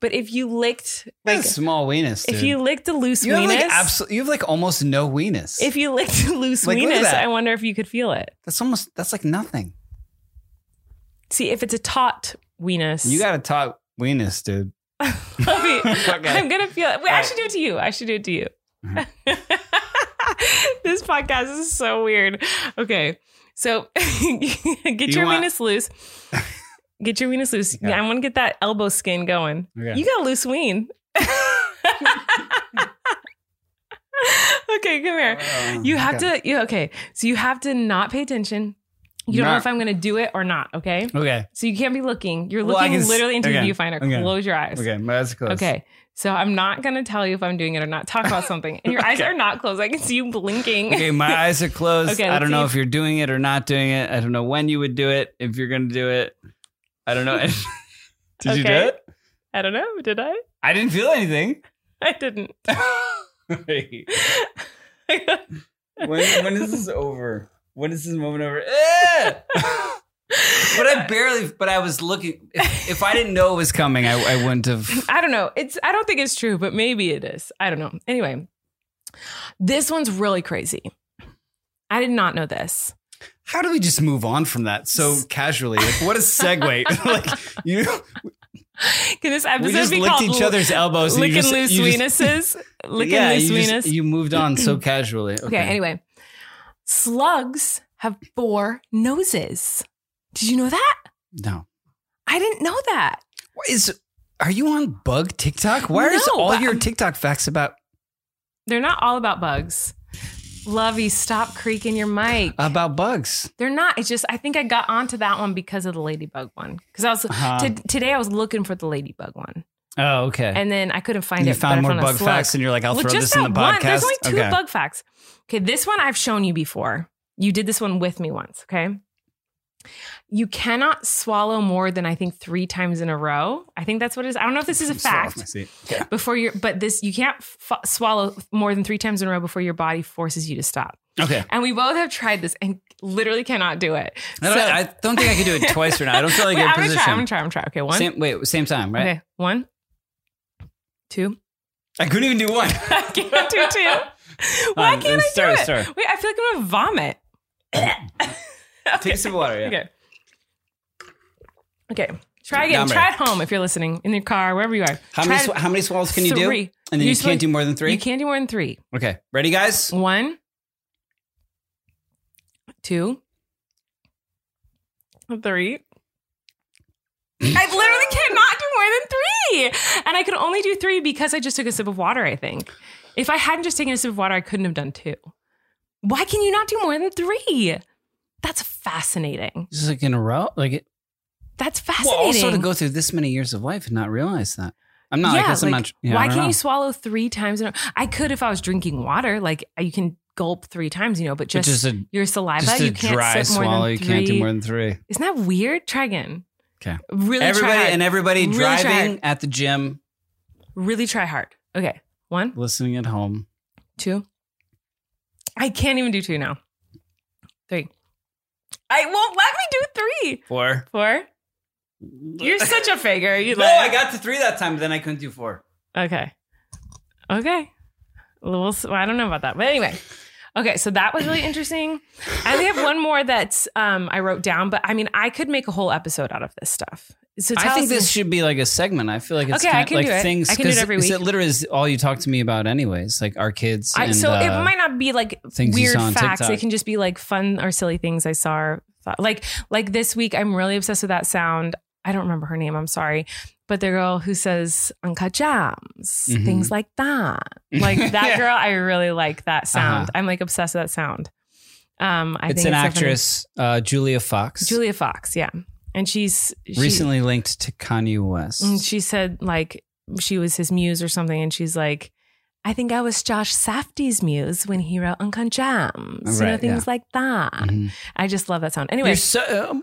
[SPEAKER 1] but if you licked, like,
[SPEAKER 2] That's small weenus.
[SPEAKER 1] if
[SPEAKER 2] dude.
[SPEAKER 1] you licked a loose
[SPEAKER 2] you have
[SPEAKER 1] weenus,
[SPEAKER 2] like absol- you have like almost no weenus.
[SPEAKER 1] if you licked a loose
[SPEAKER 2] Like, look at
[SPEAKER 1] weenus,
[SPEAKER 2] that.
[SPEAKER 1] I wonder if you could feel it.
[SPEAKER 2] that's almost that's like nothing.
[SPEAKER 1] See, if it's a taut weenus,
[SPEAKER 2] You gotta talk weenus, dude.
[SPEAKER 1] I'll be-
[SPEAKER 2] Okay.
[SPEAKER 1] I'm gonna feel it. Wait, I
[SPEAKER 2] Alright.
[SPEAKER 1] should do it to you. I should do it to you.
[SPEAKER 2] Mm-hmm.
[SPEAKER 1] this podcast is so weird. Okay, so get
[SPEAKER 2] You
[SPEAKER 1] your
[SPEAKER 2] want-
[SPEAKER 1] weenus loose. Get your weenus loose.
[SPEAKER 2] Yeah.
[SPEAKER 1] I want to get that elbow skin going.
[SPEAKER 2] Okay.
[SPEAKER 1] You got a loose ween. okay, come here. You have to. You okay? So you have to not pay attention. You don't know
[SPEAKER 2] Not-
[SPEAKER 1] if I'm going to do it or not. Okay.
[SPEAKER 2] to Okay.
[SPEAKER 1] So you can't be looking. You're
[SPEAKER 2] Well, I
[SPEAKER 1] looking
[SPEAKER 2] can s-
[SPEAKER 1] literally into
[SPEAKER 2] okay,
[SPEAKER 1] the viewfinder.
[SPEAKER 2] okay.
[SPEAKER 1] Close your eyes.
[SPEAKER 2] Okay, that's close.
[SPEAKER 1] Okay. So I'm not going to tell you if I'm doing it or not. Talk about something. And your eyes
[SPEAKER 2] Okay.
[SPEAKER 1] are not closed. I can see you blinking.
[SPEAKER 2] Okay, my eyes are closed.
[SPEAKER 1] Okay,
[SPEAKER 2] I
[SPEAKER 1] let's
[SPEAKER 2] don't
[SPEAKER 1] see
[SPEAKER 2] know
[SPEAKER 1] if-
[SPEAKER 2] if you're doing it or not doing it. I don't know when you would do it, if you're gonna do it. I don't know. Did you do
[SPEAKER 1] Okay.
[SPEAKER 2] it?
[SPEAKER 1] I don't know. Did I?
[SPEAKER 2] I didn't feel anything.
[SPEAKER 1] I didn't.
[SPEAKER 2] Wait,
[SPEAKER 1] okay.
[SPEAKER 2] when, when is this over? When is this moment over? Eh! but I barely. But I was looking. If, if I didn't know it was coming, I, I wouldn't have.
[SPEAKER 1] I don't know. It's I don't think it's true, but maybe it is. I don't know. Anyway, this one's really crazy. I did not know this.
[SPEAKER 2] How do we just move on from that so casually? Like, what a segue! like you,
[SPEAKER 1] Can this
[SPEAKER 2] we
[SPEAKER 1] episode
[SPEAKER 2] just
[SPEAKER 1] be
[SPEAKER 2] licked
[SPEAKER 1] called
[SPEAKER 2] each other's elbows. and
[SPEAKER 1] Licking
[SPEAKER 2] you just,
[SPEAKER 1] Loose
[SPEAKER 2] you just-
[SPEAKER 1] Weenuses? Licking
[SPEAKER 2] yeah,
[SPEAKER 1] Loose
[SPEAKER 2] you, just-
[SPEAKER 1] Weenus.
[SPEAKER 2] you moved on so casually. Okay.
[SPEAKER 1] Okay. anyway. Slugs have four noses. Did you know that?
[SPEAKER 2] no.
[SPEAKER 1] I didn't know that.
[SPEAKER 2] What is? Are you on bug TikTok? Why is
[SPEAKER 1] No,
[SPEAKER 2] all
[SPEAKER 1] but-
[SPEAKER 2] your TikTok facts about
[SPEAKER 1] They're not all about bugs. Lovey, stop creaking your mic.
[SPEAKER 2] about bugs?
[SPEAKER 1] They're not. It's just I think I got onto that one because of the ladybug one. Because I was
[SPEAKER 2] Uh-huh.
[SPEAKER 1] t- today I was looking for the ladybug one,
[SPEAKER 2] Oh, okay.
[SPEAKER 1] and then I couldn't find
[SPEAKER 2] And you
[SPEAKER 1] it. but I
[SPEAKER 2] found more
[SPEAKER 1] a
[SPEAKER 2] bug
[SPEAKER 1] slug.
[SPEAKER 2] facts, and you're like, I'll
[SPEAKER 1] Well,
[SPEAKER 2] throw
[SPEAKER 1] just
[SPEAKER 2] this in
[SPEAKER 1] that
[SPEAKER 2] the podcast.
[SPEAKER 1] one. There's only two
[SPEAKER 2] okay.
[SPEAKER 1] bug facts. Okay, this one I've shown you before. You did this one with me once. Okay, You cannot swallow more than I think three times in a row. I think that's what it is. I don't know if this is a
[SPEAKER 2] I'm so off my
[SPEAKER 1] fact
[SPEAKER 2] seat. Yeah.
[SPEAKER 1] before your, but this you can't f- swallow more than three times in a row before your body forces you to stop.
[SPEAKER 2] Okay.
[SPEAKER 1] And we both have tried this and literally cannot do it.
[SPEAKER 2] I don't,
[SPEAKER 1] So-
[SPEAKER 2] I don't think I could do it twice right now. I don't feel like
[SPEAKER 1] Wait,
[SPEAKER 2] in
[SPEAKER 1] I'm gonna
[SPEAKER 2] position.
[SPEAKER 1] try. I'm gonna try. I'm gonna try. Okay, one.
[SPEAKER 2] Same, wait, same time, right?
[SPEAKER 1] Okay, one, two.
[SPEAKER 2] I couldn't even do one.
[SPEAKER 1] I can't do two. Why
[SPEAKER 2] Um,
[SPEAKER 1] can't I
[SPEAKER 2] start,
[SPEAKER 1] do it?
[SPEAKER 2] start.
[SPEAKER 1] Wait, I feel like I'm gonna vomit.
[SPEAKER 2] Take a sip of water. Yeah.
[SPEAKER 1] Okay. Okay. Try
[SPEAKER 2] Now
[SPEAKER 1] again.
[SPEAKER 2] I'm
[SPEAKER 1] Try
[SPEAKER 2] ready.
[SPEAKER 1] at home if you're listening, in your car, wherever you are.
[SPEAKER 2] How
[SPEAKER 1] Try
[SPEAKER 2] many
[SPEAKER 1] it-
[SPEAKER 2] sw- how many swallows can you do?
[SPEAKER 1] Three.
[SPEAKER 2] And then you,
[SPEAKER 1] You're
[SPEAKER 2] can't
[SPEAKER 1] supposed-
[SPEAKER 2] do more than three.
[SPEAKER 1] You can't do more than three.
[SPEAKER 2] Okay, ready, guys?
[SPEAKER 1] One, two, three. I literally cannot do more than three. And I could only do three because I just took a sip of water, I think. If I hadn't just taken a sip of water, I couldn't have done two. Why can you not do more than three? That's fascinating.
[SPEAKER 2] This is like in a row. Like it,
[SPEAKER 1] That's
[SPEAKER 2] well,
[SPEAKER 1] fascinating.
[SPEAKER 2] also to go through this many years of life and not realize that. I'm not. I guess I'm not. Yeah,
[SPEAKER 1] why
[SPEAKER 2] I don't
[SPEAKER 1] can
[SPEAKER 2] know.
[SPEAKER 1] you swallow three times? In a, I could if I was drinking water. Like uh, you can gulp three times, you know, but
[SPEAKER 2] But
[SPEAKER 1] just,
[SPEAKER 2] just a
[SPEAKER 1] your saliva,
[SPEAKER 2] just a
[SPEAKER 1] you can't
[SPEAKER 2] dry
[SPEAKER 1] sip more
[SPEAKER 2] swallow.
[SPEAKER 1] than
[SPEAKER 2] You
[SPEAKER 1] three.
[SPEAKER 2] can't do more than three.
[SPEAKER 1] Isn't that weird? Try again.
[SPEAKER 2] Okay.
[SPEAKER 1] Really
[SPEAKER 2] everybody
[SPEAKER 1] try hard.
[SPEAKER 2] and everybody
[SPEAKER 1] Really try
[SPEAKER 2] driving
[SPEAKER 1] hard.
[SPEAKER 2] at the gym,
[SPEAKER 1] really try hard. Okay. One,
[SPEAKER 2] listening at home.
[SPEAKER 1] two. I can't even do two now. Three. I won't let me do three.
[SPEAKER 2] Four.
[SPEAKER 1] Four. You're such a faker. You
[SPEAKER 2] No, I
[SPEAKER 1] like
[SPEAKER 2] got to three that time, but then I couldn't do four.
[SPEAKER 1] Okay. Okay. Well, we'll s- well, I don't know about that, but anyway. Okay, so that was really interesting. I only have one more that's um, I wrote down, but I mean, I could make a whole episode out of this stuff. So tell
[SPEAKER 2] I think
[SPEAKER 1] us-
[SPEAKER 2] this should be like a segment. I feel like it's
[SPEAKER 1] Okay, I
[SPEAKER 2] kind
[SPEAKER 1] can
[SPEAKER 2] of
[SPEAKER 1] do
[SPEAKER 2] like
[SPEAKER 1] it.
[SPEAKER 2] things.
[SPEAKER 1] I can do it
[SPEAKER 2] 'cause
[SPEAKER 1] every
[SPEAKER 2] it's-
[SPEAKER 1] week.
[SPEAKER 2] It literally is all you talk to me about, anyways. Like our kids.
[SPEAKER 1] I,
[SPEAKER 2] and,
[SPEAKER 1] so it
[SPEAKER 2] uh,
[SPEAKER 1] might not be like
[SPEAKER 2] things you
[SPEAKER 1] weird
[SPEAKER 2] saw on
[SPEAKER 1] facts.
[SPEAKER 2] TikTok.
[SPEAKER 1] It can just be like fun or silly things I saw. Or thought. Like like this week, I'm really obsessed with that sound. I don't remember her name. I'm sorry, but the girl who says "Uncut Jams,"
[SPEAKER 2] Mhm.
[SPEAKER 1] things like that. Like that
[SPEAKER 2] Yeah.
[SPEAKER 1] girl, I really like that sound.
[SPEAKER 2] Uh-huh.
[SPEAKER 1] I'm like obsessed with that sound. Um, I
[SPEAKER 2] it's
[SPEAKER 1] think
[SPEAKER 2] an
[SPEAKER 1] so funny.
[SPEAKER 2] actress, uh, Julia Fox.
[SPEAKER 1] Julia Fox. Yeah, and she's she- Mm,
[SPEAKER 2] recently linked to Kanye West.
[SPEAKER 1] and she said like she was his muse or something, and she's like, I think I was Josh Safdie's muse when he wrote Uncut Jams. you know,
[SPEAKER 2] Right,
[SPEAKER 1] things like that.
[SPEAKER 2] Mhm.
[SPEAKER 1] I just love that sound. Anyway,
[SPEAKER 2] You're so,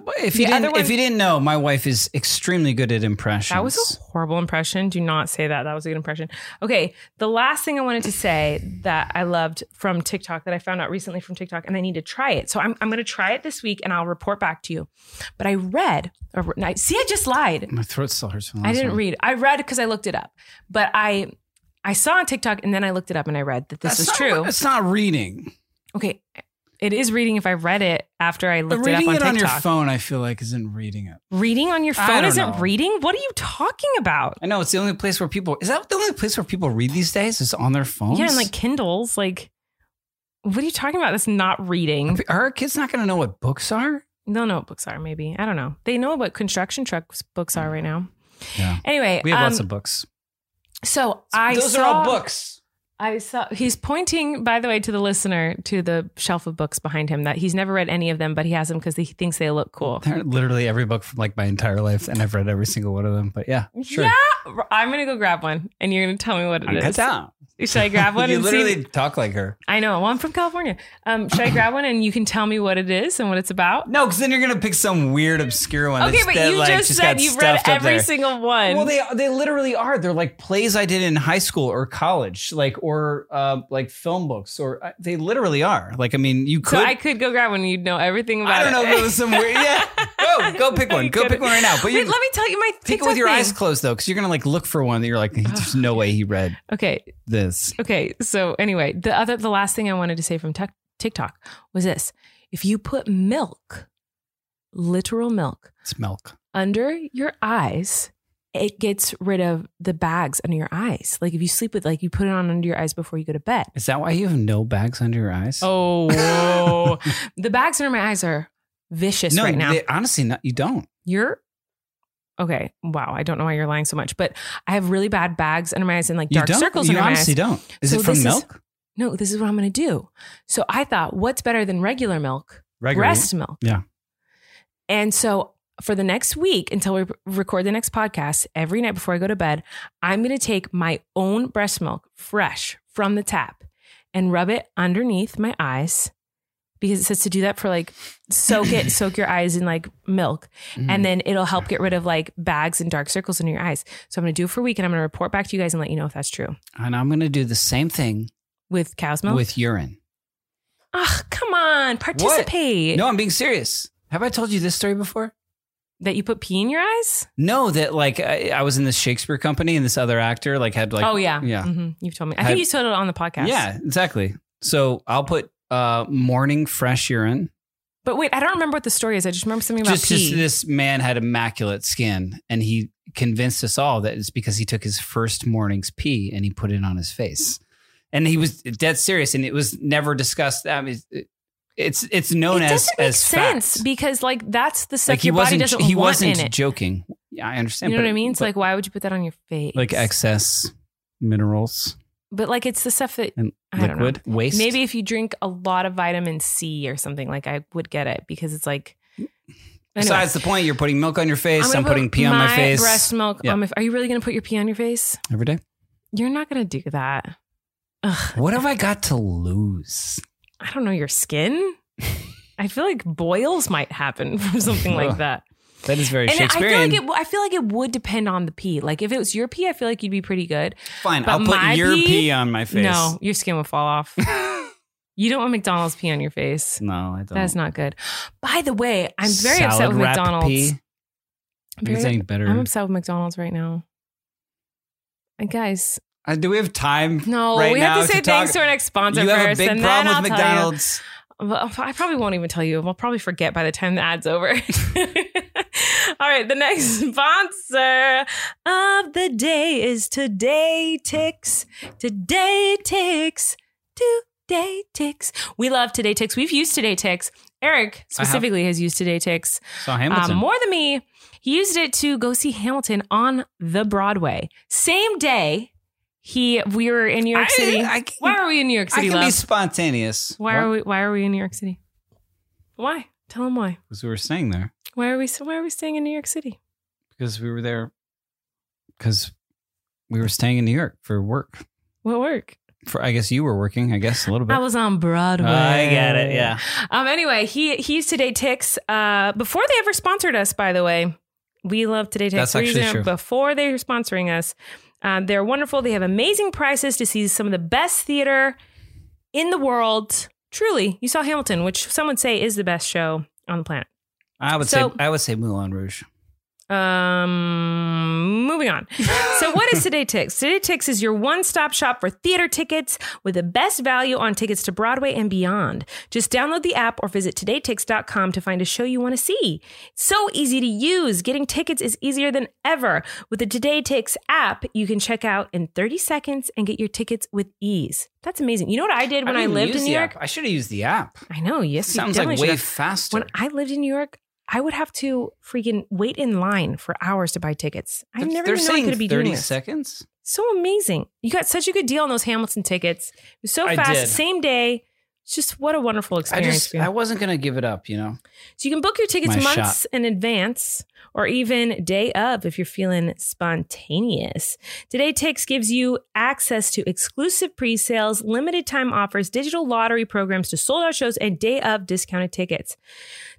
[SPEAKER 2] uh, if you
[SPEAKER 1] The other
[SPEAKER 2] didn't,
[SPEAKER 1] one-
[SPEAKER 2] if you didn't know, my wife is extremely good at impressions.
[SPEAKER 1] that was a horrible impression. Do not say that. That was a good impression. Okay, the last thing I wanted to say that I loved from TikTok that I found out recently from TikTok, and I need to try it. So I'm I'm going to try it this week, and I'll report back to you. But I read, or I- see, I just lied.
[SPEAKER 2] my throat still hurts. From the
[SPEAKER 1] I
[SPEAKER 2] last
[SPEAKER 1] didn't
[SPEAKER 2] one.
[SPEAKER 1] read. I read because I looked it up, but I I saw on TikTok and then I looked it up and I read that this
[SPEAKER 2] That's
[SPEAKER 1] was
[SPEAKER 2] not-
[SPEAKER 1] true.
[SPEAKER 2] It's not reading.
[SPEAKER 1] Okay, it is reading if I read it after I
[SPEAKER 2] But
[SPEAKER 1] looked it up
[SPEAKER 2] reading
[SPEAKER 1] on
[SPEAKER 2] it
[SPEAKER 1] TikTok.
[SPEAKER 2] on your phone, I feel like isn't reading it.
[SPEAKER 1] Reading on your
[SPEAKER 2] I
[SPEAKER 1] phone
[SPEAKER 2] don't
[SPEAKER 1] isn't
[SPEAKER 2] know.
[SPEAKER 1] reading. What are you talking about?
[SPEAKER 2] I know it's the only place where people is that the only place where people read these days is on their phones.
[SPEAKER 1] Yeah, and like Kindles, like. What are you talking about? That's not reading.
[SPEAKER 2] are our kids not going to know what books are?
[SPEAKER 1] They'll know what books are, maybe. I don't know. They know what construction trucks books are right now.
[SPEAKER 2] Yeah.
[SPEAKER 1] Anyway,
[SPEAKER 2] We have
[SPEAKER 1] um,
[SPEAKER 2] lots of books.
[SPEAKER 1] so I
[SPEAKER 2] Those are
[SPEAKER 1] saw-
[SPEAKER 2] all books.
[SPEAKER 1] I saw he's pointing, by the way, to the listener to the shelf of books behind him that he's never read any of them, but he has them because he thinks they look cool.
[SPEAKER 2] They're literally every book from like my entire life, and I've read every single one of them. But yeah, sure.
[SPEAKER 1] Yeah, Ah, I'm gonna go grab one, and you're gonna tell me what it
[SPEAKER 2] Uncut
[SPEAKER 1] is.
[SPEAKER 2] down.
[SPEAKER 1] Should I grab one?
[SPEAKER 2] you
[SPEAKER 1] and
[SPEAKER 2] literally
[SPEAKER 1] See?
[SPEAKER 2] talk like her.
[SPEAKER 1] I know. Well, I'm from California. Um, should I grab one and you can tell me what it is and what it's about?
[SPEAKER 2] No, because then you're gonna pick some weird, obscure one.
[SPEAKER 1] Okay,
[SPEAKER 2] that's
[SPEAKER 1] but
[SPEAKER 2] that,
[SPEAKER 1] you
[SPEAKER 2] like,
[SPEAKER 1] just, said
[SPEAKER 2] got
[SPEAKER 1] you've read
[SPEAKER 2] stuffed up
[SPEAKER 1] every
[SPEAKER 2] there.
[SPEAKER 1] single one.
[SPEAKER 2] Well, they they literally are. They're like plays I did in high school or college, like or uh, like film books, or uh, they literally are. Like, I mean, you
[SPEAKER 1] so
[SPEAKER 2] could.
[SPEAKER 1] I could go grab one. and You'd know everything about
[SPEAKER 2] I don't know
[SPEAKER 1] it.
[SPEAKER 2] if it was some weird. Yeah, go go pick one. Go pick one right now. But you
[SPEAKER 1] Wait, let me tell you my
[SPEAKER 2] pick it
[SPEAKER 1] TikTok
[SPEAKER 2] with your
[SPEAKER 1] thing.
[SPEAKER 2] eyes closed though, because you're gonna like look for one that you're like, there's no way he read
[SPEAKER 1] Okay,
[SPEAKER 2] this.
[SPEAKER 1] Okay, so anyway, the other the last thing I wanted to say from Tik- TikTok was this. If you put milk, literal milk,
[SPEAKER 2] It's milk.
[SPEAKER 1] under your eyes, it gets rid of the bags under your eyes. Like if you sleep with like you put it on under your eyes before you go to bed.
[SPEAKER 2] Is that why you have no bags under your eyes?
[SPEAKER 1] Oh, whoa. the bags under my eyes are vicious
[SPEAKER 2] no,
[SPEAKER 1] right now.
[SPEAKER 2] they- honestly, no, you don't.
[SPEAKER 1] you're Okay, wow, I don't know why you're lying so much, but I have really bad bags under my eyes and like
[SPEAKER 2] You
[SPEAKER 1] dark
[SPEAKER 2] don't.
[SPEAKER 1] circles
[SPEAKER 2] You
[SPEAKER 1] under my eyes.
[SPEAKER 2] honestly don't. Is
[SPEAKER 1] So
[SPEAKER 2] it from
[SPEAKER 1] this is-
[SPEAKER 2] milk?
[SPEAKER 1] no, this is what I'm going to do. So I thought, what's better than regular milk?
[SPEAKER 2] Regular
[SPEAKER 1] Breast milk.
[SPEAKER 2] Yeah.
[SPEAKER 1] And so for the next week until we record the next podcast, every night before I go to bed, I'm going to take my own breast milk fresh from the tap and rub it underneath my eyes because it says to do that for like soak it, soak your eyes in like milk,
[SPEAKER 2] Mm-hmm.
[SPEAKER 1] and then it'll help get rid of like bags and dark circles in your eyes. So I'm gonna do it for a week, and I'm gonna report back to you guys and let you know if that's true
[SPEAKER 2] And I'm going to do the same thing
[SPEAKER 1] with cow's milk.
[SPEAKER 2] with urine.
[SPEAKER 1] Ah, come on, participate.
[SPEAKER 2] No, I'm being serious. Have I told you this story before?
[SPEAKER 1] That you put pee in your eyes?
[SPEAKER 2] No, that like I, I was in this Shakespeare company and this other actor like had like
[SPEAKER 1] oh yeah,
[SPEAKER 2] yeah
[SPEAKER 1] Mhm. You've told me. I
[SPEAKER 2] Had-
[SPEAKER 1] think you told it on the podcast.
[SPEAKER 2] yeah exactly. So I'll put uh morning fresh urine.
[SPEAKER 1] But wait, I don't remember what the story is. I just remember something about
[SPEAKER 2] Just,
[SPEAKER 1] pee.
[SPEAKER 2] just this man had immaculate skin and he convinced us all that it's because he took his first morning's pee and he put it on his face, and he was dead serious and it was never discussed. I mean, it- it's it's known
[SPEAKER 1] it
[SPEAKER 2] as
[SPEAKER 1] doesn't make
[SPEAKER 2] as
[SPEAKER 1] sense
[SPEAKER 2] fact.
[SPEAKER 1] because like that's the stuff
[SPEAKER 2] like he
[SPEAKER 1] your body
[SPEAKER 2] wasn't
[SPEAKER 1] doesn't
[SPEAKER 2] he
[SPEAKER 1] want
[SPEAKER 2] wasn't
[SPEAKER 1] in it.
[SPEAKER 2] joking. Yeah, I understand.
[SPEAKER 1] you know
[SPEAKER 2] but-
[SPEAKER 1] what I mean? It's
[SPEAKER 2] but-
[SPEAKER 1] like why would you put that on your face?
[SPEAKER 2] like excess minerals
[SPEAKER 1] but like it's the stuff that
[SPEAKER 2] and
[SPEAKER 1] I don't know.
[SPEAKER 2] liquid waste.
[SPEAKER 1] maybe if you drink a lot of vitamin C or something, like I would get it because it's like. Anyway,
[SPEAKER 2] Besides the point, you're putting milk on your face. I'm,
[SPEAKER 1] gonna put
[SPEAKER 2] putting pee on my, face
[SPEAKER 1] Breast milk.
[SPEAKER 2] Yeah.
[SPEAKER 1] On my, f- are you really going to put your pee on your face?
[SPEAKER 2] every day.
[SPEAKER 1] You're not going to do that. Ugh,
[SPEAKER 2] What have I got to lose?
[SPEAKER 1] I don't know your skin. I feel like boils might happen from something like
[SPEAKER 2] Ugh.
[SPEAKER 1] that.
[SPEAKER 2] That is very
[SPEAKER 1] And I feel
[SPEAKER 2] Shakespearean.
[SPEAKER 1] like it. I feel like it would depend on the pee. Like if it was your pee, I feel like you'd be pretty good.
[SPEAKER 2] Fine,
[SPEAKER 1] but
[SPEAKER 2] I'll
[SPEAKER 1] my
[SPEAKER 2] put your
[SPEAKER 1] pee-
[SPEAKER 2] pee, on my face.
[SPEAKER 1] No, your skin would fall off. you don't want McDonald's pee on your face.
[SPEAKER 2] no, I don't.
[SPEAKER 1] That's not good. By the way, I'm very
[SPEAKER 2] Salad
[SPEAKER 1] upset with
[SPEAKER 2] wrap
[SPEAKER 1] McDonald's.
[SPEAKER 2] Pee.
[SPEAKER 1] I'm,
[SPEAKER 2] Maybe it's
[SPEAKER 1] very-
[SPEAKER 2] any better.
[SPEAKER 1] I'm upset with McDonald's right now. And guys,
[SPEAKER 2] Uh, do we have time?
[SPEAKER 1] no,
[SPEAKER 2] right
[SPEAKER 1] we have
[SPEAKER 2] now
[SPEAKER 1] to say thanks
[SPEAKER 2] talk?
[SPEAKER 1] to our next sponsor
[SPEAKER 2] You
[SPEAKER 1] first,
[SPEAKER 2] have a big
[SPEAKER 1] and
[SPEAKER 2] problem
[SPEAKER 1] then
[SPEAKER 2] with
[SPEAKER 1] I'll tell you.
[SPEAKER 2] McDonald's.
[SPEAKER 1] Well, I probably won't even tell you. I'll probably forget by the time the ad's over. All right, the next sponsor of the day is Today Ticks. Today Ticks. Today Ticks. We love Today Ticks. We've used Today Ticks. Eric specifically has used Today Ticks
[SPEAKER 2] Saw
[SPEAKER 1] um,
[SPEAKER 2] Hamilton.
[SPEAKER 1] more than me. He used it to go see Hamilton on the Broadway. Same day, he we were in New York
[SPEAKER 2] I-
[SPEAKER 1] City.
[SPEAKER 2] I can-
[SPEAKER 1] Why are we in New York
[SPEAKER 2] I
[SPEAKER 1] City?
[SPEAKER 2] can
[SPEAKER 1] love?
[SPEAKER 2] be spontaneous.
[SPEAKER 1] Why
[SPEAKER 2] What
[SPEAKER 1] are we? Why are we in New York City? Why? Tell them why.
[SPEAKER 2] Because we were staying there.
[SPEAKER 1] Why are we? Why are we staying in New York City?
[SPEAKER 2] Because we were there. Because we were staying in New York for work.
[SPEAKER 1] What work?
[SPEAKER 2] For I guess you were working. I guess a little bit.
[SPEAKER 1] I was on Broadway.
[SPEAKER 2] I get it. Yeah.
[SPEAKER 1] Um. Anyway, he he used Today Ticks. Uh, before they ever sponsored us, by the way, we love Today Ticks.
[SPEAKER 2] That's actually
[SPEAKER 1] Reason-
[SPEAKER 2] true.
[SPEAKER 1] Before they were sponsoring us, um, they're wonderful. They have amazing prices to see some of the best theater in the world. Truly, you saw Hamilton, which some would say is the best show on the planet.
[SPEAKER 2] I would
[SPEAKER 1] So-
[SPEAKER 2] say I would say Moulin Rouge.
[SPEAKER 1] Um, moving on. So, what is Today Ticks? Today Ticks is your one-stop shop for theater tickets with the best value on tickets to Broadway and beyond. Just download the app or visit todaytix.com to find a show you want to see. It's so easy to use. Getting tickets is easier than ever. With the Today Ticks app, you can check out in 30 seconds and get your tickets with ease. That's amazing. You know what I did when I,
[SPEAKER 2] didn't
[SPEAKER 1] lived
[SPEAKER 2] use
[SPEAKER 1] in New
[SPEAKER 2] the
[SPEAKER 1] York?
[SPEAKER 2] app. I should have used the app.
[SPEAKER 1] I know. Yes, you
[SPEAKER 2] Sounds like
[SPEAKER 1] definitely
[SPEAKER 2] way
[SPEAKER 1] should've.
[SPEAKER 2] faster.
[SPEAKER 1] When I lived in New York, I would have to freaking wait in line for hours to buy tickets. I
[SPEAKER 2] They're-
[SPEAKER 1] never
[SPEAKER 2] they're
[SPEAKER 1] even know I
[SPEAKER 2] saying
[SPEAKER 1] could be
[SPEAKER 2] thirty
[SPEAKER 1] doing this.
[SPEAKER 2] seconds.
[SPEAKER 1] So amazing! You got such a good deal on those Hamilton tickets. It was so
[SPEAKER 2] I
[SPEAKER 1] fast,
[SPEAKER 2] did.
[SPEAKER 1] same day. It's just what a wonderful
[SPEAKER 2] I
[SPEAKER 1] experience.
[SPEAKER 2] just
[SPEAKER 1] for you.
[SPEAKER 2] I wasn't gonna give it up. You know,
[SPEAKER 1] so you can book your tickets
[SPEAKER 2] My
[SPEAKER 1] months in advance or even day of if you're feeling spontaneous. Today Ticks gives you access to exclusive pre-sales, limited time offers, digital lottery programs to sold out shows and day of discounted tickets.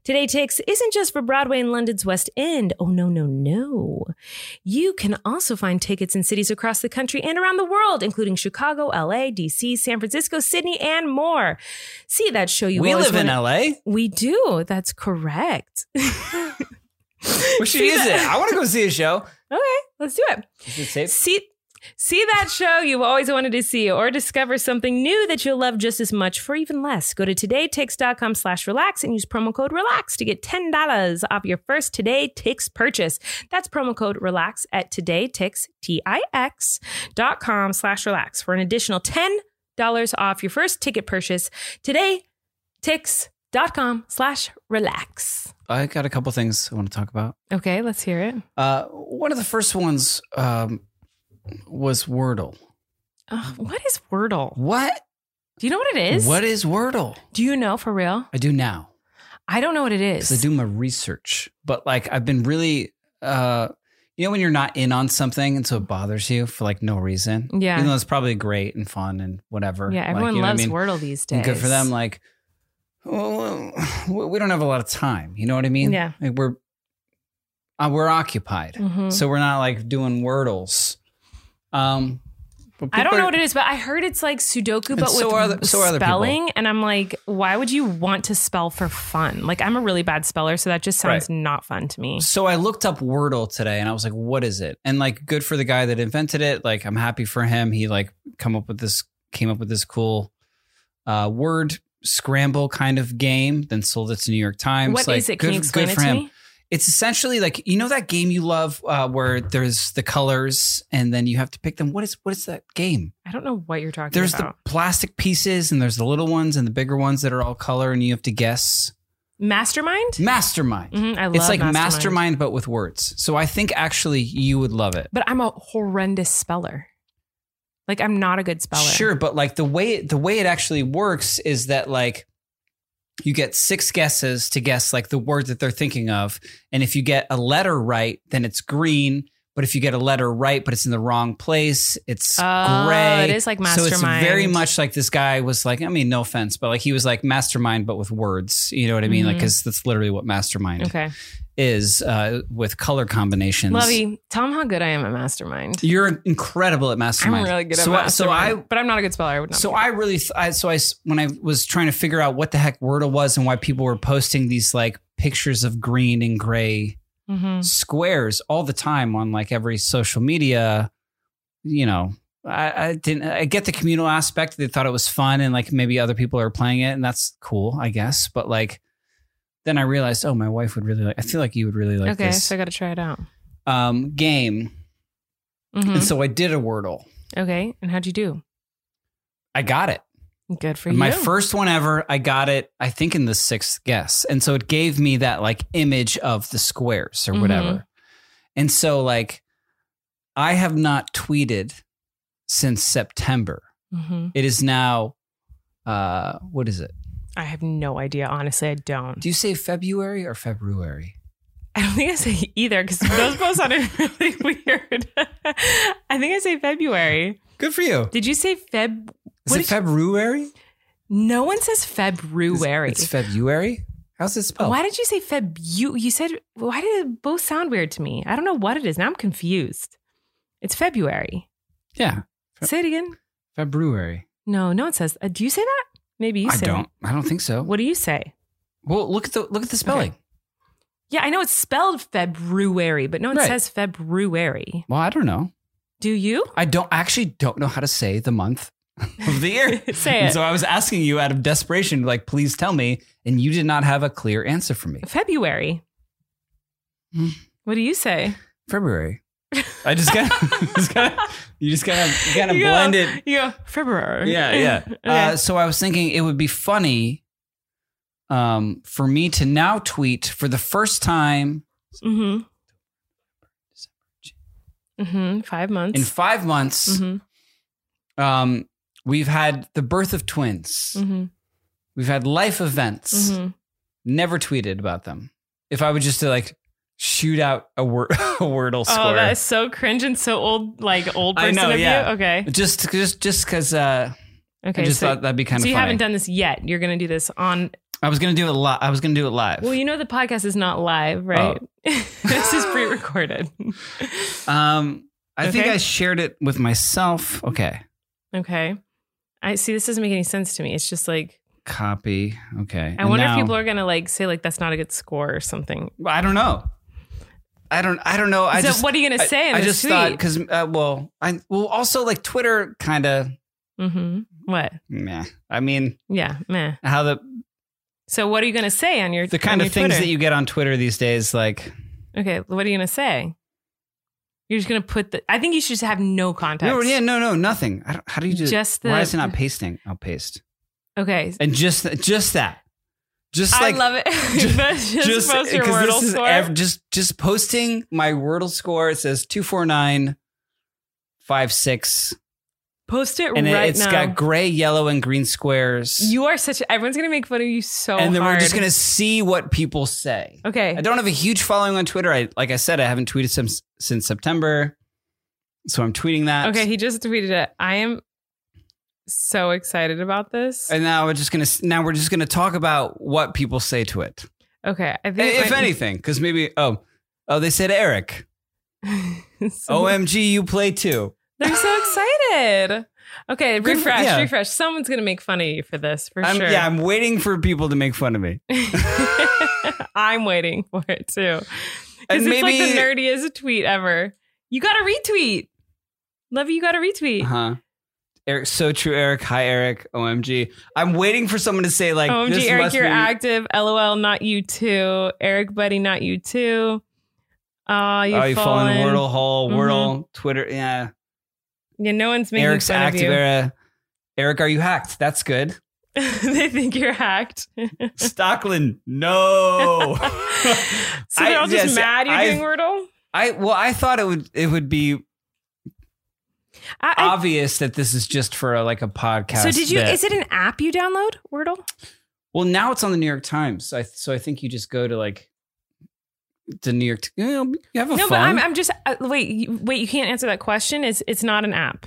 [SPEAKER 1] Today Ticks isn't just for Broadway and London's West End. Oh, no, no, no. You can also find tickets in cities across the country and around the world, including Chicago, LA, DC, San Francisco, Sydney, and more. See that show you
[SPEAKER 2] we
[SPEAKER 1] always
[SPEAKER 2] live in
[SPEAKER 1] wanna-
[SPEAKER 2] LA.
[SPEAKER 1] We do. That's correct.
[SPEAKER 2] Where she is it? I want to go see a show.
[SPEAKER 1] Okay, let's do it.
[SPEAKER 2] Is it safe?
[SPEAKER 1] See see that show you've always wanted to see or discover something new that you'll love just as much for even less. Go to todaytix.com slash relax and use promo code relax to get $10 off your first Today Tix purchase. That's promo code relax at todaytix, T-I-X dot com slash relax for an additional $10 off your first ticket purchase. Todaytix.com slash relax.
[SPEAKER 2] I got a couple things I want to talk about.
[SPEAKER 1] Okay, let's hear it.
[SPEAKER 2] Uh, one of the first ones um, was Wordle.
[SPEAKER 1] Ugh, what is Wordle?
[SPEAKER 2] What?
[SPEAKER 1] Do you know what it is?
[SPEAKER 2] What is Wordle?
[SPEAKER 1] Do you know for real?
[SPEAKER 2] I do now.
[SPEAKER 1] I don't know what it
[SPEAKER 2] because I
[SPEAKER 1] is.
[SPEAKER 2] do my research. But like I've been really, uh, you know, when you're not in on something and so it bothers you for like no reason.
[SPEAKER 1] Yeah.
[SPEAKER 2] even though it's probably great and fun and whatever.
[SPEAKER 1] Yeah,
[SPEAKER 2] Like,
[SPEAKER 1] everyone
[SPEAKER 2] you know what I
[SPEAKER 1] loves
[SPEAKER 2] mean?
[SPEAKER 1] Wordle these days.
[SPEAKER 2] And good for them. Like well, we don't have a lot of time. You know what I mean?
[SPEAKER 1] Yeah. Mm-hmm.
[SPEAKER 2] Like we're uh, we're occupied, so we're not like doing wordles. Um, but
[SPEAKER 1] I don't
[SPEAKER 2] people
[SPEAKER 1] know
[SPEAKER 2] are-
[SPEAKER 1] what it is, but I heard it's like Sudoku,
[SPEAKER 2] And
[SPEAKER 1] but
[SPEAKER 2] so
[SPEAKER 1] with
[SPEAKER 2] are the- so are other people.
[SPEAKER 1] spelling. And I'm like, why would you want to spell for fun? Like, I'm a really bad speller, so that just sounds not fun to me.
[SPEAKER 2] So I looked up Wordle today, and I was like, "What is it?" And like, good for the guy that invented it. Like, I'm happy for him. He like come up with this, came up with this cool uh, word scramble kind of game. Then sold it to New York Times.
[SPEAKER 1] What is
[SPEAKER 2] like,
[SPEAKER 1] it? Can you explain it to me?
[SPEAKER 2] It's essentially like you know that game you love uh, where there's the colors and then you have to pick them. What is what is that game?
[SPEAKER 1] I don't know what you're talking
[SPEAKER 2] There's the
[SPEAKER 1] about.
[SPEAKER 2] plastic pieces and there's the little ones and the bigger ones that are all color and you have to guess.
[SPEAKER 1] Mastermind?
[SPEAKER 2] Mastermind.
[SPEAKER 1] Mhm, I love
[SPEAKER 2] it's like
[SPEAKER 1] mastermind.
[SPEAKER 2] mastermind but with words. So I think actually you would love it.
[SPEAKER 1] But I'm a horrendous speller. Like, I'm not a good speller.
[SPEAKER 2] Sure, but like the way the way it actually works is that like you get six guesses to guess like the word that they're thinking of, and if you get a letter right, then it's green. But if you get a letter right, but it's in the wrong place, it's
[SPEAKER 1] Oh,
[SPEAKER 2] gray.
[SPEAKER 1] it is like
[SPEAKER 2] So it's very
[SPEAKER 1] Mastermind.
[SPEAKER 2] much like this guy was like. I mean, no offense, but like he was like mastermind, but with words. You know what I mean? Like
[SPEAKER 1] Mm-hmm.
[SPEAKER 2] because that's literally what mastermind
[SPEAKER 1] Okay.
[SPEAKER 2] is uh, with color combinations.
[SPEAKER 1] Lovey, tell him how good I am at Mastermind.
[SPEAKER 2] You're incredible at
[SPEAKER 1] I'm
[SPEAKER 2] mastermind.
[SPEAKER 1] really good at
[SPEAKER 2] so, I- So
[SPEAKER 1] Mastermind.
[SPEAKER 2] I
[SPEAKER 1] but I'm not a good speller. I would not.
[SPEAKER 2] so I really, th- I, so I, s- when I was trying to figure out what the heck Wordle was and why people were posting these like pictures of green and gray
[SPEAKER 1] Mhm.
[SPEAKER 2] squares all the time on like every social media, you know, I, I didn't, I get the communal aspect. They thought it was fun and like maybe other people are playing it and that's cool, I guess. But like, then I realized, oh, my wife would really like, I feel like you would really like
[SPEAKER 1] okay,
[SPEAKER 2] this
[SPEAKER 1] so I got to try it out.
[SPEAKER 2] um, game.
[SPEAKER 1] Mhm.
[SPEAKER 2] And so I did a Wordle.
[SPEAKER 1] okay, and how'd you do?
[SPEAKER 2] I got it.
[SPEAKER 1] Good for you.
[SPEAKER 2] my first one ever i got it i think in the sixth guess and so it gave me that like image of the squares or
[SPEAKER 1] Mm-hmm.
[SPEAKER 2] whatever and so like i have not tweeted since september
[SPEAKER 1] Mhm.
[SPEAKER 2] it is now uh what is it
[SPEAKER 1] I have no idea. Honestly, I don't.
[SPEAKER 2] do you say february or february
[SPEAKER 1] I don't think I say either because those both sounded really weird. I think I say February.
[SPEAKER 2] good for you
[SPEAKER 1] Did you say Feb?
[SPEAKER 2] is
[SPEAKER 1] what
[SPEAKER 2] it
[SPEAKER 1] did-
[SPEAKER 2] february
[SPEAKER 1] no one says February.
[SPEAKER 2] it's february how's it spelled
[SPEAKER 1] why did you say Feb? You you said why did it both sound weird to me? I don't know what it is. Now I'm confused. It's February.
[SPEAKER 2] yeah
[SPEAKER 1] Say it again.
[SPEAKER 2] february
[SPEAKER 1] No, no one says. Uh, do you say that? Maybe you
[SPEAKER 2] i
[SPEAKER 1] say.
[SPEAKER 2] don't i don't think so
[SPEAKER 1] What do you say?
[SPEAKER 2] well look at the look at the spelling
[SPEAKER 1] Yeah, I know it's spelled February, but no one
[SPEAKER 2] Right.
[SPEAKER 1] says February.
[SPEAKER 2] well i don't know
[SPEAKER 1] Do you?
[SPEAKER 2] I don't I actually don't know how to say the month of the year.
[SPEAKER 1] Say
[SPEAKER 2] And
[SPEAKER 1] it.
[SPEAKER 2] so I was asking you out of desperation, like, please tell me, and you did not have a clear answer for me.
[SPEAKER 1] February.
[SPEAKER 2] Hmm.
[SPEAKER 1] What do you say?
[SPEAKER 2] February. I just got, just gotta you just gotta you gotta
[SPEAKER 1] You go-
[SPEAKER 2] blend it.
[SPEAKER 1] You go, February.
[SPEAKER 2] Yeah, yeah.
[SPEAKER 1] Okay.
[SPEAKER 2] Uh, so I was thinking it would be funny um, for me to now tweet for the first time
[SPEAKER 1] mm-hmm. Mm-hmm. Five months.
[SPEAKER 2] in five months.
[SPEAKER 1] mm-hmm.
[SPEAKER 2] Um, we've had the birth of twins.
[SPEAKER 1] Mm-hmm. Oh,
[SPEAKER 2] We've had life events. never tweeted about them. If I would just to like shoot out a, wor- a Wordle
[SPEAKER 1] Oh,
[SPEAKER 2] score,
[SPEAKER 1] that is so cringe and so old, like old
[SPEAKER 2] I
[SPEAKER 1] person
[SPEAKER 2] know,
[SPEAKER 1] of
[SPEAKER 2] yeah.
[SPEAKER 1] you. Okay.
[SPEAKER 2] just just just because uh,
[SPEAKER 1] Okay.
[SPEAKER 2] I just
[SPEAKER 1] so,
[SPEAKER 2] thought that'd be kind
[SPEAKER 1] so
[SPEAKER 2] of
[SPEAKER 1] you
[SPEAKER 2] funny.
[SPEAKER 1] haven't done this yet. You're going to do this on.
[SPEAKER 2] I was gonna do it live. I was gonna do it live.
[SPEAKER 1] Well, you know, the podcast is not live, right?
[SPEAKER 2] Oh.
[SPEAKER 1] this is pre recorded.
[SPEAKER 2] um, I think
[SPEAKER 1] Okay.
[SPEAKER 2] I shared it with myself. Okay,
[SPEAKER 1] okay. I see. This doesn't make any sense to me. It's just like,
[SPEAKER 2] copy. Okay,
[SPEAKER 1] I wonder if people are gonna like say like that's not a good score or something.
[SPEAKER 2] are. I don't know. I don't. I don't know. I
[SPEAKER 1] so
[SPEAKER 2] just.
[SPEAKER 1] what are you gonna
[SPEAKER 2] I,
[SPEAKER 1] say? In
[SPEAKER 2] I
[SPEAKER 1] this
[SPEAKER 2] just
[SPEAKER 1] tweet?
[SPEAKER 2] thought because uh, well, I well also like Twitter kind of
[SPEAKER 1] Mhm. What?
[SPEAKER 2] meh. I mean,
[SPEAKER 1] Yeah. Meh.
[SPEAKER 2] how the
[SPEAKER 1] So what are you gonna say on your
[SPEAKER 2] the
[SPEAKER 1] on
[SPEAKER 2] kind of
[SPEAKER 1] your
[SPEAKER 2] things
[SPEAKER 1] Twitter?
[SPEAKER 2] that you get on Twitter these days, like
[SPEAKER 1] okay? What are you gonna say? You're just gonna put the. I think you should just have no context.
[SPEAKER 2] No, yeah, no, no, nothing. I don't, how do you do
[SPEAKER 1] Just
[SPEAKER 2] Why
[SPEAKER 1] the-
[SPEAKER 2] is it not pasting? I'll paste.
[SPEAKER 1] Okay.
[SPEAKER 2] And just just that. Just like
[SPEAKER 1] I love it. just, post your
[SPEAKER 2] 'cause
[SPEAKER 1] Wordle
[SPEAKER 2] this is
[SPEAKER 1] score.
[SPEAKER 2] ev- just just posting my Wordle score. It says two four nine five six,
[SPEAKER 1] post it
[SPEAKER 2] and it,
[SPEAKER 1] right
[SPEAKER 2] has
[SPEAKER 1] now.
[SPEAKER 2] got gray, yellow, and green squares.
[SPEAKER 1] you are such. Everyone's gonna make fun of you so.
[SPEAKER 2] and then
[SPEAKER 1] hard.
[SPEAKER 2] we're just gonna see what people say.
[SPEAKER 1] Okay.
[SPEAKER 2] I don't have a huge following on Twitter. I like I said, I haven't tweeted since since September, so I'm tweeting that.
[SPEAKER 1] Okay, he just tweeted it. I am so excited about this.
[SPEAKER 2] And now we're just gonna now we're just gonna talk about what people say to it,
[SPEAKER 1] Okay, I think
[SPEAKER 2] if
[SPEAKER 1] my-
[SPEAKER 2] anything, because maybe oh oh they said Eric. Oh. OMG, you play too.
[SPEAKER 1] They're so excited. Okay,
[SPEAKER 2] Good for-
[SPEAKER 1] refresh,
[SPEAKER 2] yeah.
[SPEAKER 1] refresh. Someone's gonna make fun of you for this for
[SPEAKER 2] I'm,
[SPEAKER 1] sure.
[SPEAKER 2] Yeah, I'm waiting for people to make fun of me.
[SPEAKER 1] I'm waiting for it too.
[SPEAKER 2] And
[SPEAKER 1] Because it's like
[SPEAKER 2] maybe-
[SPEAKER 1] the nerdiest tweet ever. You got to retweet. Love you. Got to retweet.
[SPEAKER 2] Uh huh. Eric, so true, Eric. Hi, Eric. OMG, I'm waiting for someone to say like,
[SPEAKER 1] OMG,
[SPEAKER 2] this
[SPEAKER 1] Oh, Eric,
[SPEAKER 2] must
[SPEAKER 1] you're
[SPEAKER 2] be-
[SPEAKER 1] active. LOL, not you too. Eric, buddy, not you too. Oh, you've
[SPEAKER 2] Oh, you fall in
[SPEAKER 1] fallen.
[SPEAKER 2] Wordle hole,
[SPEAKER 1] Mhm.
[SPEAKER 2] Wordle, Twitter. Yeah,
[SPEAKER 1] Yeah, no one's making
[SPEAKER 2] Eric's
[SPEAKER 1] fun
[SPEAKER 2] active
[SPEAKER 1] of you.
[SPEAKER 2] era. Eric, are you hacked? That's good.
[SPEAKER 1] they think you're hacked. so
[SPEAKER 2] Stockland, no.
[SPEAKER 1] they're
[SPEAKER 2] I-
[SPEAKER 1] all just
[SPEAKER 2] yes,
[SPEAKER 1] mad you're
[SPEAKER 2] I-
[SPEAKER 1] doing Wordle.
[SPEAKER 2] I well, I thought it would it would be
[SPEAKER 1] I, I-
[SPEAKER 2] obvious that this is just for a, like a podcast.
[SPEAKER 1] so did you?
[SPEAKER 2] bit.
[SPEAKER 1] Is it an app you download Wordle?
[SPEAKER 2] Well, now it's on the New York Times. So I, so I think you just go to like the New York. You, know, you have a
[SPEAKER 1] No,
[SPEAKER 2] phone.
[SPEAKER 1] but I'm, I'm just uh, wait, you, wait. You can't answer that question. It's it's not an app.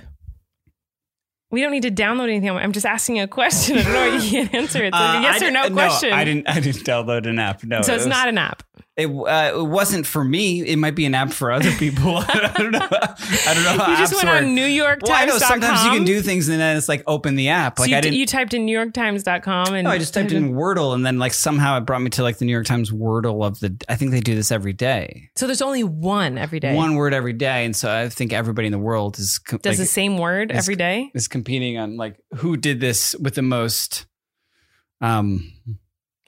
[SPEAKER 1] We don't need to download anything. I'm just asking a question. I don't know. You can't answer it. It's like
[SPEAKER 2] Uh,
[SPEAKER 1] a yes
[SPEAKER 2] I
[SPEAKER 1] or no
[SPEAKER 2] di-
[SPEAKER 1] question.
[SPEAKER 2] I didn't. I didn't download an app. No,
[SPEAKER 1] so
[SPEAKER 2] it
[SPEAKER 1] it's
[SPEAKER 2] was-
[SPEAKER 1] not an app.
[SPEAKER 2] It, uh, it wasn't for me. It might be an app for other people. I don't know. I don't know. How
[SPEAKER 1] you just
[SPEAKER 2] Oh, apps
[SPEAKER 1] went
[SPEAKER 2] work.
[SPEAKER 1] on New York
[SPEAKER 2] Well, I know sometimes you can
[SPEAKER 1] Times.com.
[SPEAKER 2] do things and then it's like open the app.
[SPEAKER 1] So
[SPEAKER 2] Like
[SPEAKER 1] you,
[SPEAKER 2] I
[SPEAKER 1] d-
[SPEAKER 2] didn't.
[SPEAKER 1] you typed in NewYorkTimes.com and
[SPEAKER 2] no, I just typed in Wordle and then like somehow it brought me to like the New York Times Wordle of the. I think they do this every day.
[SPEAKER 1] So there's only one every day.
[SPEAKER 2] One word every day, and so I think everybody in the world is co-
[SPEAKER 1] does
[SPEAKER 2] like,
[SPEAKER 1] the same word
[SPEAKER 2] it's-
[SPEAKER 1] every day.
[SPEAKER 2] is competing on like who did this with the most um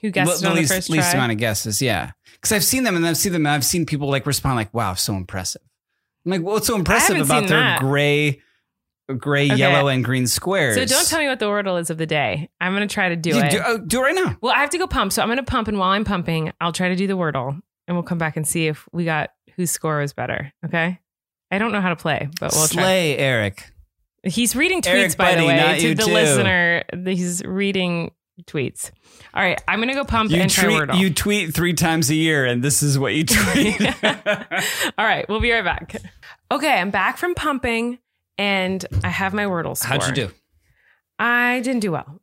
[SPEAKER 1] Who guessed
[SPEAKER 2] the
[SPEAKER 1] it on
[SPEAKER 2] least,
[SPEAKER 1] the first
[SPEAKER 2] least
[SPEAKER 1] try?
[SPEAKER 2] amount of guesses yeah because i've seen them and i've seen them and i've seen people like respond like wow so impressive i'm like what's so impressive
[SPEAKER 1] haven't
[SPEAKER 2] about
[SPEAKER 1] seen
[SPEAKER 2] their
[SPEAKER 1] that.
[SPEAKER 2] gray gray
[SPEAKER 1] Okay.
[SPEAKER 2] yellow and green squares
[SPEAKER 1] so don't tell me what the Wordle is of the day. I'm gonna try to do
[SPEAKER 2] You
[SPEAKER 1] it.
[SPEAKER 2] do, oh, do it right now
[SPEAKER 1] Well, I have to go pump, so I'm going to pump, and while I'm pumping, I'll try to do the Wordle, and we'll come back and see if we got whose score was better. Okay. I don't know how to play, but we'll try.
[SPEAKER 2] slay eric
[SPEAKER 1] He's reading tweets,
[SPEAKER 2] Eric,
[SPEAKER 1] by
[SPEAKER 2] buddy,
[SPEAKER 1] the way,
[SPEAKER 2] not
[SPEAKER 1] to
[SPEAKER 2] you
[SPEAKER 1] the
[SPEAKER 2] too.
[SPEAKER 1] listener. He's reading tweets. All right, I'm going to go pump
[SPEAKER 2] you
[SPEAKER 1] and try
[SPEAKER 2] tweet,
[SPEAKER 1] Wordle.
[SPEAKER 2] you tweet three times a year and this is what you tweet
[SPEAKER 1] All right, we'll be right back. Okay, I'm back from pumping, and I have my Wordle score.
[SPEAKER 2] how'd you do
[SPEAKER 1] I didn't do well.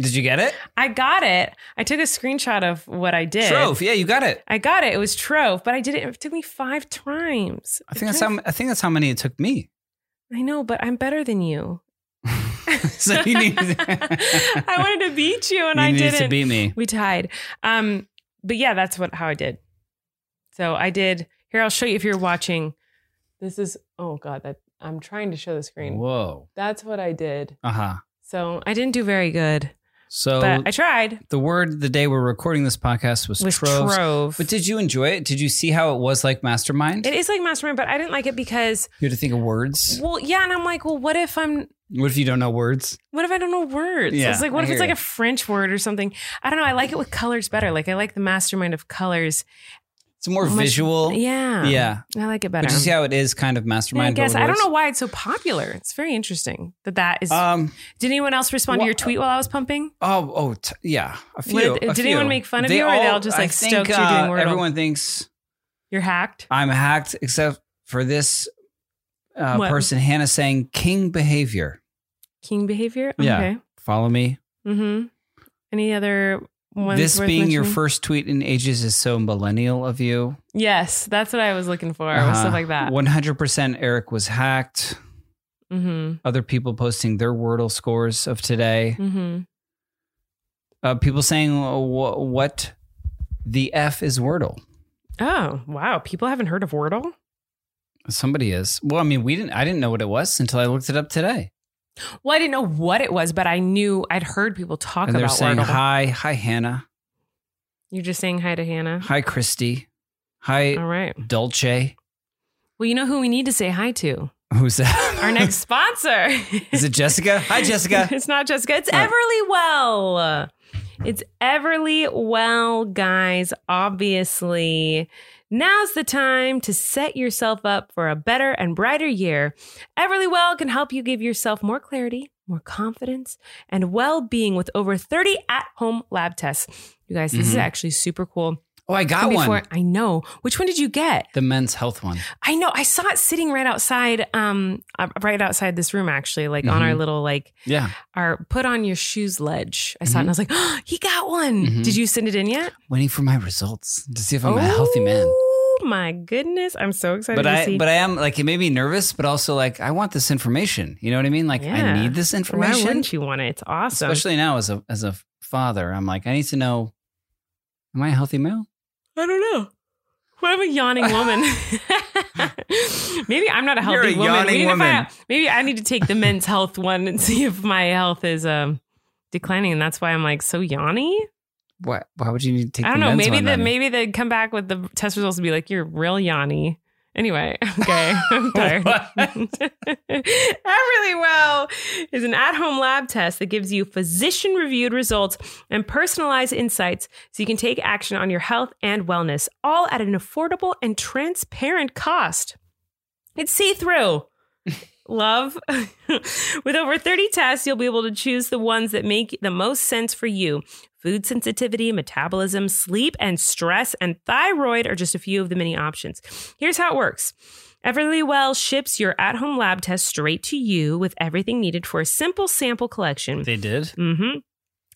[SPEAKER 2] did you get it
[SPEAKER 1] I got it. I took a screenshot of what I did.
[SPEAKER 2] trove yeah you got it
[SPEAKER 1] I got it. It was Trove, but I did it. It took me five times.
[SPEAKER 2] i think that's how i think that's how many it took me
[SPEAKER 1] I know, but I'm better than you.
[SPEAKER 2] so you need
[SPEAKER 1] I wanted to beat you, and
[SPEAKER 2] you
[SPEAKER 1] I
[SPEAKER 2] need
[SPEAKER 1] didn't.
[SPEAKER 2] to beat me
[SPEAKER 1] we tied. Um, but yeah, that's what how I did. So I did. Here, I'll show you if you're watching. This is. Oh God, that I'm trying to show the screen.
[SPEAKER 2] Whoa.
[SPEAKER 1] That's what I did.
[SPEAKER 2] Uh huh.
[SPEAKER 1] So I didn't do very good,
[SPEAKER 2] So
[SPEAKER 1] but I tried.
[SPEAKER 2] the word the day we're recording this podcast was,
[SPEAKER 1] Was
[SPEAKER 2] troves.
[SPEAKER 1] Trove.
[SPEAKER 2] But did you enjoy it? Did you see how it was like Mastermind?
[SPEAKER 1] it is like Mastermind, but I didn't like it because,
[SPEAKER 2] you had to think of words.
[SPEAKER 1] well, yeah, and I'm like, well, what if I'm
[SPEAKER 2] What if you don't know words?
[SPEAKER 1] What if I don't know words?
[SPEAKER 2] Yeah,
[SPEAKER 1] it's like,
[SPEAKER 2] I
[SPEAKER 1] what if it's like
[SPEAKER 2] hear you.
[SPEAKER 1] a French word or something? I don't know. I like it with colors better. Like, I like the mastermind of colors.
[SPEAKER 2] It's more
[SPEAKER 1] Much-
[SPEAKER 2] visual.
[SPEAKER 1] Yeah.
[SPEAKER 2] Yeah.
[SPEAKER 1] I like it better.
[SPEAKER 2] But you see how it is kind of
[SPEAKER 1] Yeah, I
[SPEAKER 2] Mastermind. but
[SPEAKER 1] guess.
[SPEAKER 2] with
[SPEAKER 1] I don't
[SPEAKER 2] words?
[SPEAKER 1] know why it's so popular. It's very interesting that that is.
[SPEAKER 2] Um.
[SPEAKER 1] did anyone else respond
[SPEAKER 2] wha-
[SPEAKER 1] to your tweet while I was pumping?
[SPEAKER 2] Oh. Oh. T- yeah. A few.
[SPEAKER 1] What did-
[SPEAKER 2] a
[SPEAKER 1] did anyone
[SPEAKER 2] few.
[SPEAKER 1] make fun of you, or are they all just,
[SPEAKER 2] I
[SPEAKER 1] like,
[SPEAKER 2] think,
[SPEAKER 1] stoked you're
[SPEAKER 2] uh,
[SPEAKER 1] doing Wordle?
[SPEAKER 2] Everyone thinks
[SPEAKER 1] You're hacked?
[SPEAKER 2] I'm hacked, except for this uh,
[SPEAKER 1] What?
[SPEAKER 2] person, Hannah, saying "king behavior."
[SPEAKER 1] King behavior?
[SPEAKER 2] Yeah.
[SPEAKER 1] Okay.
[SPEAKER 2] Follow me.
[SPEAKER 1] Mm-hmm. Any other ones?
[SPEAKER 2] this
[SPEAKER 1] worth
[SPEAKER 2] being your
[SPEAKER 1] mentioning?
[SPEAKER 2] first tweet in ages is so millennial of you.
[SPEAKER 1] Yes. That's what I was looking for.
[SPEAKER 2] Uh-huh.
[SPEAKER 1] was Stuff like that.
[SPEAKER 2] One hundred percent. Eric was hacked.
[SPEAKER 1] Mm-hmm.
[SPEAKER 2] Other people posting their Wordle scores of today.
[SPEAKER 1] Mm-hmm.
[SPEAKER 2] Uh, people saying "Wh- what the f is Wordle.
[SPEAKER 1] Oh, wow. People haven't heard of Wordle?
[SPEAKER 2] Somebody is. Well, I mean, we didn't. I didn't know what it was until I looked it up today.
[SPEAKER 1] Well, I didn't know what it was, but I knew I'd heard people talk
[SPEAKER 2] and they're
[SPEAKER 1] about
[SPEAKER 2] saying
[SPEAKER 1] Wordle.
[SPEAKER 2] hi, hi Hannah,
[SPEAKER 1] You're just saying hi to Hannah.
[SPEAKER 2] hi Christy, hi
[SPEAKER 1] All right.
[SPEAKER 2] Dulce.
[SPEAKER 1] Well, you know who we need to say hi to?
[SPEAKER 2] Who's that?
[SPEAKER 1] Our next sponsor.
[SPEAKER 2] is it Jessica? Hi Jessica.
[SPEAKER 1] it's not Jessica. It's
[SPEAKER 2] Right.
[SPEAKER 1] Everly Well. It's Everly Well, guys. Obviously, now's the time to set yourself up for a better and brighter year. Everly Well can help you give yourself more clarity, more confidence, and well being with over 30 at home lab tests. You guys, this is
[SPEAKER 2] Mhm.
[SPEAKER 1] actually super cool.
[SPEAKER 2] Oh, I got
[SPEAKER 1] before,
[SPEAKER 2] one.
[SPEAKER 1] I know. Which one did you get?
[SPEAKER 2] The men's health one.
[SPEAKER 1] I know. I saw it sitting right outside, um, uh, right outside this room, actually, like on
[SPEAKER 2] Mhm.
[SPEAKER 1] our little, like,
[SPEAKER 2] Yeah.
[SPEAKER 1] our put on your shoes ledge. I saw it
[SPEAKER 2] Mm-hmm.
[SPEAKER 1] and I was like, oh, he got one.
[SPEAKER 2] Mhm.
[SPEAKER 1] Did you send it in yet?
[SPEAKER 2] Waiting for my results to see if I'm a healthy man.
[SPEAKER 1] Oh my goodness. I'm so excited
[SPEAKER 2] But
[SPEAKER 1] to
[SPEAKER 2] I
[SPEAKER 1] see.
[SPEAKER 2] but I am like it made me nervous, but also like I want this information. You know what I mean? Like I
[SPEAKER 1] Yeah.
[SPEAKER 2] need this
[SPEAKER 1] Why
[SPEAKER 2] information.
[SPEAKER 1] wouldn't you want it? It's awesome.
[SPEAKER 2] Especially now as a as a father. I'm like, I need to know am I a healthy male?
[SPEAKER 1] I don't know. Well, I'm a yawning woman. maybe I'm not a
[SPEAKER 2] You're
[SPEAKER 1] healthy
[SPEAKER 2] a
[SPEAKER 1] woman.
[SPEAKER 2] yawning
[SPEAKER 1] We need to find
[SPEAKER 2] woman.
[SPEAKER 1] out- maybe I need to take the men's health one and see if my health is um, declining, and that's why I'm like so yawny.
[SPEAKER 2] Why why would you need to take
[SPEAKER 1] I don't
[SPEAKER 2] the
[SPEAKER 1] know.
[SPEAKER 2] men's
[SPEAKER 1] Maybe
[SPEAKER 2] one
[SPEAKER 1] that
[SPEAKER 2] then?
[SPEAKER 1] maybe they'd come back with the test results and be like, "You're real yawny." Anyway, okay, I'm tired.
[SPEAKER 2] What?
[SPEAKER 1] Everlywell is an at-home lab test that gives you physician-reviewed results and personalized insights, so you can take action on your health and wellness, all at an affordable and transparent cost. It's see through. Love. With over 30 tests, you'll be able to choose the ones that make the most sense for you. Food sensitivity, metabolism, sleep, and stress, and thyroid are just a few of the many options. Here's how it works Everlywell ships your at home lab test straight to you with everything needed for a simple sample collection.
[SPEAKER 2] they did.
[SPEAKER 1] hmm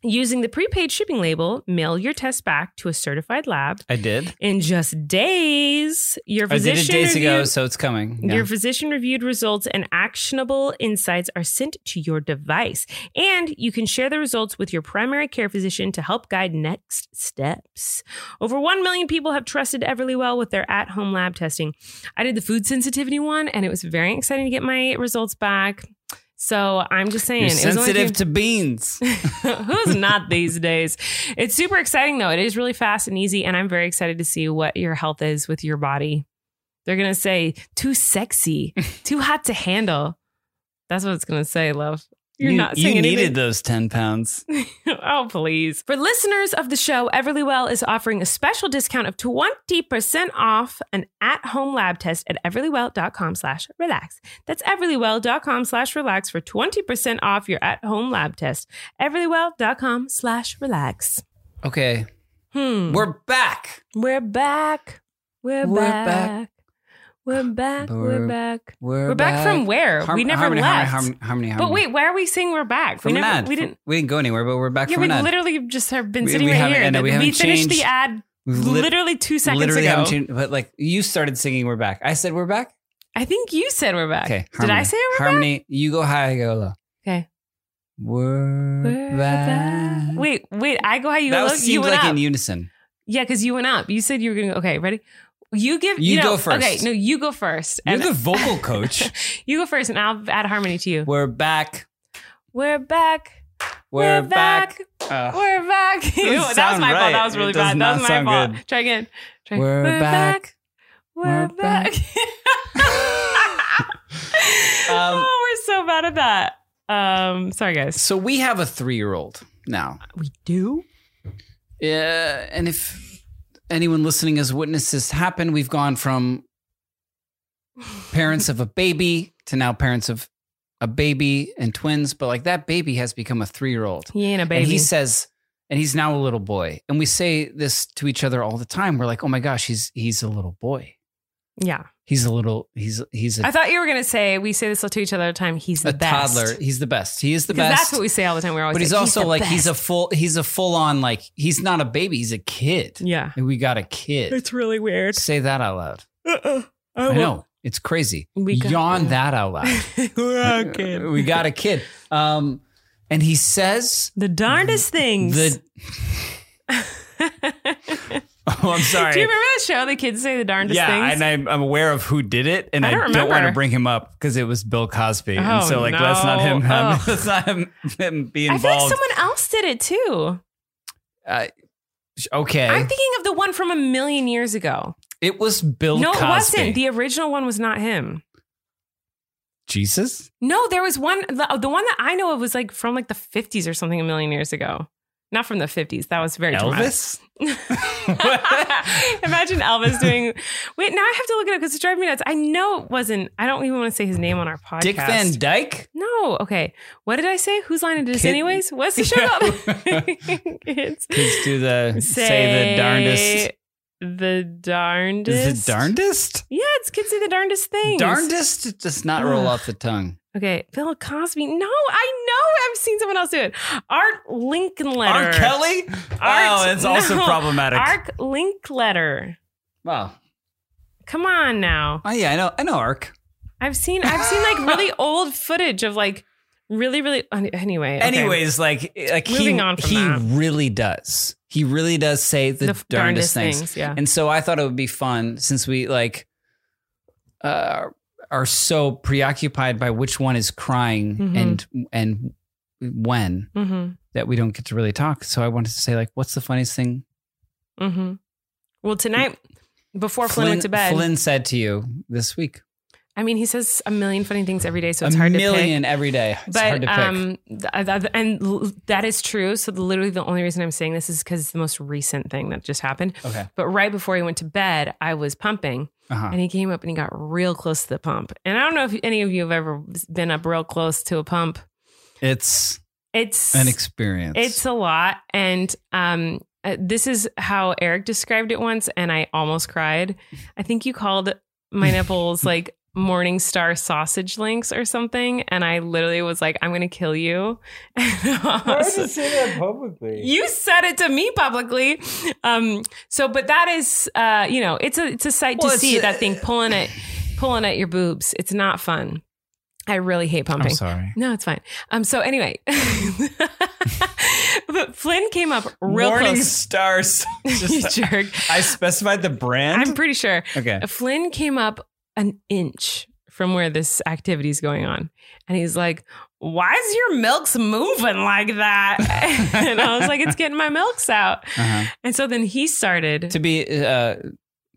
[SPEAKER 1] Using the prepaid shipping label, mail your test back to a certified lab.
[SPEAKER 2] I did.
[SPEAKER 1] In just days, your
[SPEAKER 2] I did
[SPEAKER 1] physician
[SPEAKER 2] it days ago,
[SPEAKER 1] reviewed-
[SPEAKER 2] so it's coming. Yeah.
[SPEAKER 1] your physician reviewed results and actionable insights are sent to your device. And you can share the results with your primary care physician to help guide next steps. Over 1 million people have trusted Everlywell with their at home lab testing. I did the food sensitivity one, and it was very exciting to get my results back. So I'm just saying,
[SPEAKER 2] You're
[SPEAKER 1] it was only a few-
[SPEAKER 2] sensitive to beans.
[SPEAKER 1] Who's not these days? It's super exciting though. It is really fast and easy, and I'm very excited to see what your health is with your body. They're gonna say too sexy, too hot to handle. That's what it's gonna say, love. You're
[SPEAKER 2] You-
[SPEAKER 1] not
[SPEAKER 2] you
[SPEAKER 1] saying anything.
[SPEAKER 2] needed those 10 pounds.
[SPEAKER 1] oh, please. For listeners of the show, Everlywell is offering a special discount of 20% off an at-home lab test at everlywell.com slash relax. That's everlywell.com slash relax for 20% off your at-home lab test. everlywell.com slash relax.
[SPEAKER 2] Okay.
[SPEAKER 1] Hmm.
[SPEAKER 2] We're back.
[SPEAKER 1] We're back. We're,
[SPEAKER 2] We're back.
[SPEAKER 1] back. We're back.
[SPEAKER 2] We're-
[SPEAKER 1] We're back. We're back from where?
[SPEAKER 2] Harm-
[SPEAKER 1] we never
[SPEAKER 2] harmony,
[SPEAKER 1] left.
[SPEAKER 2] Harmony, harmony, harmony,
[SPEAKER 1] But
[SPEAKER 2] harmony.
[SPEAKER 1] wait, why are we saying we're back?
[SPEAKER 2] from
[SPEAKER 1] we
[SPEAKER 2] an
[SPEAKER 1] never
[SPEAKER 2] ad.
[SPEAKER 1] we didn't
[SPEAKER 2] we didn't go anywhere, but we're back
[SPEAKER 1] Yeah,
[SPEAKER 2] from
[SPEAKER 1] we
[SPEAKER 2] an ad.
[SPEAKER 1] literally just have been
[SPEAKER 2] We-
[SPEAKER 1] sitting
[SPEAKER 2] we
[SPEAKER 1] right
[SPEAKER 2] haven't-
[SPEAKER 1] here.
[SPEAKER 2] I know, we
[SPEAKER 1] we
[SPEAKER 2] haven't
[SPEAKER 1] finished
[SPEAKER 2] changed.
[SPEAKER 1] the ad
[SPEAKER 2] We've lit-
[SPEAKER 1] literally two seconds
[SPEAKER 2] literally
[SPEAKER 1] ago.
[SPEAKER 2] haven't changed, but like you started singing, we're back. I said we're back.
[SPEAKER 1] I think you said we're back.
[SPEAKER 2] Okay.
[SPEAKER 1] Did I
[SPEAKER 2] harmony.
[SPEAKER 1] say we're back?
[SPEAKER 2] harmony? You go high, I go low.
[SPEAKER 1] Okay.
[SPEAKER 2] We're,
[SPEAKER 1] We're
[SPEAKER 2] back.
[SPEAKER 1] back. Wait, wait. I go how you
[SPEAKER 2] that
[SPEAKER 1] look.
[SPEAKER 2] was,
[SPEAKER 1] you
[SPEAKER 2] seemed
[SPEAKER 1] went
[SPEAKER 2] like
[SPEAKER 1] up.
[SPEAKER 2] in unison.
[SPEAKER 1] yeah, because you went up. You said you were going to go. Okay, ready? You give.
[SPEAKER 2] You
[SPEAKER 1] know-
[SPEAKER 2] go first.
[SPEAKER 1] Okay, no, you go first.
[SPEAKER 2] You're
[SPEAKER 1] And-
[SPEAKER 2] the vocal coach.
[SPEAKER 1] you go first, and I'll add harmony to you.
[SPEAKER 2] we're back.
[SPEAKER 1] We're back.
[SPEAKER 2] We're,
[SPEAKER 1] We're back.
[SPEAKER 2] Uh,
[SPEAKER 1] We're back. that was
[SPEAKER 2] sound
[SPEAKER 1] my fault.
[SPEAKER 2] right.
[SPEAKER 1] That was really
[SPEAKER 2] It does
[SPEAKER 1] bad.
[SPEAKER 2] not
[SPEAKER 1] That was my
[SPEAKER 2] sound
[SPEAKER 1] fault.
[SPEAKER 2] good.
[SPEAKER 1] Try again. Try.
[SPEAKER 2] We're back. We're
[SPEAKER 1] We're back.
[SPEAKER 2] Um,
[SPEAKER 1] oh, we're so bad at that. Um, sorry guys.
[SPEAKER 2] so we have a three year old now.
[SPEAKER 1] We do.
[SPEAKER 2] Yeah, and if anyone listening has witnessed this happen, we've gone from parents of a baby to now parents of a baby and twins, but like that baby has become a three year old.
[SPEAKER 1] He ain't a baby.
[SPEAKER 2] And he says, and he's now a little boy. And we say this to each other all the time. We're like, oh my gosh, he's he's a little boy.
[SPEAKER 1] yeah.
[SPEAKER 2] He's a little he's he's a
[SPEAKER 1] I thought you were gonna say we say this to each other all the time. He's the
[SPEAKER 2] a
[SPEAKER 1] best.
[SPEAKER 2] toddler. He's the best. He is the
[SPEAKER 1] 'Cause
[SPEAKER 2] best.
[SPEAKER 1] That's what we say all the time. We're always.
[SPEAKER 2] but he's
[SPEAKER 1] like,
[SPEAKER 2] also
[SPEAKER 1] the
[SPEAKER 2] like he's a
[SPEAKER 1] best."
[SPEAKER 2] full he's a full on like he's not a baby, he's a kid.
[SPEAKER 1] yeah.
[SPEAKER 2] And we got a kid.
[SPEAKER 1] It's really weird.
[SPEAKER 2] Say that out loud.
[SPEAKER 1] Uh-uh.
[SPEAKER 2] I know. It's crazy.
[SPEAKER 1] We got-
[SPEAKER 2] Yawn that out loud.
[SPEAKER 1] we're a kid.
[SPEAKER 2] Uh, we got a kid. Um, and he says
[SPEAKER 1] The darndest things.
[SPEAKER 2] the. oh, I'm sorry.
[SPEAKER 1] Do you remember that show? The kids say the darndest
[SPEAKER 2] yeah,
[SPEAKER 1] things.
[SPEAKER 2] and I'm, I'm aware of who did it, and
[SPEAKER 1] I
[SPEAKER 2] I
[SPEAKER 1] don't
[SPEAKER 2] don't, want to
[SPEAKER 1] remember.
[SPEAKER 2] bring him up because it was Bill Cosby, and
[SPEAKER 1] Oh,
[SPEAKER 2] so like let's not him,
[SPEAKER 1] no.
[SPEAKER 2] um,
[SPEAKER 1] Oh.
[SPEAKER 2] let's not him, him be
[SPEAKER 1] I feel like
[SPEAKER 2] involved.
[SPEAKER 1] someone else did it too.
[SPEAKER 2] okay,
[SPEAKER 1] I'm thinking of the one from a million years ago.
[SPEAKER 2] it was Bill
[SPEAKER 1] no,
[SPEAKER 2] Cosby.
[SPEAKER 1] it wasn't. The original one was not him.
[SPEAKER 2] Jesus,
[SPEAKER 1] No, there was one. The, the one that I know of was like from like the 50s or something a million years ago. Not from the 50s. That was very traumatic.
[SPEAKER 2] Elvis.
[SPEAKER 1] Imagine Elvis doing. Wait, now I have to look it up because it's driving me nuts. I know it wasn't. I don't even want to say his name on our podcast.
[SPEAKER 2] Dick Van Dyke.
[SPEAKER 1] No. Okay. What did I say? Whose line it is,
[SPEAKER 2] Kid-
[SPEAKER 1] anyways? What's the show
[SPEAKER 2] Yeah.
[SPEAKER 1] called? It's-
[SPEAKER 2] Kids do the say, the darndest
[SPEAKER 1] the darndest.
[SPEAKER 2] Is it darndest?
[SPEAKER 1] Yeah, it's kids do the darndest things.
[SPEAKER 2] Darndest does not roll off the tongue.
[SPEAKER 1] Okay, Bill Cosby. No, I know. I've seen someone else do it. Art Linkletter.
[SPEAKER 2] R. Kelly? wow,
[SPEAKER 1] Art-
[SPEAKER 2] it's also
[SPEAKER 1] no.
[SPEAKER 2] problematic.
[SPEAKER 1] Art Linkletter.
[SPEAKER 2] wow.
[SPEAKER 1] Come on now.
[SPEAKER 2] Oh yeah, I know I know Ark.
[SPEAKER 1] I've seen I've seen like really old footage of like really really an- anyway. okay.
[SPEAKER 2] Anyways, like like he,
[SPEAKER 1] Moving on from
[SPEAKER 2] he
[SPEAKER 1] that.
[SPEAKER 2] really does. He really does say the,
[SPEAKER 1] The
[SPEAKER 2] darndest, things.
[SPEAKER 1] Yeah.
[SPEAKER 2] And so I thought it would be fun since we like uh, are so preoccupied by which one is crying
[SPEAKER 1] Mhm.
[SPEAKER 2] and and when
[SPEAKER 1] Mm-hmm.
[SPEAKER 2] that we don't get to really talk. So I wanted to say like, what's the funniest thing
[SPEAKER 1] Mm-hmm. Well, tonight before Flynn, went to bed,
[SPEAKER 2] Flynn said to you this week?
[SPEAKER 1] I mean, he says a million funny things every day, so it's
[SPEAKER 2] a
[SPEAKER 1] hard to pick.
[SPEAKER 2] million every day. It's hard
[SPEAKER 1] but
[SPEAKER 2] to pick.
[SPEAKER 1] um, th- th- th- and l- that is true. So the- literally, the only reason I'm saying this is because it's the most recent thing that just happened.
[SPEAKER 2] okay.
[SPEAKER 1] But right before he went to bed, I was pumping,
[SPEAKER 2] Uh-huh.
[SPEAKER 1] and he came up and he got real close to the pump. And I don't know if any of you have ever been up real close to a pump.
[SPEAKER 2] It's
[SPEAKER 1] It's
[SPEAKER 2] an experience.
[SPEAKER 1] it's a lot, and um, uh, this is how Eric described it once, and I almost cried. I think you called my nipples like Morning Star sausage links or something, and I literally was like, "I'm gonna kill you."
[SPEAKER 3] say that publicly?
[SPEAKER 1] you said it to me publicly. Um, so, but that is, uh, you know, it's a it's a sight
[SPEAKER 2] Well,
[SPEAKER 1] to
[SPEAKER 2] it's uh,
[SPEAKER 1] see
[SPEAKER 2] a-
[SPEAKER 1] that thing pulling at pulling at your boobs. It's not fun. I really hate
[SPEAKER 2] I'm
[SPEAKER 1] pumping.
[SPEAKER 2] sorry.
[SPEAKER 1] No, it's fine. Um. So anyway, but Flynn came up real
[SPEAKER 2] Morning
[SPEAKER 1] close.
[SPEAKER 2] stars.
[SPEAKER 1] you jerk.
[SPEAKER 2] I specified the brand.
[SPEAKER 1] I'm pretty sure
[SPEAKER 2] okay.
[SPEAKER 1] Flynn came up an inch from where this activity is going on, and he's like, "Why is your milk's moving like that?" and I was like, "It's getting my milks out."
[SPEAKER 2] Uh-huh.
[SPEAKER 1] And so then he started.
[SPEAKER 2] To be uh,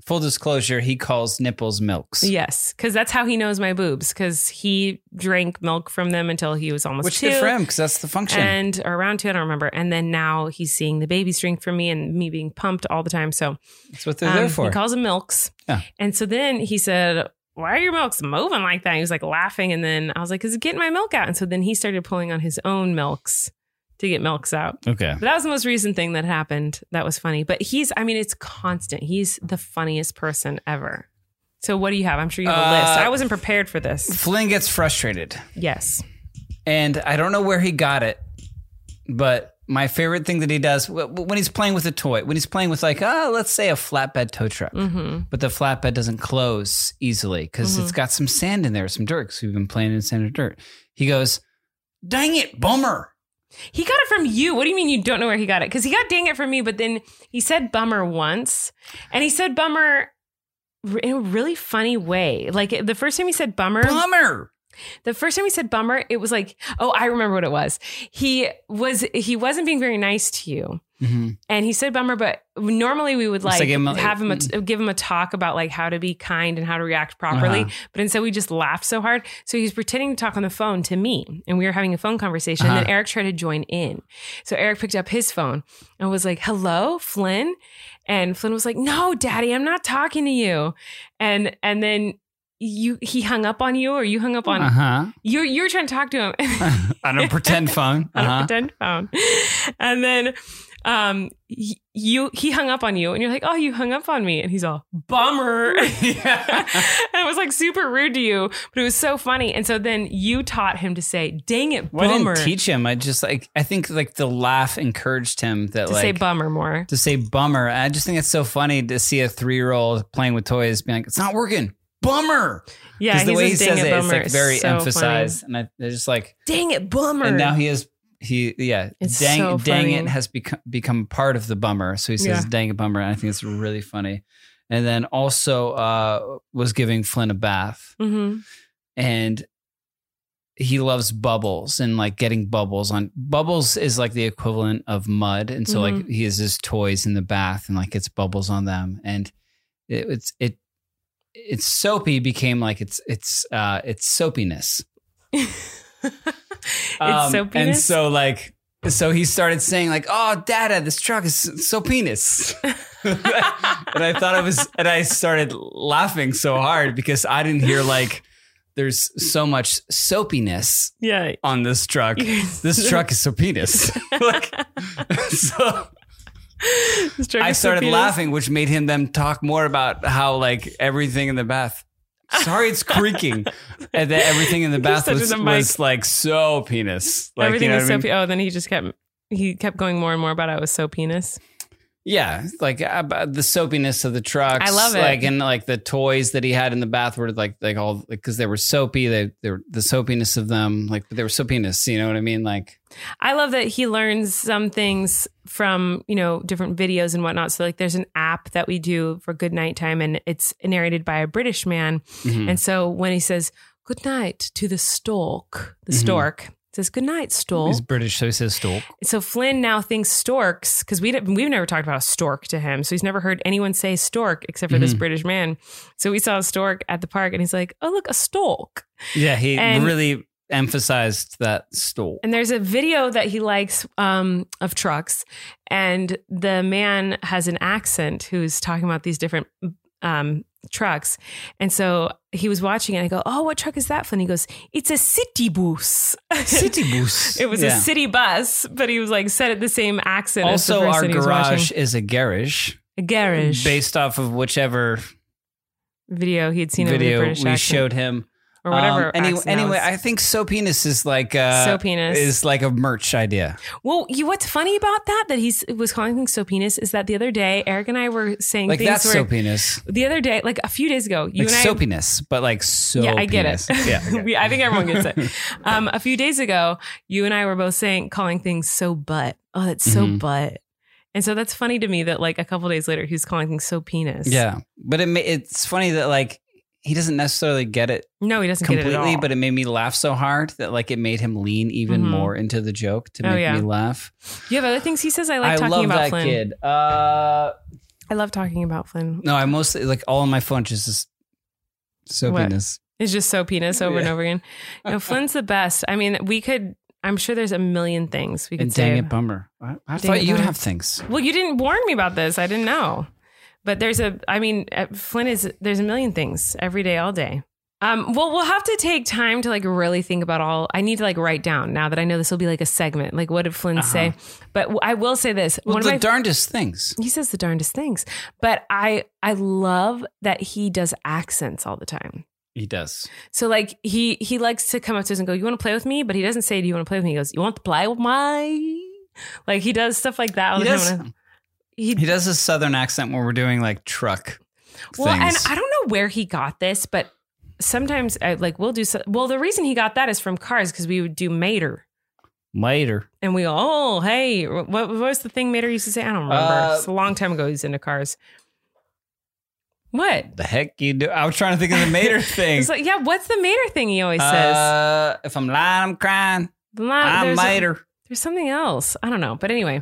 [SPEAKER 2] full disclosure, he calls nipples milks.
[SPEAKER 1] yes, because that's how he knows my boobs. Because he drank milk from them until he was almost
[SPEAKER 2] Which
[SPEAKER 1] two,
[SPEAKER 2] good for him because that's the function.
[SPEAKER 1] and or around two, I don't remember. And then now he's seeing the babies drink from me and me being pumped all the time. So
[SPEAKER 2] that's what they're
[SPEAKER 1] um,
[SPEAKER 2] there for.
[SPEAKER 1] he calls them milks.
[SPEAKER 2] Yeah.
[SPEAKER 1] And so then he said, "Why are your milks moving like that?" he was like laughing, and then I was like, "Cause it's getting my milk out." And so then he started pulling on his own milks to get milks out.
[SPEAKER 2] okay.
[SPEAKER 1] But that was the most recent thing that happened. That was funny. But he's, I mean, it's constant. He's the funniest person ever. So what do you have? I'm sure you have a
[SPEAKER 2] Uh,
[SPEAKER 1] list. I wasn't prepared for this.
[SPEAKER 2] Flynn gets frustrated.
[SPEAKER 1] Yes.
[SPEAKER 2] And I don't know where he got it, but my favorite thing that he does wh- wh- when he's playing with a toy, when he's playing with like, ah, let's say a flatbed tow truck,
[SPEAKER 1] Mm-hmm.
[SPEAKER 2] but the flatbed doesn't close easily because it's got some sand in there, some dirt, because we've been playing in sand and dirt. He goes, dang it, bummer.
[SPEAKER 1] He got it from you. What do you mean you don't know where he got it? Because he got dang it from me, but then he said bummer once, and he said bummer r- in a really funny way. Like the first time he said bummer,
[SPEAKER 2] Bummer.
[SPEAKER 1] the first time he said bummer, it was like, oh, I remember what it was. He was he wasn't being very nice to you.
[SPEAKER 2] Mhm.
[SPEAKER 1] and he said bummer but normally we would
[SPEAKER 2] Just
[SPEAKER 1] like
[SPEAKER 2] to give him mm. a-
[SPEAKER 1] have him a, give him a talk about like how to be kind and how to react properly
[SPEAKER 2] Uh-huh.
[SPEAKER 1] but instead we just laughed so hard so he was pretending to talk on the phone to me and we were having a phone conversation and then
[SPEAKER 2] Uh-huh.
[SPEAKER 1] eric tried to join in so eric picked up his phone and was like hello flynn and flynn was like no daddy i'm not talking to you and and then you he hung up on you or you hung up on
[SPEAKER 2] Uh huh.
[SPEAKER 1] you you were trying to talk to him
[SPEAKER 2] on a pretend phone.
[SPEAKER 1] on
[SPEAKER 2] Uh-huh.
[SPEAKER 1] a pretend phone. And then um y- you he hung up on you and you're like, "Oh, you hung up on me." And he's all, "Bummer." and it was like super rude to you, but it was so funny. And so then you taught him to say, "Dang it,
[SPEAKER 2] Well, I
[SPEAKER 1] bummer."
[SPEAKER 2] didn't teach him. I just like I think like the laugh encouraged him that
[SPEAKER 1] to
[SPEAKER 2] like
[SPEAKER 1] say bummer more.
[SPEAKER 2] to say bummer. I just think it's so funny to see a three year old playing with toys being like, it's not working. Bummer.
[SPEAKER 1] Yeah,
[SPEAKER 2] the
[SPEAKER 1] he's
[SPEAKER 2] way he
[SPEAKER 1] like, "Dang
[SPEAKER 2] says
[SPEAKER 1] it,
[SPEAKER 2] it, it's
[SPEAKER 1] bummer."
[SPEAKER 2] like very
[SPEAKER 1] so
[SPEAKER 2] emphasized, and I, they're just like,
[SPEAKER 1] funny. "Dang it, bummer."
[SPEAKER 2] and now he is he yeah,
[SPEAKER 1] It's
[SPEAKER 2] dang
[SPEAKER 1] so
[SPEAKER 2] dang
[SPEAKER 1] funny.
[SPEAKER 2] it has become become part of the bummer. So he says
[SPEAKER 1] Yeah.
[SPEAKER 2] dang it bummer, and I think it's really funny. And then also uh, was giving Flynn a bath
[SPEAKER 1] Mhm.
[SPEAKER 2] and he loves bubbles and like getting bubbles on bubbles is like the equivalent of mud and so like he has his toys in the bath and like gets bubbles on them and it, it's it it's soapy became like it's it's uh it's soapiness
[SPEAKER 1] it's
[SPEAKER 2] Um,
[SPEAKER 1] so
[SPEAKER 2] and
[SPEAKER 1] penis.
[SPEAKER 2] so like so he started saying like oh dada this truck is soapiness and i thought it was and i started laughing so hard because i didn't hear like there's so much soapiness
[SPEAKER 1] yeah.
[SPEAKER 2] on this truck.
[SPEAKER 1] Yes.
[SPEAKER 2] this truck is so penis. like, so I started laughing, which made him then talk more about how like everything in the bath. Sorry, it's creaking, and that everything in the bath
[SPEAKER 1] touching
[SPEAKER 2] was,
[SPEAKER 1] the mic.
[SPEAKER 2] was like so penis. Like,
[SPEAKER 1] Everything
[SPEAKER 2] you know
[SPEAKER 1] was
[SPEAKER 2] what I
[SPEAKER 1] so.
[SPEAKER 2] mean?
[SPEAKER 1] Pe- oh, then he just kept he kept going more and more about I was so penis.
[SPEAKER 2] Yeah, like about the soapiness of the trucks.
[SPEAKER 1] I love it.
[SPEAKER 2] Like and like the toys that he had in the bath were like like all because they were soapy. They they were the soapiness of them. Like but they were soapiness. You know what I mean? Like
[SPEAKER 1] I love that he learns some things from, you know, different videos and whatnot. So like there's an app that we do for good night time and it's narrated by a British man.
[SPEAKER 2] mhm.
[SPEAKER 1] And so when he says good night to the stork, the
[SPEAKER 2] Mhm.
[SPEAKER 1] stork says good night stork.
[SPEAKER 2] he's British, so he says stork.
[SPEAKER 1] So Flynn now thinks storks because we didn't- we've never talked about a stork to him, so he's never heard anyone say stork except for this
[SPEAKER 2] Mhm.
[SPEAKER 1] British man. So we saw a stork at the park, and he's like, "Oh look, a stork!"
[SPEAKER 2] Yeah, he
[SPEAKER 1] And-
[SPEAKER 2] really emphasized that stork.
[SPEAKER 1] And there's a video that he likes um, of trucks, and the man has an accent who's talking about these different um, trucks, and so he was watching it. And I go, "Oh, what truck is that?" Flynn he goes, "It's a city bus."
[SPEAKER 2] City bus.
[SPEAKER 1] It was
[SPEAKER 2] Yeah.
[SPEAKER 1] a city bus, but he was like said it the same accent. as the
[SPEAKER 2] Also, our
[SPEAKER 1] person he was watching.
[SPEAKER 2] garage is a garage,
[SPEAKER 1] A garage
[SPEAKER 2] based off of whichever
[SPEAKER 1] video he had seen over the
[SPEAKER 2] video we
[SPEAKER 1] British accent
[SPEAKER 2] showed him.
[SPEAKER 1] or whatever.
[SPEAKER 2] Um, any-
[SPEAKER 1] accent that
[SPEAKER 2] anyway,
[SPEAKER 1] was.
[SPEAKER 2] I think so penis is like uh,
[SPEAKER 1] So penis.
[SPEAKER 2] is like a merch idea.
[SPEAKER 1] well, you what's funny about that that he was calling things so penis is that the other day Eric and I were saying
[SPEAKER 2] Like
[SPEAKER 1] things
[SPEAKER 2] that's
[SPEAKER 1] where
[SPEAKER 2] so penis.
[SPEAKER 1] the other day, like a few days ago, you
[SPEAKER 2] like
[SPEAKER 1] and I
[SPEAKER 2] soapiness, but like so.
[SPEAKER 1] yeah, I get
[SPEAKER 2] penis.
[SPEAKER 1] it.
[SPEAKER 2] Yeah, okay.
[SPEAKER 1] We- I think everyone gets it. Um, a few days ago, you and I were both saying calling things so butt. Oh, that's so
[SPEAKER 2] Mhm.
[SPEAKER 1] butt. And so that's funny to me that like a couple days later he was calling things so penis.
[SPEAKER 2] yeah, but it ma- it's funny that like he doesn't necessarily get it
[SPEAKER 1] No, he doesn't
[SPEAKER 2] completely,
[SPEAKER 1] get it at all.
[SPEAKER 2] but it made me laugh so hard that like it made him lean even
[SPEAKER 1] Mhm.
[SPEAKER 2] more into the joke to
[SPEAKER 1] Oh,
[SPEAKER 2] make
[SPEAKER 1] yeah.
[SPEAKER 2] me laugh.
[SPEAKER 1] you have other things he says I like
[SPEAKER 2] I
[SPEAKER 1] talking
[SPEAKER 2] love
[SPEAKER 1] about
[SPEAKER 2] that
[SPEAKER 1] Flynn.
[SPEAKER 2] kid. Uh,
[SPEAKER 1] I love talking about Flynn.
[SPEAKER 2] no, I mostly like all on my phone just is
[SPEAKER 1] What?
[SPEAKER 2] soapiness.
[SPEAKER 1] It's just so penis over and
[SPEAKER 2] Yeah.
[SPEAKER 1] over again. No, Flynn's the best. I mean, we could. I'm sure there's a million things we could
[SPEAKER 2] And dang
[SPEAKER 1] say.
[SPEAKER 2] it, bummer. I, I
[SPEAKER 1] Dang
[SPEAKER 2] thought
[SPEAKER 1] it,
[SPEAKER 2] you'd
[SPEAKER 1] bummer.
[SPEAKER 2] have things.
[SPEAKER 1] well, you didn't warn me about this. I didn't know. But there's a. I mean, uh, Flynn is. There's a million things every day, all day. Um, well, we'll have to take time to like really think about all. I need to like write down now that I know this will be like a segment. Like, what did Flynn say? But w- I will say this.
[SPEAKER 2] Uh-huh. Well,
[SPEAKER 1] One
[SPEAKER 2] the
[SPEAKER 1] of my
[SPEAKER 2] darndest things.
[SPEAKER 1] he says the darndest things. But I I love that he does accents all the time.
[SPEAKER 2] He does.
[SPEAKER 1] So like he he likes to come up to us and go, "You want to play with me?" But he doesn't say, "Do you want to play with me?" He goes, "You want to play with my?" Like he does stuff like that all
[SPEAKER 2] He
[SPEAKER 1] the
[SPEAKER 2] does,
[SPEAKER 1] time. He,
[SPEAKER 2] he does a southern accent when we're doing like truck.
[SPEAKER 1] well, and
[SPEAKER 2] things.
[SPEAKER 1] I don't know where he got this, but sometimes I, like we'll do. So, well, the reason he got that is from Cars because we would do Mater.
[SPEAKER 2] later.
[SPEAKER 1] And we go, oh, hey, what, what was the thing Mater used to say? I don't remember.
[SPEAKER 2] Uh,
[SPEAKER 1] it's a long time ago. He's into cars. What?
[SPEAKER 2] The heck you do? I was trying to think of the Mater thing.
[SPEAKER 1] It's like, yeah, what's the Mater thing he always says?
[SPEAKER 2] Uh, if I'm lying, I'm crying.
[SPEAKER 1] Not-
[SPEAKER 2] I'm
[SPEAKER 1] there's a-
[SPEAKER 2] Mater.
[SPEAKER 1] There's something else. I don't know. But anyway,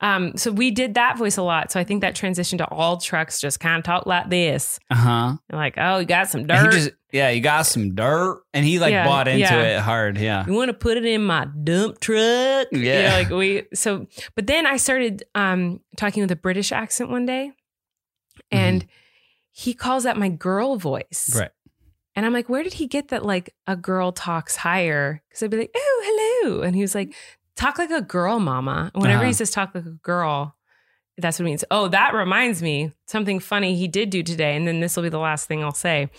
[SPEAKER 1] um, so we did that voice a lot. So I think that transitioned to all trucks just kind of talk like this.
[SPEAKER 2] Uh huh.
[SPEAKER 1] Like, oh, you got some
[SPEAKER 2] He
[SPEAKER 1] dirt.
[SPEAKER 2] just yeah, you got some dirt, and he like
[SPEAKER 1] Yeah,
[SPEAKER 2] bought into
[SPEAKER 1] yeah.
[SPEAKER 2] it hard. Yeah.
[SPEAKER 1] you want to put it in my dump truck? You know,
[SPEAKER 2] Yeah.
[SPEAKER 1] like we, so, but then I started um, talking with a British accent one day and
[SPEAKER 2] Mm-hmm.
[SPEAKER 1] he calls that my girl voice.
[SPEAKER 2] Right.
[SPEAKER 1] And I'm like, where did he get that? Like a girl talks higher. Cause I'd be like, oh, hello. And he was like, talk like a girl, mama. And Whenever he
[SPEAKER 2] Uh-huh.
[SPEAKER 1] says talk like a girl, that's what it means. Oh, that reminds me something funny he did do today. And then this will be the last thing I'll say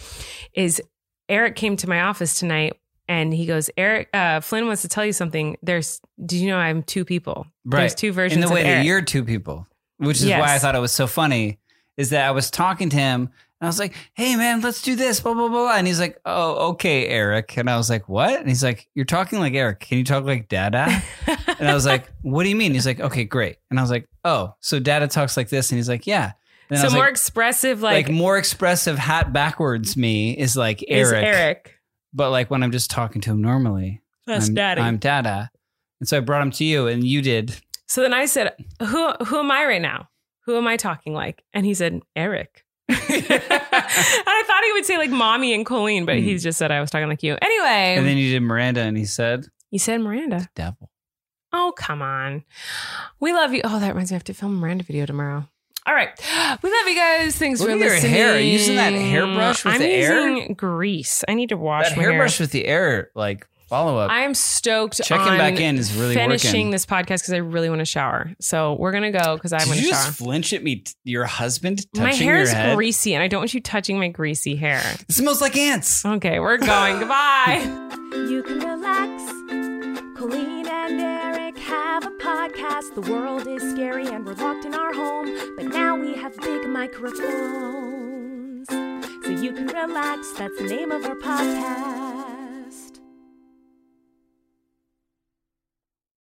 [SPEAKER 1] is Eric came to my office tonight and he goes, Eric, uh, Flynn wants to tell you something. There's, do you know I'm two people? There's
[SPEAKER 2] Right.
[SPEAKER 1] two
[SPEAKER 2] In
[SPEAKER 1] versions
[SPEAKER 2] the
[SPEAKER 1] of
[SPEAKER 2] way that
[SPEAKER 1] Eric.
[SPEAKER 2] you're two people, which is why I
[SPEAKER 1] Yes.
[SPEAKER 2] thought it was so funny, is that I was talking to him and I was like, "Hey man, let's do this." Blah blah blah. blah. And he's like, "Oh, okay, Eric." And I was like, "What?" And he's like, "You're talking like Eric. Can you talk like Dada?" And I was like, "What do you mean?" He's like, "Okay, great." And I was like, "Oh, so Dada talks like this?" And he's like, "Yeah." And I
[SPEAKER 1] so
[SPEAKER 2] was
[SPEAKER 1] more
[SPEAKER 2] like,
[SPEAKER 1] expressive,
[SPEAKER 2] like,
[SPEAKER 1] like,
[SPEAKER 2] more expressive hat backwards me is like
[SPEAKER 1] is
[SPEAKER 2] Eric,
[SPEAKER 1] Eric.
[SPEAKER 2] but like when I'm just talking to him normally,
[SPEAKER 1] That's
[SPEAKER 2] I'm,
[SPEAKER 1] daddy.
[SPEAKER 2] I'm Dada, and so I brought him to you, and you did.
[SPEAKER 1] So then I said, "Who who am I right now? Who am I talking like?" And he said, "Eric." and I thought he would say like "mommy" and Colleen, but he just said I was talking like you. Anyway,
[SPEAKER 2] Hmm. And then you did Miranda, and he said,
[SPEAKER 1] you said Miranda.
[SPEAKER 2] "Devil."
[SPEAKER 1] Oh come on, we love you. Oh, that reminds me, I have to film a Miranda video tomorrow. All right, we love you guys. Thanks
[SPEAKER 2] Look
[SPEAKER 1] for
[SPEAKER 2] at your
[SPEAKER 1] listening.
[SPEAKER 2] hair. Are you using that hairbrush with
[SPEAKER 1] I'm
[SPEAKER 2] the air?
[SPEAKER 1] using grease. I need to wash
[SPEAKER 2] that
[SPEAKER 1] my hair.
[SPEAKER 2] hairbrush with the air, like Follow up.
[SPEAKER 4] I am stoked.
[SPEAKER 2] Checking
[SPEAKER 4] on
[SPEAKER 2] back in is really
[SPEAKER 4] finishing
[SPEAKER 2] working.
[SPEAKER 4] this podcast because I really want to shower. So we're gonna go because I'm
[SPEAKER 2] Did
[SPEAKER 4] gonna
[SPEAKER 2] you
[SPEAKER 4] shower.
[SPEAKER 2] just flinch at me? t- your husband touching
[SPEAKER 4] My hair
[SPEAKER 2] your
[SPEAKER 4] is
[SPEAKER 2] head.
[SPEAKER 4] greasy, and I don't want you touching my greasy hair.
[SPEAKER 2] It smells like ants.
[SPEAKER 4] Okay, we're going. Goodbye.
[SPEAKER 1] You can relax. Colleen and Eric have a podcast. The world is scary and we're locked in our home, but now we have big microphones. So you can relax. That's the name of our podcast.